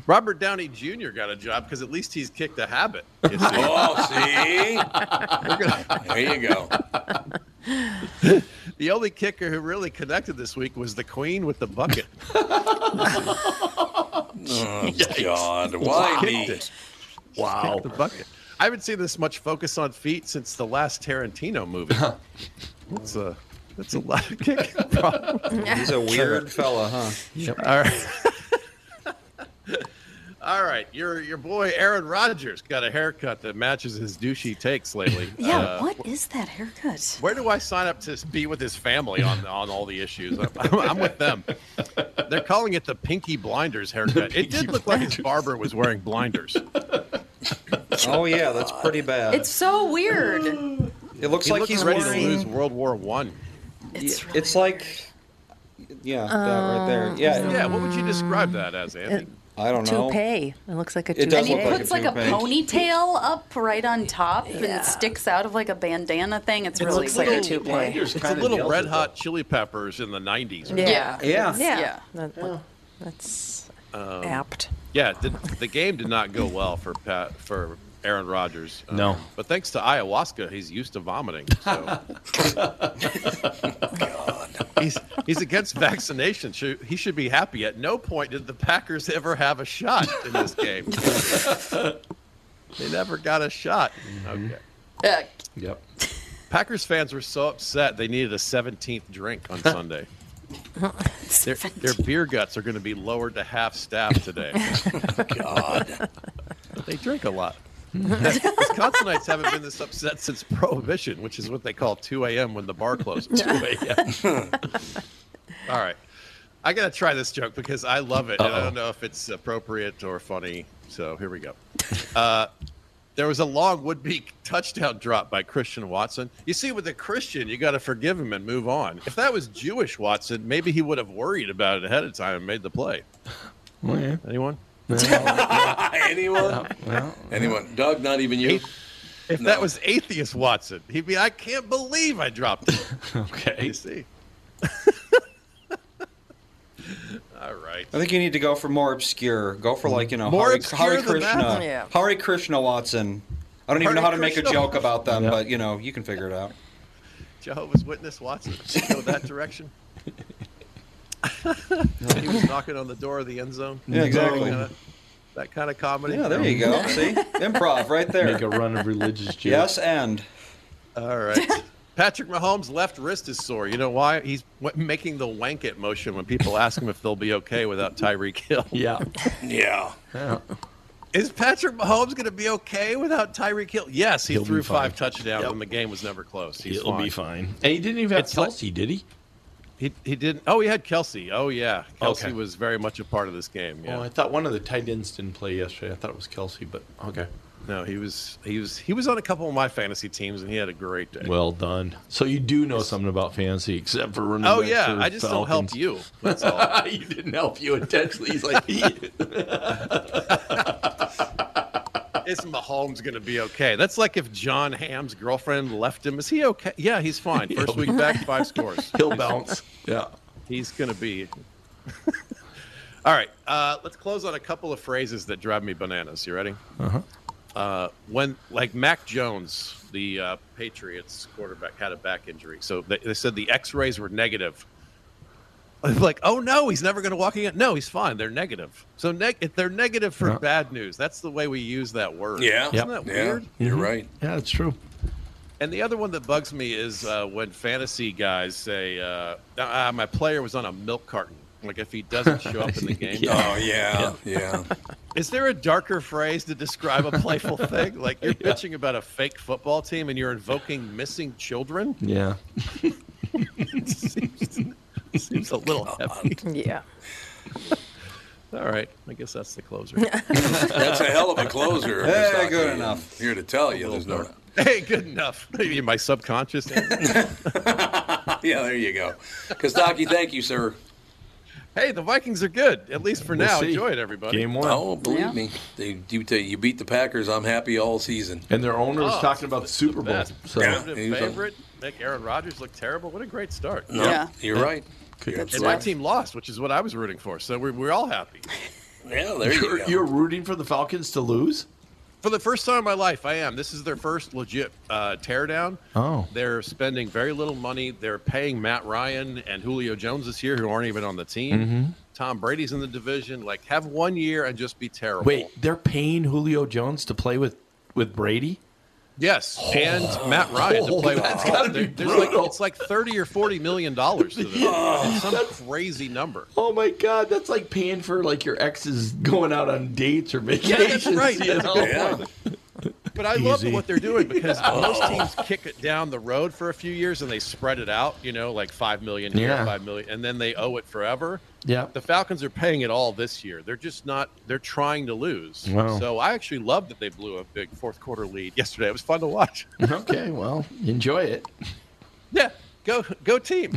Speaker 7: Robert Downey Jr. got a job because at least he's kicked a habit.
Speaker 1: *laughs*
Speaker 7: you see?
Speaker 1: Oh, see?
Speaker 7: We're gonna-
Speaker 1: There you go.
Speaker 7: *laughs* the only kicker who really connected this week was the Queen with the bucket.
Speaker 1: *laughs*
Speaker 7: *laughs*
Speaker 1: Oh, God. Why me?
Speaker 7: Wow. The bucket. I haven't seen this much focus on feet since the last Tarantino movie. That's a that's a lot of kick.
Speaker 3: *laughs* He's a weird fella, huh?
Speaker 7: All right. *laughs* All right, your your boy Aaron Rodgers got a haircut that matches his douchey takes lately.
Speaker 2: *laughs* Yeah,
Speaker 7: Uh,
Speaker 2: what is that haircut?
Speaker 7: Where do I sign up to be with his family on on all the issues? I'm, I'm with them. They're calling it the Pinky Blinders haircut. it did look like his barber was wearing blinders.
Speaker 3: *laughs* Oh yeah, that's pretty bad.
Speaker 2: It's so weird.
Speaker 3: it looks
Speaker 7: he
Speaker 3: like
Speaker 7: looked
Speaker 3: he's
Speaker 7: ready
Speaker 3: wearing-
Speaker 7: to lose World War One.
Speaker 3: It's, like, yeah, that right there. Yeah,
Speaker 7: Yeah, what would you describe that as, Andy?
Speaker 3: I don't know.
Speaker 5: Toupee. It looks like a toupee.
Speaker 3: It
Speaker 2: and
Speaker 3: does
Speaker 2: he
Speaker 3: look like
Speaker 2: puts
Speaker 3: a
Speaker 2: like a
Speaker 3: toupee.
Speaker 2: ponytail up right on top and sticks out of like a bandana thing. It's really
Speaker 5: looks like
Speaker 2: weird.
Speaker 5: a toupee. Blinders
Speaker 7: It's a
Speaker 5: kinda
Speaker 7: little
Speaker 5: nails
Speaker 7: Red
Speaker 5: it,
Speaker 7: Hot Chili Peppers in the '90s. right?
Speaker 5: Yeah.
Speaker 3: Yeah.
Speaker 5: Yeah.
Speaker 2: Yeah.
Speaker 5: That- That's
Speaker 7: Um,
Speaker 5: apt.
Speaker 7: Yeah, the, the game did not go well for Pat for Aaron Rodgers. Um,
Speaker 4: No.
Speaker 7: but thanks to ayahuasca, he's used to vomiting. So. *laughs* He's he's against vaccination. Should- He should be happy. At no point did the Packers ever have a shot in this game. they never got a shot. Okay.
Speaker 2: Heck.
Speaker 4: Yep.
Speaker 7: *laughs* Packers fans were so upset they needed a 17th drink on Sunday. their, their beer guts are going to be lowered to half staff today. God. They drink a lot. Wisconsinites haven't been this upset since Prohibition, which is what they call 2 a.m. when the bar closed. 2 a.m. All right. I got to try this joke because I love it, and I
Speaker 12: Uh-oh.
Speaker 7: don't know if it's appropriate or funny. So here we go. Uh, there was a long would be touchdown drop by Christian Watson. You see, with a Christian, you got to forgive him and move on. If that was Jewish Watson, maybe he would have worried about it ahead of time and made the play. Anyone?
Speaker 1: *laughs* Anyone? Anyone? Doug, not even you.
Speaker 7: If that was atheist Watson, he'd be, I can't believe I dropped it. okay. You see? *laughs* All right.
Speaker 3: I think you need to go for more obscure. Go for like you know
Speaker 7: More
Speaker 3: Hare,
Speaker 7: obscure
Speaker 3: Hare
Speaker 7: than that?
Speaker 3: Krishna,
Speaker 7: Yeah.
Speaker 3: Hare Krishna Watson. I don't even
Speaker 7: Hare
Speaker 3: know how to make a
Speaker 7: Krishna.
Speaker 3: joke about them,
Speaker 7: Yeah.
Speaker 3: but you know you can figure it out.
Speaker 7: Jehovah's Witness Watson. Go that
Speaker 3: *laughs*
Speaker 7: direction. he was knocking on the door of the end zone.
Speaker 3: Yeah, exactly.
Speaker 7: That kinda- That kind of comedy.
Speaker 3: Yeah, there you go. See, improv right there.
Speaker 7: Make a run
Speaker 3: *laughs*
Speaker 7: of religious jokes.
Speaker 3: Yes, and
Speaker 7: All right. Patrick Mahomes' left wrist is sore. You know why? He's w- making the wank it motion when people ask him if they'll be okay without Tyreek Hill.
Speaker 4: Yeah.
Speaker 7: Yeah.
Speaker 4: Yeah.
Speaker 7: Is Patrick Mahomes going to be okay without Tyreek Hill? Yes, he
Speaker 4: He'll be
Speaker 7: threw five
Speaker 4: fine.
Speaker 7: touchdowns
Speaker 4: Yep.
Speaker 7: and the game was never close. He's
Speaker 4: He'll be fine. And he didn't even have Kelsey, did he?
Speaker 7: He he didn't. Oh, he had Kelsey. Oh yeah, Kelsey
Speaker 4: Okay.
Speaker 7: was very much a part of this game. Yeah.
Speaker 4: Oh, I thought one of the tight ends didn't play yesterday. I thought it was Kelsey, but okay.
Speaker 7: No, he was he was he was on a couple of my fantasy teams and he had a great day.
Speaker 4: Well done. So you do know something about fantasy, except for running.
Speaker 7: Oh
Speaker 4: back
Speaker 7: yeah,
Speaker 4: for
Speaker 7: I just don't
Speaker 4: Falcons.
Speaker 7: help you.
Speaker 4: *laughs*
Speaker 7: That's all.
Speaker 4: you didn't help you intentionally. He's like,
Speaker 7: *laughs* is Mahomes going to be okay? That's like if John Ham's girlfriend left him. Is he okay? Yeah,
Speaker 4: *laughs*
Speaker 7: he's fine. First week back, five scores.
Speaker 4: He'll
Speaker 7: He's-
Speaker 4: bounce. *laughs* Yeah.
Speaker 7: He's going to be. *laughs* All right, uh, let's close on a couple of phrases that drive me bananas. You ready?
Speaker 4: Uh-huh.
Speaker 7: Uh, when like Mac Jones, the uh, Patriots quarterback, had a back injury, so they, they said the X-rays were negative. *laughs* I'm like, oh no, he's never going to walk again. No, he's fine. They're negative. So neg- if they're negative for
Speaker 4: Yeah.
Speaker 7: bad news. That's the way we use that word.
Speaker 1: Yeah.
Speaker 7: isn't
Speaker 1: Yep.
Speaker 7: that
Speaker 1: Yeah.
Speaker 7: weird?
Speaker 1: You're right.
Speaker 4: Mm-hmm. Yeah, it's true.
Speaker 7: And the other one that bugs me is uh, when fantasy guys say, uh, ah, "My player was on a milk carton." Like if he doesn't show up in the game.
Speaker 1: *laughs* Yeah. Oh, yeah, yeah.
Speaker 7: Is there a darker phrase to describe a *laughs* playful thing?
Speaker 1: *laughs*
Speaker 7: Like you're bitching about a fake football team and you're invoking missing children.
Speaker 4: *laughs*
Speaker 7: *laughs*
Speaker 4: Yeah.
Speaker 7: seems, seems a little heavy.
Speaker 5: Yeah.
Speaker 7: All right, I guess that's the closer.
Speaker 1: That's a hell of a closer.
Speaker 7: Hey,
Speaker 1: Misaki.
Speaker 7: good
Speaker 1: I'm
Speaker 7: enough.
Speaker 1: Here to tell you, there's no.
Speaker 7: Hey, good enough. Maybe *laughs*
Speaker 1: *laughs*
Speaker 7: my subconscious.
Speaker 1: yeah, there you go. Kostaki, thank you, sir.
Speaker 7: Hey, the Vikings are good at least for
Speaker 1: We'll
Speaker 7: now.
Speaker 1: see.
Speaker 7: Enjoy it, everybody.
Speaker 1: Oh, believe me, they you, they- you beat the Packers. I'm happy all season.
Speaker 4: And their owner was
Speaker 7: Oh,
Speaker 4: talking about the Super Bowl.
Speaker 7: best.
Speaker 4: So
Speaker 1: Yeah.
Speaker 7: Definitive
Speaker 1: He was on-
Speaker 7: favorite. Make Aaron Rodgers look terrible. What a great start.
Speaker 1: No, Yeah. you're right. You're
Speaker 7: And
Speaker 1: absolutely
Speaker 7: my
Speaker 1: right.
Speaker 7: team lost, which is what I was rooting for. So we're, we're all happy.
Speaker 1: yeah,
Speaker 4: you're, you're rooting for the Falcons to lose?
Speaker 7: For the first time in my life, I am. This is their first legit uh, teardown.
Speaker 4: Oh.
Speaker 7: They're spending very little money. They're paying Matt Ryan and Julio Jones this year, who aren't even on the team.
Speaker 4: Mhm.
Speaker 7: Tom Brady's in the division. Like, have one year and just be terrible.
Speaker 4: Wait, they're paying Julio Jones to play with with Brady?
Speaker 7: Yes, and Matt Ryan to
Speaker 4: Oh, *laughs*
Speaker 7: play
Speaker 4: that's
Speaker 7: with.
Speaker 4: gotta be
Speaker 7: There's like,
Speaker 4: brutal.
Speaker 7: it's like thirty or forty million dollars
Speaker 4: *laughs*
Speaker 7: to them. It's some crazy number.
Speaker 4: Oh my God, that's like paying for like your exes going out on dates or
Speaker 7: Yeah,
Speaker 4: vacations.
Speaker 7: that's right.
Speaker 4: you
Speaker 7: That's a
Speaker 4: know?
Speaker 7: good point. But I love
Speaker 4: Easy.
Speaker 7: what they're
Speaker 4: *laughs*
Speaker 7: doing because
Speaker 4: Yeah.
Speaker 7: most teams kick it down the road for a few years and they spread it out, you know, like five million here,
Speaker 4: Yeah.
Speaker 7: five million, and then they owe it forever.
Speaker 4: Yeah.
Speaker 7: The Falcons are paying it all this year. They're just not. They're trying to lose.
Speaker 4: Wow.
Speaker 7: So I actually love that they blew a big fourth quarter lead yesterday. It was fun to watch.
Speaker 4: Okay, well, enjoy it.
Speaker 7: Yeah, go
Speaker 4: *laughs*
Speaker 7: go team.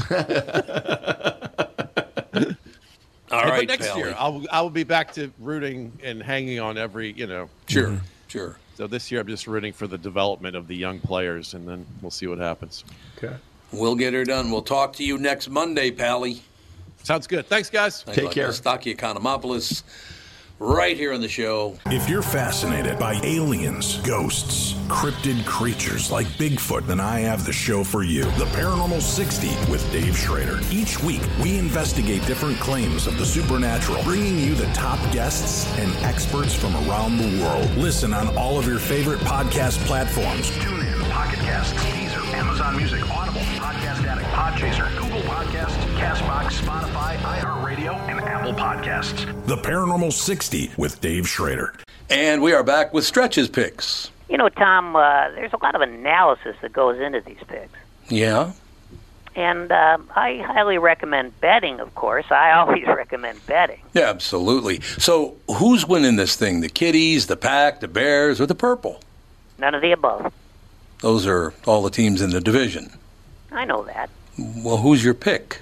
Speaker 1: All
Speaker 7: but
Speaker 1: right,
Speaker 7: next
Speaker 1: Pally.
Speaker 7: year I'll I'll be back to rooting and hanging on every you know.
Speaker 1: Sure,
Speaker 4: Mm-hmm.
Speaker 1: sure.
Speaker 7: So this year I'm just rooting for the development of the young players, and then we'll see what happens.
Speaker 4: Okay.
Speaker 1: We'll get her done. We'll talk to you next Monday, Pally.
Speaker 7: Sounds good. Thanks, guys.
Speaker 1: Thanks a
Speaker 10: Take
Speaker 1: lot.
Speaker 10: care.
Speaker 1: Kostaki Economopoulos, right here on the show.
Speaker 10: If you're fascinated by aliens, ghosts, cryptid creatures like Bigfoot, then I have the show for you The Paranormal 60 with Dave Schrader. Each week, we investigate different claims of the supernatural, bringing you the top guests and experts from around the world. Listen on all of your favorite podcast platforms.
Speaker 12: TuneIn, Pocket Podcasts, Deezer, Amazon Music, Audible, Podcast Addict, Podchaser, Google Podcasts, Castbox, Spotify, iHeartRadio, and Apple Podcasts.
Speaker 10: The Paranormal 60 with Dave Schrader.
Speaker 1: And we are back with Stretch's picks.
Speaker 8: You know, Tom, uh, there's a lot of analysis that goes into these picks.
Speaker 1: Yeah.
Speaker 8: And um, I highly recommend betting, of course. I *laughs* always recommend betting.
Speaker 1: Yeah, absolutely. So who's winning this thing? The Kitties, the Pack, the Bears, or the Purple?
Speaker 8: None of the above.
Speaker 1: Those are all the teams in the division.
Speaker 8: I know that.
Speaker 1: Well, who's your pick?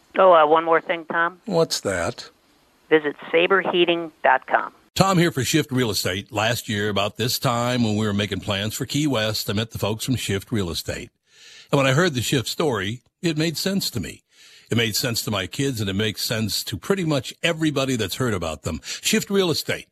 Speaker 8: Oh, uh, one more thing, Tom.
Speaker 1: What's that?
Speaker 8: Visit saberheating.com.
Speaker 14: Tom here for Shift Real Estate. Last year, about this time when we were making plans for Key West, I met the folks from Shift Real Estate. And when I heard the Shift story, it made sense to me. It made sense to my kids and it makes sense to pretty much everybody that's heard about them. Shift Real Estate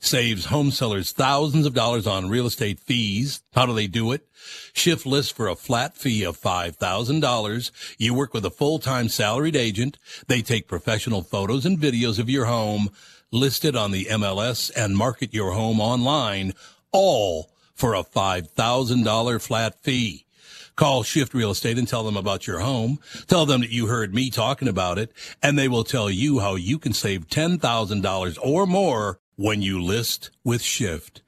Speaker 14: saves home sellers thousands of dollars on real estate fees. How do they do it? Shift lists for a flat fee of $5,000. You work with a full-time salaried agent. They take professional photos and videos of your home listed on the MLS and market your home online all for a $5,000 flat fee. Call Shift Real Estate and tell them about your home. Tell them that you heard me talking about it and they will tell you how you can save $10,000 or more when you list with Shift.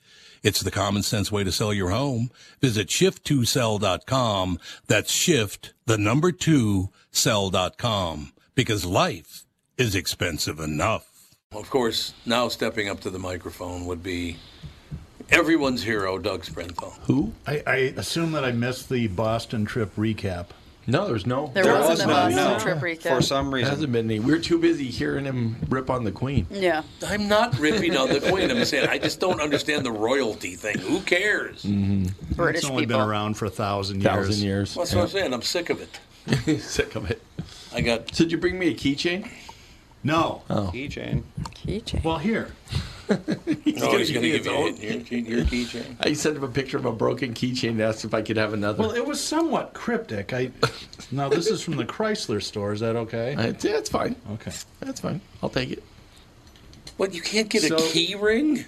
Speaker 14: It's the common sense way to sell your home. Visit shift2sell.com. That's shift, the number two, sell.com because life is expensive enough.
Speaker 1: Of course, now stepping up to the microphone would be everyone's hero, Doug Sprinthal.
Speaker 13: Who? I, I assume that I missed the Boston trip recap.
Speaker 4: No, there's no.
Speaker 2: There There wasn't was a none, Boston no. trip recap. For
Speaker 4: some reason, hasn't been any. We're too busy hearing him rip on the Queen.
Speaker 2: Yeah.
Speaker 1: I'm not ripping on the Queen. I'm saying I just don't understand the royalty thing. Who cares?
Speaker 2: British
Speaker 13: it's only
Speaker 2: people.
Speaker 13: been around for a thousand years.
Speaker 4: Mm-hmm. Thousand years.
Speaker 1: That's what I'm saying. I'm sick of it.
Speaker 4: *laughs* Sick of it.
Speaker 1: I got.
Speaker 4: Did you bring me a keychain?
Speaker 13: No.
Speaker 4: Oh. *laughs*
Speaker 3: Keychain.
Speaker 2: Keychain.
Speaker 13: Well, here.
Speaker 1: *laughs* No, Oh, he's
Speaker 4: give
Speaker 1: going
Speaker 4: me
Speaker 1: to give
Speaker 4: his
Speaker 1: you
Speaker 4: own.
Speaker 1: your, your, your keychain.
Speaker 4: I sent him a picture of a broken keychain and asked if I could have another.
Speaker 13: Well, it was somewhat cryptic. I now this is from the Chrysler store. Is that okay?
Speaker 4: I- yeah, it's fine.
Speaker 13: Okay.
Speaker 4: That's fine. I'll take it.
Speaker 1: What, you can't get a
Speaker 4: So-
Speaker 1: key ring?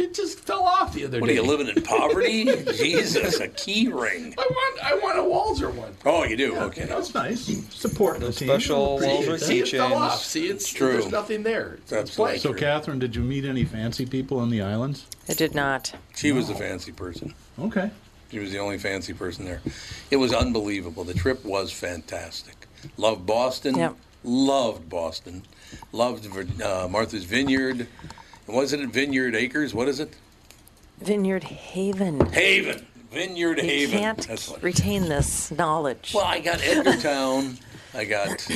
Speaker 4: It just fell off the other
Speaker 1: What are
Speaker 4: day.
Speaker 1: you living in
Speaker 13: *laughs*
Speaker 1: poverty? Jesus, a key ring.
Speaker 4: I want, I want a Walzer one.
Speaker 1: Oh, you do? okay.
Speaker 13: That's nice. Supporting the team.
Speaker 3: Special
Speaker 13: Appreciate
Speaker 3: Walzer
Speaker 13: that.
Speaker 4: See, it fell off.
Speaker 3: keychains.
Speaker 4: See, it's,
Speaker 1: True.
Speaker 4: There's nothing there. It's,
Speaker 1: That's
Speaker 4: it's blank.
Speaker 13: So, Catherine, did you meet any fancy people on the islands?
Speaker 5: I did not.
Speaker 1: She was the fancy person.
Speaker 13: Okay.
Speaker 1: She was the only fancy person there. It was unbelievable. The trip was fantastic. Loved Boston.
Speaker 5: Yep.
Speaker 1: Loved Boston. Loved Vir- uh, Martha's Vineyard. And wasn't it Vineyard Acres? What is it?
Speaker 5: Vineyard Haven.
Speaker 1: Haven. Vineyard
Speaker 5: You
Speaker 1: Haven.
Speaker 5: can't
Speaker 1: That's what.
Speaker 5: retain this knowledge.
Speaker 1: Well, I
Speaker 5: *laughs*
Speaker 1: got Edgartown.
Speaker 5: *coughs*
Speaker 1: I got uh,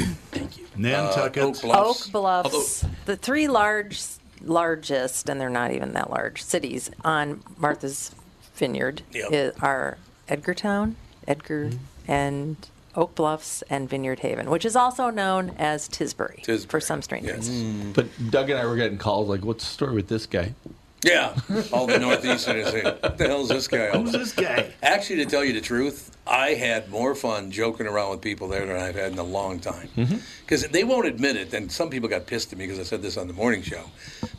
Speaker 13: Nantucket.
Speaker 1: Oak Bluffs.
Speaker 5: Oak Bluffs, the three large, largest, and they're not even that large cities on Martha's Vineyard
Speaker 1: Yep.
Speaker 5: i- are Edgartown, Edgar,
Speaker 13: Hmm.
Speaker 5: and Oak Bluffs and Vineyard Haven, which is also known as Tisbury, for
Speaker 1: Tisbury,
Speaker 5: some strange
Speaker 1: yes.
Speaker 5: reason.
Speaker 4: But Doug and I were getting calls like, "What's the story with this guy?"
Speaker 1: Yeah, all the Northeasterners say, "What the hell's this guy?" all
Speaker 13: Who's
Speaker 1: about?"
Speaker 13: this guy?
Speaker 1: Actually, to tell you the truth, I had more fun joking around with people there than I've had in a long time.
Speaker 13: Mm-hmm.
Speaker 2: *laughs*
Speaker 1: Because they won't admit it, and some people got pissed at me because I said this on the morning show.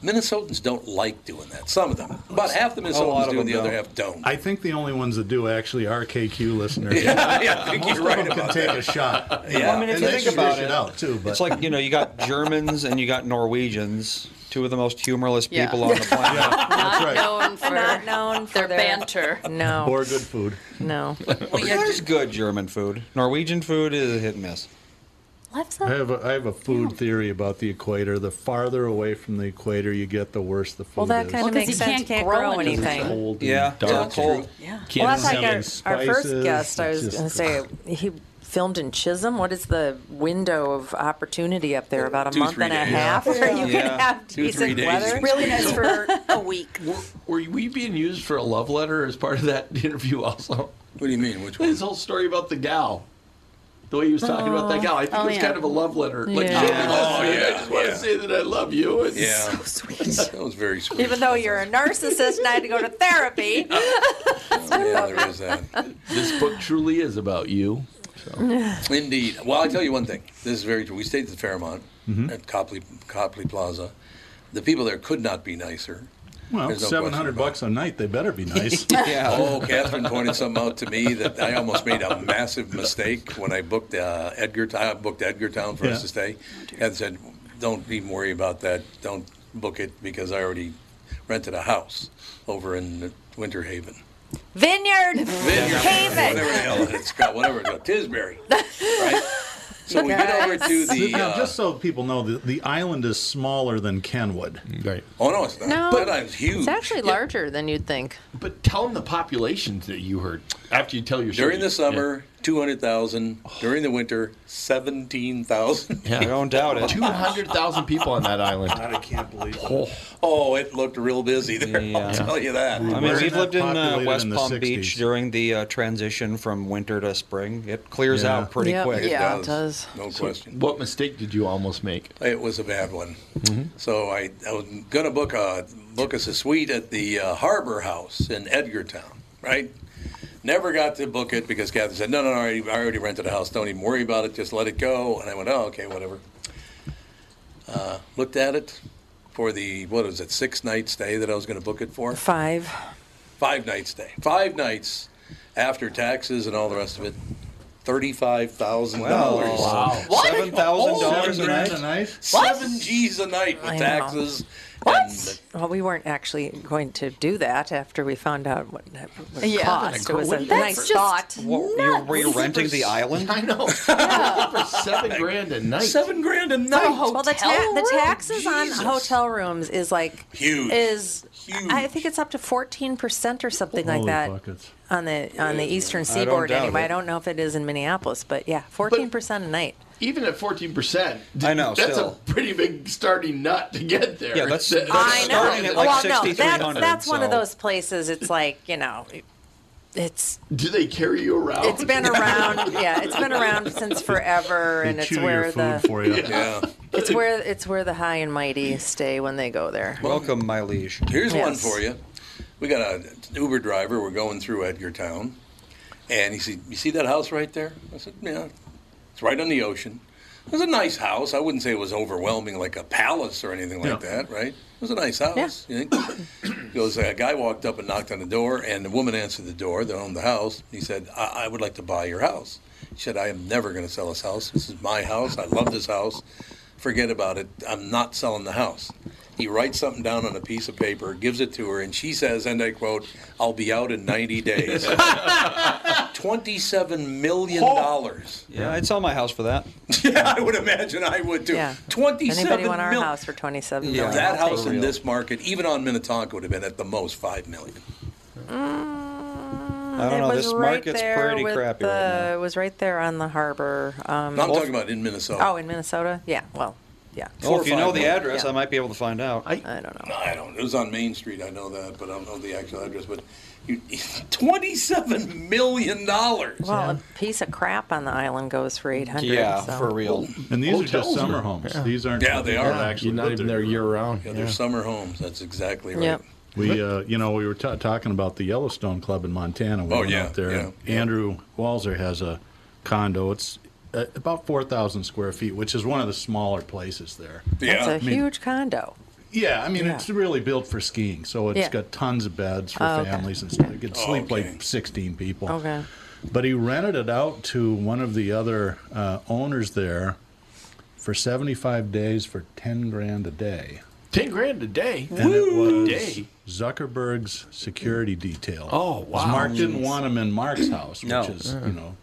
Speaker 1: Minnesotans don't like doing that. Some of them, about half the Minnesotans
Speaker 3: lot of
Speaker 1: do, and the
Speaker 3: them
Speaker 1: other
Speaker 3: don't.
Speaker 1: half don't.
Speaker 13: I think the only ones that do actually are KQ
Speaker 1: *laughs*
Speaker 13: listeners.
Speaker 1: yeah, I think you're right
Speaker 13: can
Speaker 1: about
Speaker 13: take
Speaker 1: that.
Speaker 13: a shot.
Speaker 1: Yeah. Well, I mean,
Speaker 3: if
Speaker 13: And
Speaker 3: you
Speaker 13: they
Speaker 3: think about
Speaker 13: stretch
Speaker 3: it,
Speaker 13: out too, but
Speaker 3: It's like you know, you got Germans and you got Norwegians, two of the most humorless
Speaker 2: Yeah.
Speaker 3: people on the planet.
Speaker 13: that's right.
Speaker 2: Known for
Speaker 5: Not known for
Speaker 2: their
Speaker 5: their,
Speaker 2: banter.
Speaker 5: No,
Speaker 13: Or good food.
Speaker 3: *laughs*
Speaker 5: no.
Speaker 3: Well, yeah, there's good German food. Norwegian food is a hit and miss.
Speaker 5: Life's
Speaker 13: I
Speaker 5: a
Speaker 13: have a, I have a food theory about the equator. The farther away from the equator you get, the worse the food
Speaker 5: well, that
Speaker 13: is.
Speaker 5: kind
Speaker 2: Well,
Speaker 5: of
Speaker 2: 'cause
Speaker 5: makes
Speaker 2: you
Speaker 5: sense.
Speaker 2: can't grow anything.
Speaker 13: It's cold and
Speaker 3: Yeah,
Speaker 13: dark.
Speaker 3: it's cold.
Speaker 2: Yeah.
Speaker 5: Well,
Speaker 4: Can't
Speaker 5: that's
Speaker 4: see
Speaker 5: like our,
Speaker 13: Seven
Speaker 5: our first
Speaker 13: spices.
Speaker 5: guest. I
Speaker 13: It's
Speaker 5: was
Speaker 13: just-
Speaker 5: going to say he filmed in Chisholm. What is the window of opportunity up there? About a
Speaker 2: Two,
Speaker 5: month
Speaker 2: three
Speaker 5: and a
Speaker 2: days.
Speaker 5: half where you
Speaker 4: Yeah.
Speaker 5: can have
Speaker 4: Two, three
Speaker 5: decent
Speaker 4: days.
Speaker 5: weather?
Speaker 4: It's really nice *laughs*
Speaker 2: for a week.
Speaker 4: Were, were we being used for a love letter as part of that *laughs* interview also?
Speaker 1: What do you mean? Which
Speaker 4: His whole story about the gal. The way he was talking about that gal. I think
Speaker 1: Oh,
Speaker 4: it was
Speaker 1: yeah.
Speaker 4: kind of a love letter. Like,
Speaker 1: Yeah.
Speaker 4: "Hey, listen,
Speaker 1: Oh,
Speaker 4: I
Speaker 1: yeah,
Speaker 4: just want
Speaker 1: yeah.
Speaker 4: to say that I love you. It's *laughs*
Speaker 1: Yeah. So sweet. *laughs* That was very
Speaker 5: *laughs*
Speaker 1: sweet.
Speaker 5: Even though you're a narcissist and I had to go to therapy.
Speaker 1: *laughs* yeah, there is that.
Speaker 4: This book truly is about you.
Speaker 1: Indeed. Well, I tell you one thing. This is very true. We stayed at the Fairmont
Speaker 13: Mm-hmm.
Speaker 1: at Copley Copley Plaza. The people there could not be nicer.
Speaker 13: Well,
Speaker 1: There's no question
Speaker 13: 700 bucks a night, they better be
Speaker 1: *laughs*
Speaker 13: *laughs* nice.
Speaker 1: Oh, Catherine pointed something out to me that I almost made a massive mistake when I booked uh, Edgar. I booked Edgartown for
Speaker 13: Yeah.
Speaker 1: us to stay, and said, "Don't even worry about that. Don't book it because I already rented a house over in Winter Haven,
Speaker 5: Vineyard.
Speaker 1: Vineyard, whatever the
Speaker 5: Haven.
Speaker 1: hell it's called, whatever it's called, Tisbury." Right. So we get over to the.
Speaker 13: now,
Speaker 1: uh,
Speaker 13: just so people know, the, the island is smaller than Kenwood.
Speaker 4: Right.
Speaker 1: Oh no, it's not.
Speaker 5: No,
Speaker 1: that island's huge.
Speaker 5: It's actually larger than you'd think.
Speaker 4: But tell them the population that you heard after you tell your
Speaker 1: During
Speaker 4: story.
Speaker 1: the summer, two hundred thousand. During the winter, seventeen
Speaker 13: *laughs*
Speaker 1: thousand.
Speaker 4: Yeah. I don't doubt it. 200,000 people on that island.
Speaker 13: I can't believe it.
Speaker 4: Oh,
Speaker 1: oh, it looked real busy there. I'll tell you that.
Speaker 3: I mean, we've lived in uh,
Speaker 13: populated
Speaker 3: West
Speaker 13: in the
Speaker 3: Palm
Speaker 13: 60s.
Speaker 3: Beach during the uh, transition from winter to spring. It clears
Speaker 4: Yeah.
Speaker 3: out pretty
Speaker 5: Yep.
Speaker 3: quick.
Speaker 5: Yeah, it does.
Speaker 1: No
Speaker 4: So
Speaker 1: question.
Speaker 4: What mistake did you almost make?
Speaker 1: It was a bad one. So I, I was gonna book a book us a suite at the uh, Harbor House in Edgartown, right? Never got to book it because Kathy said, "No, no, no, I already, I already rented a house. Don't even worry about it. Just let it go." And I went, "Oh, okay, whatever." Uh, looked at it for the what was it six night stay that I was going to book it for
Speaker 5: Five.
Speaker 1: five night stay five nights after taxes and all the rest of it thirty five thousand dollars
Speaker 3: Wow. Seven thousand
Speaker 1: Oh,
Speaker 3: dollars a night.
Speaker 1: Seven G's a night with
Speaker 5: I know.
Speaker 1: taxes. And
Speaker 5: Well, we weren't actually going to do that after we found out what, what it
Speaker 2: Yeah.
Speaker 5: cost. It was a
Speaker 2: That's
Speaker 5: nice
Speaker 2: just-
Speaker 5: thought.
Speaker 3: What, you were you renting the island?
Speaker 4: I
Speaker 5: *laughs*
Speaker 4: know. For seven grand a night.
Speaker 1: seven grand a night.
Speaker 5: Well, the, ta- the taxes on hotel rooms is like
Speaker 1: Huge.
Speaker 5: Is I think it's up to fourteen percent or something like
Speaker 13: Holy
Speaker 5: that
Speaker 13: buckets.
Speaker 5: on the on the eastern
Speaker 3: I don't
Speaker 5: seaboard.
Speaker 3: doubt
Speaker 5: Anyway,
Speaker 3: it.
Speaker 5: I don't know if it is in Minneapolis, but yeah, fourteen percent a night.
Speaker 4: Even at 14%,
Speaker 3: I know,
Speaker 4: that's
Speaker 3: still.
Speaker 4: a pretty big starting nut to get there. *laughs*
Speaker 3: Yeah, that's-
Speaker 4: That-
Speaker 3: that's-
Speaker 5: I
Speaker 3: starting
Speaker 5: know.
Speaker 3: at, like,
Speaker 5: well, no,
Speaker 3: 6,300,
Speaker 5: that's, that's one of
Speaker 3: so-
Speaker 5: those places. It's like you know, it's
Speaker 4: do they carry you
Speaker 3: Oh.
Speaker 4: around? *laughs*
Speaker 5: it's been around. yeah, it's been around since forever, and
Speaker 13: *laughs* They
Speaker 5: it's
Speaker 13: chew your
Speaker 5: where the
Speaker 13: food for you.
Speaker 1: Yeah.
Speaker 5: it's where it's where the high and mighty stay when they go there.
Speaker 3: Welcome, my liege.
Speaker 1: Here's one
Speaker 5: Yes.
Speaker 1: for you. We got a Uber driver. We're going through Edgartown, and he said, "You see that house right there?" I said, "Yeah, it's right on the ocean." It was a nice house. I wouldn't say it was overwhelming like a palace or anything like
Speaker 13: Yeah.
Speaker 1: that, right? It was a nice house. You think? Goes, a guy walked up and knocked on the door, and the woman answered the door that owned the house. He said, I, I would like to buy your house. She said, I am never going to sell this house. This is my house. I love this house. Forget about it. I'm not selling the house. He writes something down on a piece of paper, gives it to her, and she says, and I quote, I'll be out in
Speaker 3: *laughs*
Speaker 1: 90 days. $27 million.
Speaker 3: *laughs* Yeah, I'd sell my house for that.
Speaker 1: Yeah, I would imagine I would too.
Speaker 5: Yeah.
Speaker 1: Twenty-seven
Speaker 5: Anybody want our
Speaker 1: mil-
Speaker 5: house for twenty-seven?
Speaker 3: Yeah.
Speaker 5: million?
Speaker 1: That
Speaker 5: I'll
Speaker 1: house
Speaker 5: take
Speaker 1: in
Speaker 5: it.
Speaker 1: this market, even on Minnetonka, would have been at the most five million.
Speaker 3: I don't
Speaker 5: Mm, It
Speaker 3: know.
Speaker 5: was
Speaker 3: This
Speaker 5: right
Speaker 3: market's
Speaker 5: there
Speaker 3: pretty
Speaker 5: with
Speaker 3: crappy
Speaker 5: the,
Speaker 3: right now.
Speaker 5: It was right there on the harbor. Um,
Speaker 1: No, I'm talking about in Minnesota. Oh,
Speaker 5: oh, in Minnesota. Yeah. Well, yeah.
Speaker 1: four
Speaker 3: Well, if
Speaker 1: or
Speaker 3: you know
Speaker 1: five
Speaker 3: the
Speaker 1: million.
Speaker 3: address,
Speaker 5: Yeah.
Speaker 3: I might be able to find out.
Speaker 5: I don't know.
Speaker 1: I don't. It was on Main Street. I know that, but I don't know the actual address. But you, twenty-seven million dollars.
Speaker 5: Well, a piece of crap on the island goes for eight hundred.
Speaker 3: yeah,
Speaker 5: so.
Speaker 3: for real.
Speaker 13: And these are just
Speaker 4: Hotels
Speaker 13: summer
Speaker 4: are-
Speaker 13: homes.
Speaker 4: yeah.
Speaker 13: These aren't.
Speaker 1: Yeah, they
Speaker 13: people
Speaker 1: are.
Speaker 13: that actually
Speaker 4: You're not
Speaker 13: live
Speaker 4: even
Speaker 13: there.
Speaker 4: there year round.
Speaker 1: Yeah, they're summer homes. That's exactly right.
Speaker 5: Yep.
Speaker 13: We, uh, you know, we were ta talking about the Yellowstone Club in Montana. We
Speaker 1: Oh,
Speaker 13: went
Speaker 1: yeah,
Speaker 13: out there.
Speaker 1: yeah, yeah.
Speaker 13: Andrew Walzer has a condo. It's uh, about four thousand square feet, which is one of the smaller places there.
Speaker 5: That's
Speaker 1: Yeah.
Speaker 5: a huge
Speaker 1: *laughs*
Speaker 5: condo.
Speaker 13: Yeah, I mean,
Speaker 5: Yeah.
Speaker 13: it's really built for skiing, so it's
Speaker 5: Yeah.
Speaker 13: got tons of beds for
Speaker 5: Oh, okay.
Speaker 13: families and stuff. You could
Speaker 1: Oh,
Speaker 13: sleep
Speaker 1: okay.
Speaker 13: like sixteen people.
Speaker 5: Okay.
Speaker 13: But he rented it out to one of the other uh, owners there for seventy-five days for ten grand a day.
Speaker 4: 10 grand a day.
Speaker 13: And it was
Speaker 4: Day.
Speaker 13: Zuckerberg's security detail.
Speaker 4: Oh,
Speaker 13: 'Cause
Speaker 4: wow.
Speaker 13: Mark didn't want him in Mark's house, which
Speaker 3: No.
Speaker 13: is, you know.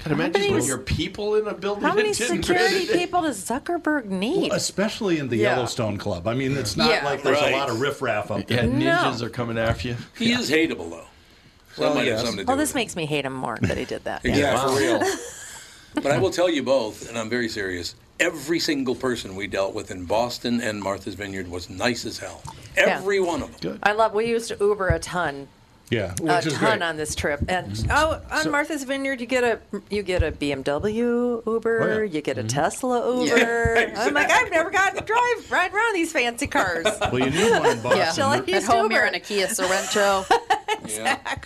Speaker 4: Can I imagine
Speaker 5: many
Speaker 4: putting
Speaker 5: s-
Speaker 4: your people in a building?
Speaker 5: How many
Speaker 4: at 10 grand
Speaker 5: security
Speaker 4: a day?
Speaker 5: people does Zuckerberg need?
Speaker 13: Especially in the
Speaker 5: Yeah.
Speaker 13: Yellowstone Club. I mean, it's not
Speaker 2: Yeah.
Speaker 13: like there's
Speaker 1: Right.
Speaker 13: a lot of riffraff up
Speaker 4: Yeah,
Speaker 13: there.
Speaker 4: ninjas are coming after you.
Speaker 1: He is hateable though. So that
Speaker 3: Well,
Speaker 1: might have
Speaker 3: yes.
Speaker 1: something to do.
Speaker 5: Well,
Speaker 1: with
Speaker 5: *laughs* this makes me hate him more that he did that.
Speaker 1: it.
Speaker 3: Yeah, for real.
Speaker 1: *laughs* But I will tell you both, and I'm very serious. Every single person we dealt with in Boston and Martha's Vineyard was nice as hell. Every one of them. Good.
Speaker 5: I love. We used Uber a ton,
Speaker 1: Yeah.
Speaker 5: a ton on this trip, and
Speaker 13: Mm-hmm.
Speaker 5: oh, on Martha's Vineyard, you get a you get a BMW Uber,
Speaker 13: Oh, yeah.
Speaker 5: you get a Tesla Uber.
Speaker 13: *laughs*
Speaker 5: I'm like, I've never gotten to drive ride around these fancy cars.
Speaker 13: Well, you
Speaker 2: *laughs*
Speaker 5: *laughs*
Speaker 13: knew one in Boston.
Speaker 5: Till I
Speaker 2: At
Speaker 5: used *laughs*
Speaker 2: home,
Speaker 5: Uber.
Speaker 2: you're in a Kia Sorrento.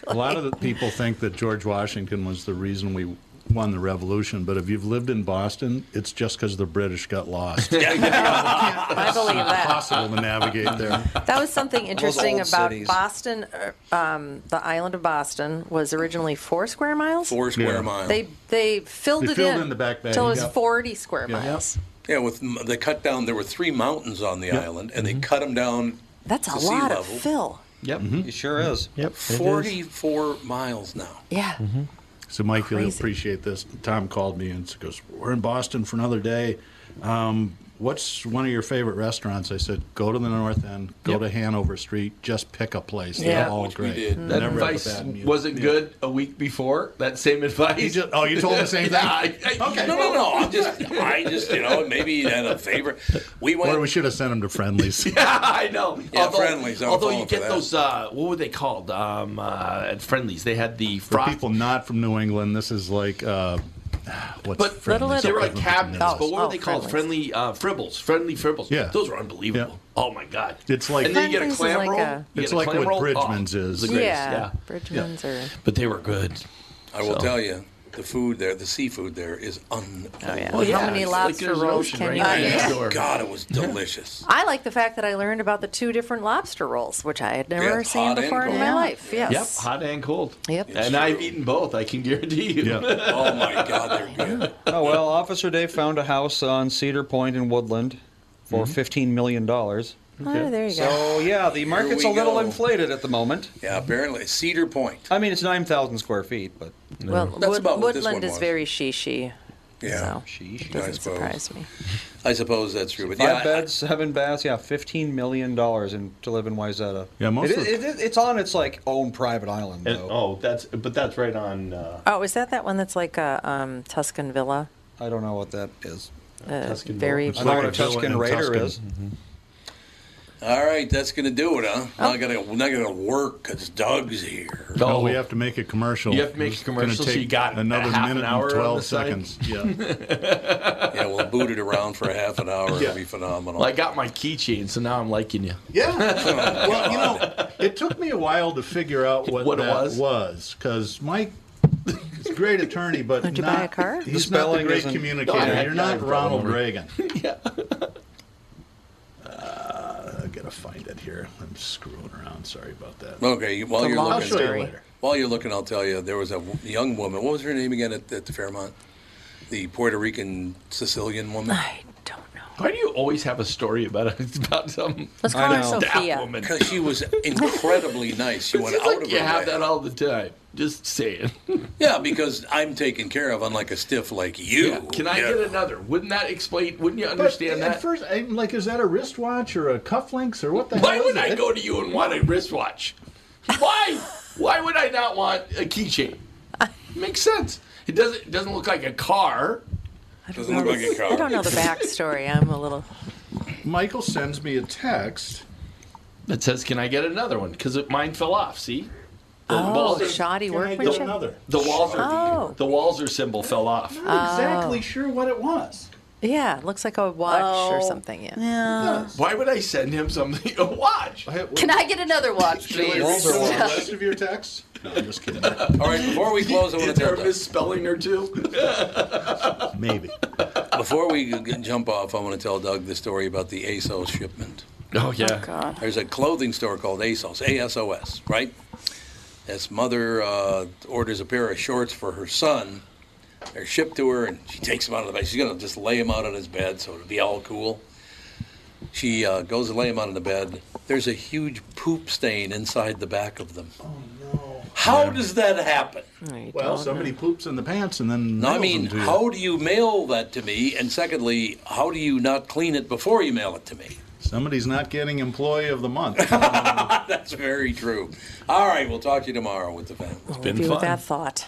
Speaker 13: A lot of the people think that George Washington was the reason we won the revolution, but if you've lived in Boston, it's just because the British
Speaker 5: *laughs*
Speaker 13: got lost.
Speaker 5: I believe that.
Speaker 13: Impossible to navigate there.
Speaker 5: That was something interesting
Speaker 13: old
Speaker 5: about
Speaker 13: cities.
Speaker 5: Boston. uh, Um, the island of Boston was originally four square miles.
Speaker 1: Four square
Speaker 13: Yeah.
Speaker 1: miles.
Speaker 5: They they filled
Speaker 1: They
Speaker 5: it
Speaker 1: filled
Speaker 5: in
Speaker 1: in the back bay,
Speaker 5: till it was
Speaker 1: yeah.
Speaker 5: forty square
Speaker 1: Yeah.
Speaker 5: miles.
Speaker 1: Yeah, with they cut down. There were three mountains on the island, and they cut them down.
Speaker 5: That's a
Speaker 1: to sea
Speaker 5: lot of
Speaker 1: level.
Speaker 5: fill.
Speaker 13: Yep,
Speaker 4: Mm-hmm.
Speaker 3: it sure is.
Speaker 13: Yep,
Speaker 1: Forty-four miles now.
Speaker 5: Yeah.
Speaker 13: So, Mike, you'll
Speaker 1: Crazy.
Speaker 13: appreciate this. Tom called me and goes, "We're in Boston for another day. Um, what's one of your favorite restaurants?" I said, "Go to the North End. Go
Speaker 4: Yep.
Speaker 13: to Hanover Street. Just pick a place. They're all
Speaker 4: Which we
Speaker 13: great."
Speaker 4: did. That
Speaker 13: Hmm. Never had
Speaker 4: advice
Speaker 13: bad meal.
Speaker 4: wasn't good a week before. That same advice.
Speaker 13: You just- oh, you told him the
Speaker 4: *laughs*
Speaker 13: same thing?
Speaker 4: yeah, I, I, okay.
Speaker 1: No, no, no. I'm just, I just, you
Speaker 13: *laughs*
Speaker 1: know, maybe had a favorite. We went.
Speaker 13: Or we should have sent him
Speaker 4: *laughs*
Speaker 13: to Friendlies.
Speaker 4: Yeah, I know.
Speaker 1: Yeah,
Speaker 4: although,
Speaker 1: friendlies, I'm
Speaker 4: Although
Speaker 1: falling
Speaker 4: you
Speaker 1: for
Speaker 4: get
Speaker 1: that.
Speaker 4: those, uh, what were they called? Um, uh, at friendlies, they had the
Speaker 13: For
Speaker 4: frost.
Speaker 13: people not from New England, this is like uh, *sighs* what's
Speaker 4: but
Speaker 13: Friendly's?
Speaker 4: they were like cabinets.
Speaker 13: Oh,
Speaker 4: but what
Speaker 13: oh,
Speaker 4: were they called?
Speaker 13: Friendlies.
Speaker 4: Friendly uh, fribbles. Friendly fribbles.
Speaker 13: Yeah.
Speaker 4: those were unbelievable. Oh my god.
Speaker 13: It's like
Speaker 4: and then you get a
Speaker 5: Friendlies is
Speaker 4: clam
Speaker 5: like
Speaker 4: roll.
Speaker 5: a-
Speaker 4: You get
Speaker 13: It's
Speaker 4: a
Speaker 13: like
Speaker 4: clam
Speaker 13: what
Speaker 4: roll.
Speaker 13: Bridgman's
Speaker 4: oh,
Speaker 13: is.
Speaker 4: The greatest.
Speaker 5: yeah,
Speaker 4: Yeah.
Speaker 5: Bridgman's are
Speaker 4: But they were good.
Speaker 1: I will
Speaker 4: So.
Speaker 1: tell you, the food there, the seafood there is unbelievable. Oh,
Speaker 5: Well, how many lobster rolls can you eat? Yeah.
Speaker 1: God, it was delicious.
Speaker 5: I like the fact that I learned about the two different lobster rolls, which I had never
Speaker 4: it's
Speaker 5: seen
Speaker 4: hot and
Speaker 5: before in
Speaker 4: cold.
Speaker 5: my
Speaker 4: Yeah.
Speaker 5: life. Yes.
Speaker 4: Yep, hot and cold.
Speaker 5: Yep.
Speaker 4: and I've eaten both. I can guarantee you. *laughs*
Speaker 1: oh my God, they're
Speaker 3: Oh well, Officer Dave found a house on Cedar Point in Woodland for
Speaker 4: Mm-hmm.
Speaker 3: fifteen million dollars.
Speaker 5: Oh, there you go.
Speaker 3: So yeah, the
Speaker 1: Here
Speaker 3: market's
Speaker 1: we
Speaker 3: a little
Speaker 1: go.
Speaker 3: inflated at the moment.
Speaker 1: Yeah, apparently Cedar Point.
Speaker 3: I mean, it's nine thousand square feet, but
Speaker 5: Well, Wood- Woodland is very she-she.
Speaker 1: Yeah.
Speaker 3: Sheesh.
Speaker 1: I
Speaker 5: Doesn't
Speaker 1: suppose.
Speaker 5: surprise me.
Speaker 1: I suppose that's true. But
Speaker 3: Five
Speaker 1: yeah, I-
Speaker 3: beds, seven baths. Yeah, fifteen million dollars in to live in Wayzata.
Speaker 13: Yeah, most
Speaker 3: It
Speaker 13: of
Speaker 3: is-
Speaker 13: the-
Speaker 3: it is- it's on its like own private island.
Speaker 4: And-
Speaker 3: Though.
Speaker 4: oh, that's but that's right on. Uh,
Speaker 5: Oh, is that that one that's like a um, Tuscan villa?
Speaker 3: I don't know what that is.
Speaker 5: Uh,
Speaker 3: Tuscan
Speaker 5: very
Speaker 3: villa. I know what a Tuscan Raider is.
Speaker 4: Mm-hmm.
Speaker 1: all right, that's gonna do it, huh?
Speaker 5: Oh.
Speaker 1: Not gonna, not gonna work because Doug's here.
Speaker 13: No, Oh, we have to make a commercial.
Speaker 1: You have to make a
Speaker 13: It's gonna
Speaker 1: commercial, so
Speaker 13: take
Speaker 1: you got
Speaker 13: another
Speaker 1: half an
Speaker 13: minute
Speaker 1: hour on
Speaker 13: and twelve
Speaker 1: the side.
Speaker 13: seconds. Yeah.
Speaker 1: yeah, we'll boot it around for a half an hour.
Speaker 4: Yeah.
Speaker 1: It'll be phenomenal.
Speaker 4: well, I got my keychain, so now I'm liking you.
Speaker 13: Yeah. *laughs* well, you know, it took me a while to figure out what,
Speaker 4: What it
Speaker 13: that
Speaker 4: was?
Speaker 13: was because Mike is a great attorney, but
Speaker 5: Did you
Speaker 13: not,
Speaker 5: buy a car? The
Speaker 13: He's not the
Speaker 5: spelling
Speaker 13: great
Speaker 5: isn't-
Speaker 13: communicator.
Speaker 5: No, I-
Speaker 13: You're
Speaker 5: I- I
Speaker 13: not
Speaker 5: don't
Speaker 13: Ronald
Speaker 5: remember.
Speaker 13: Reagan. Uh, I gotta find it here. I'm screwing around. Sorry about that.
Speaker 1: Okay, you- while you're
Speaker 13: I'll
Speaker 1: looking,
Speaker 13: show you later.
Speaker 1: while you're looking, I'll tell you there was a w- young woman. What was her name again at, at the Fairmont? The Puerto Rican
Speaker 4: *laughs*
Speaker 1: Sicilian woman. I
Speaker 4: Why do you always have a story about
Speaker 1: *laughs*
Speaker 4: about some?
Speaker 1: Let's call her
Speaker 4: That
Speaker 1: Sophia.
Speaker 4: woman.
Speaker 1: Because she was incredibly nice. She went
Speaker 4: It's
Speaker 1: out
Speaker 4: like
Speaker 1: of
Speaker 4: you
Speaker 1: her
Speaker 4: have
Speaker 1: way.
Speaker 4: that all the time. Just *laughs* saying.
Speaker 1: Yeah, because I'm taken care of, unlike a stiff like you.
Speaker 4: Yeah. Can I
Speaker 1: Yeah.
Speaker 4: get another? Wouldn't that explain? Wouldn't you
Speaker 13: But
Speaker 4: understand
Speaker 13: at
Speaker 4: that?
Speaker 13: first, I'm like, is that a wristwatch or a cufflinks or what the
Speaker 4: Why
Speaker 13: hell? is
Speaker 4: would I
Speaker 13: it?
Speaker 4: go to you and want a wristwatch? Why? Why would I not want a keychain? Makes sense. It doesn't. It doesn't look like a car.
Speaker 1: Doesn't look like a
Speaker 5: I don't know the backstory. I'm a little.
Speaker 13: Michael sends me a text
Speaker 4: that says, "Can I get another one?" Because mine fell off. See. The
Speaker 5: Oh,
Speaker 4: walls are-
Speaker 5: shoddy Can I get workmanship? another?
Speaker 4: The walls are
Speaker 5: Oh.
Speaker 4: the walls are symbol fell off.
Speaker 5: exactly
Speaker 13: sure what it was.
Speaker 5: Yeah, it looks like a watch or
Speaker 4: Oh.
Speaker 5: something. Yeah.
Speaker 4: Why would I send him something? A watch.
Speaker 2: Can I get another watch, please?
Speaker 13: rest of your texts? No, I'm
Speaker 4: *laughs*
Speaker 13: just kidding.
Speaker 4: Oh,
Speaker 1: All right, before we close, I want to tell
Speaker 4: a misspelling or two. *laughs*
Speaker 1: *laughs*
Speaker 13: Maybe.
Speaker 1: Before we g- g- jump off, I want to tell Doug the story about the ASOS shipment.
Speaker 4: Oh yeah.
Speaker 1: There's a clothing store called ASOS, ASOS, right? This mother uh, orders a pair of shorts for her son. They're shipped to her, and she takes them out of the bed. She's gonna just lay them out on his bed, so it'll be all cool. She uh, goes to lay them out on the bed. There's a huge poop stain inside the back of them. Oh no! How does that happen?
Speaker 13: Well, somebody poops in the pants and then.
Speaker 1: No, I
Speaker 13: mails
Speaker 1: mean,
Speaker 13: them to you.
Speaker 1: how do you mail that to me? And secondly, how do you not clean it before you mail it to me? *laughs*
Speaker 13: Somebody's not getting employee of the month.
Speaker 1: That's very true. All right, we'll talk to you tomorrow with the family.
Speaker 5: We'll leave you with that thought.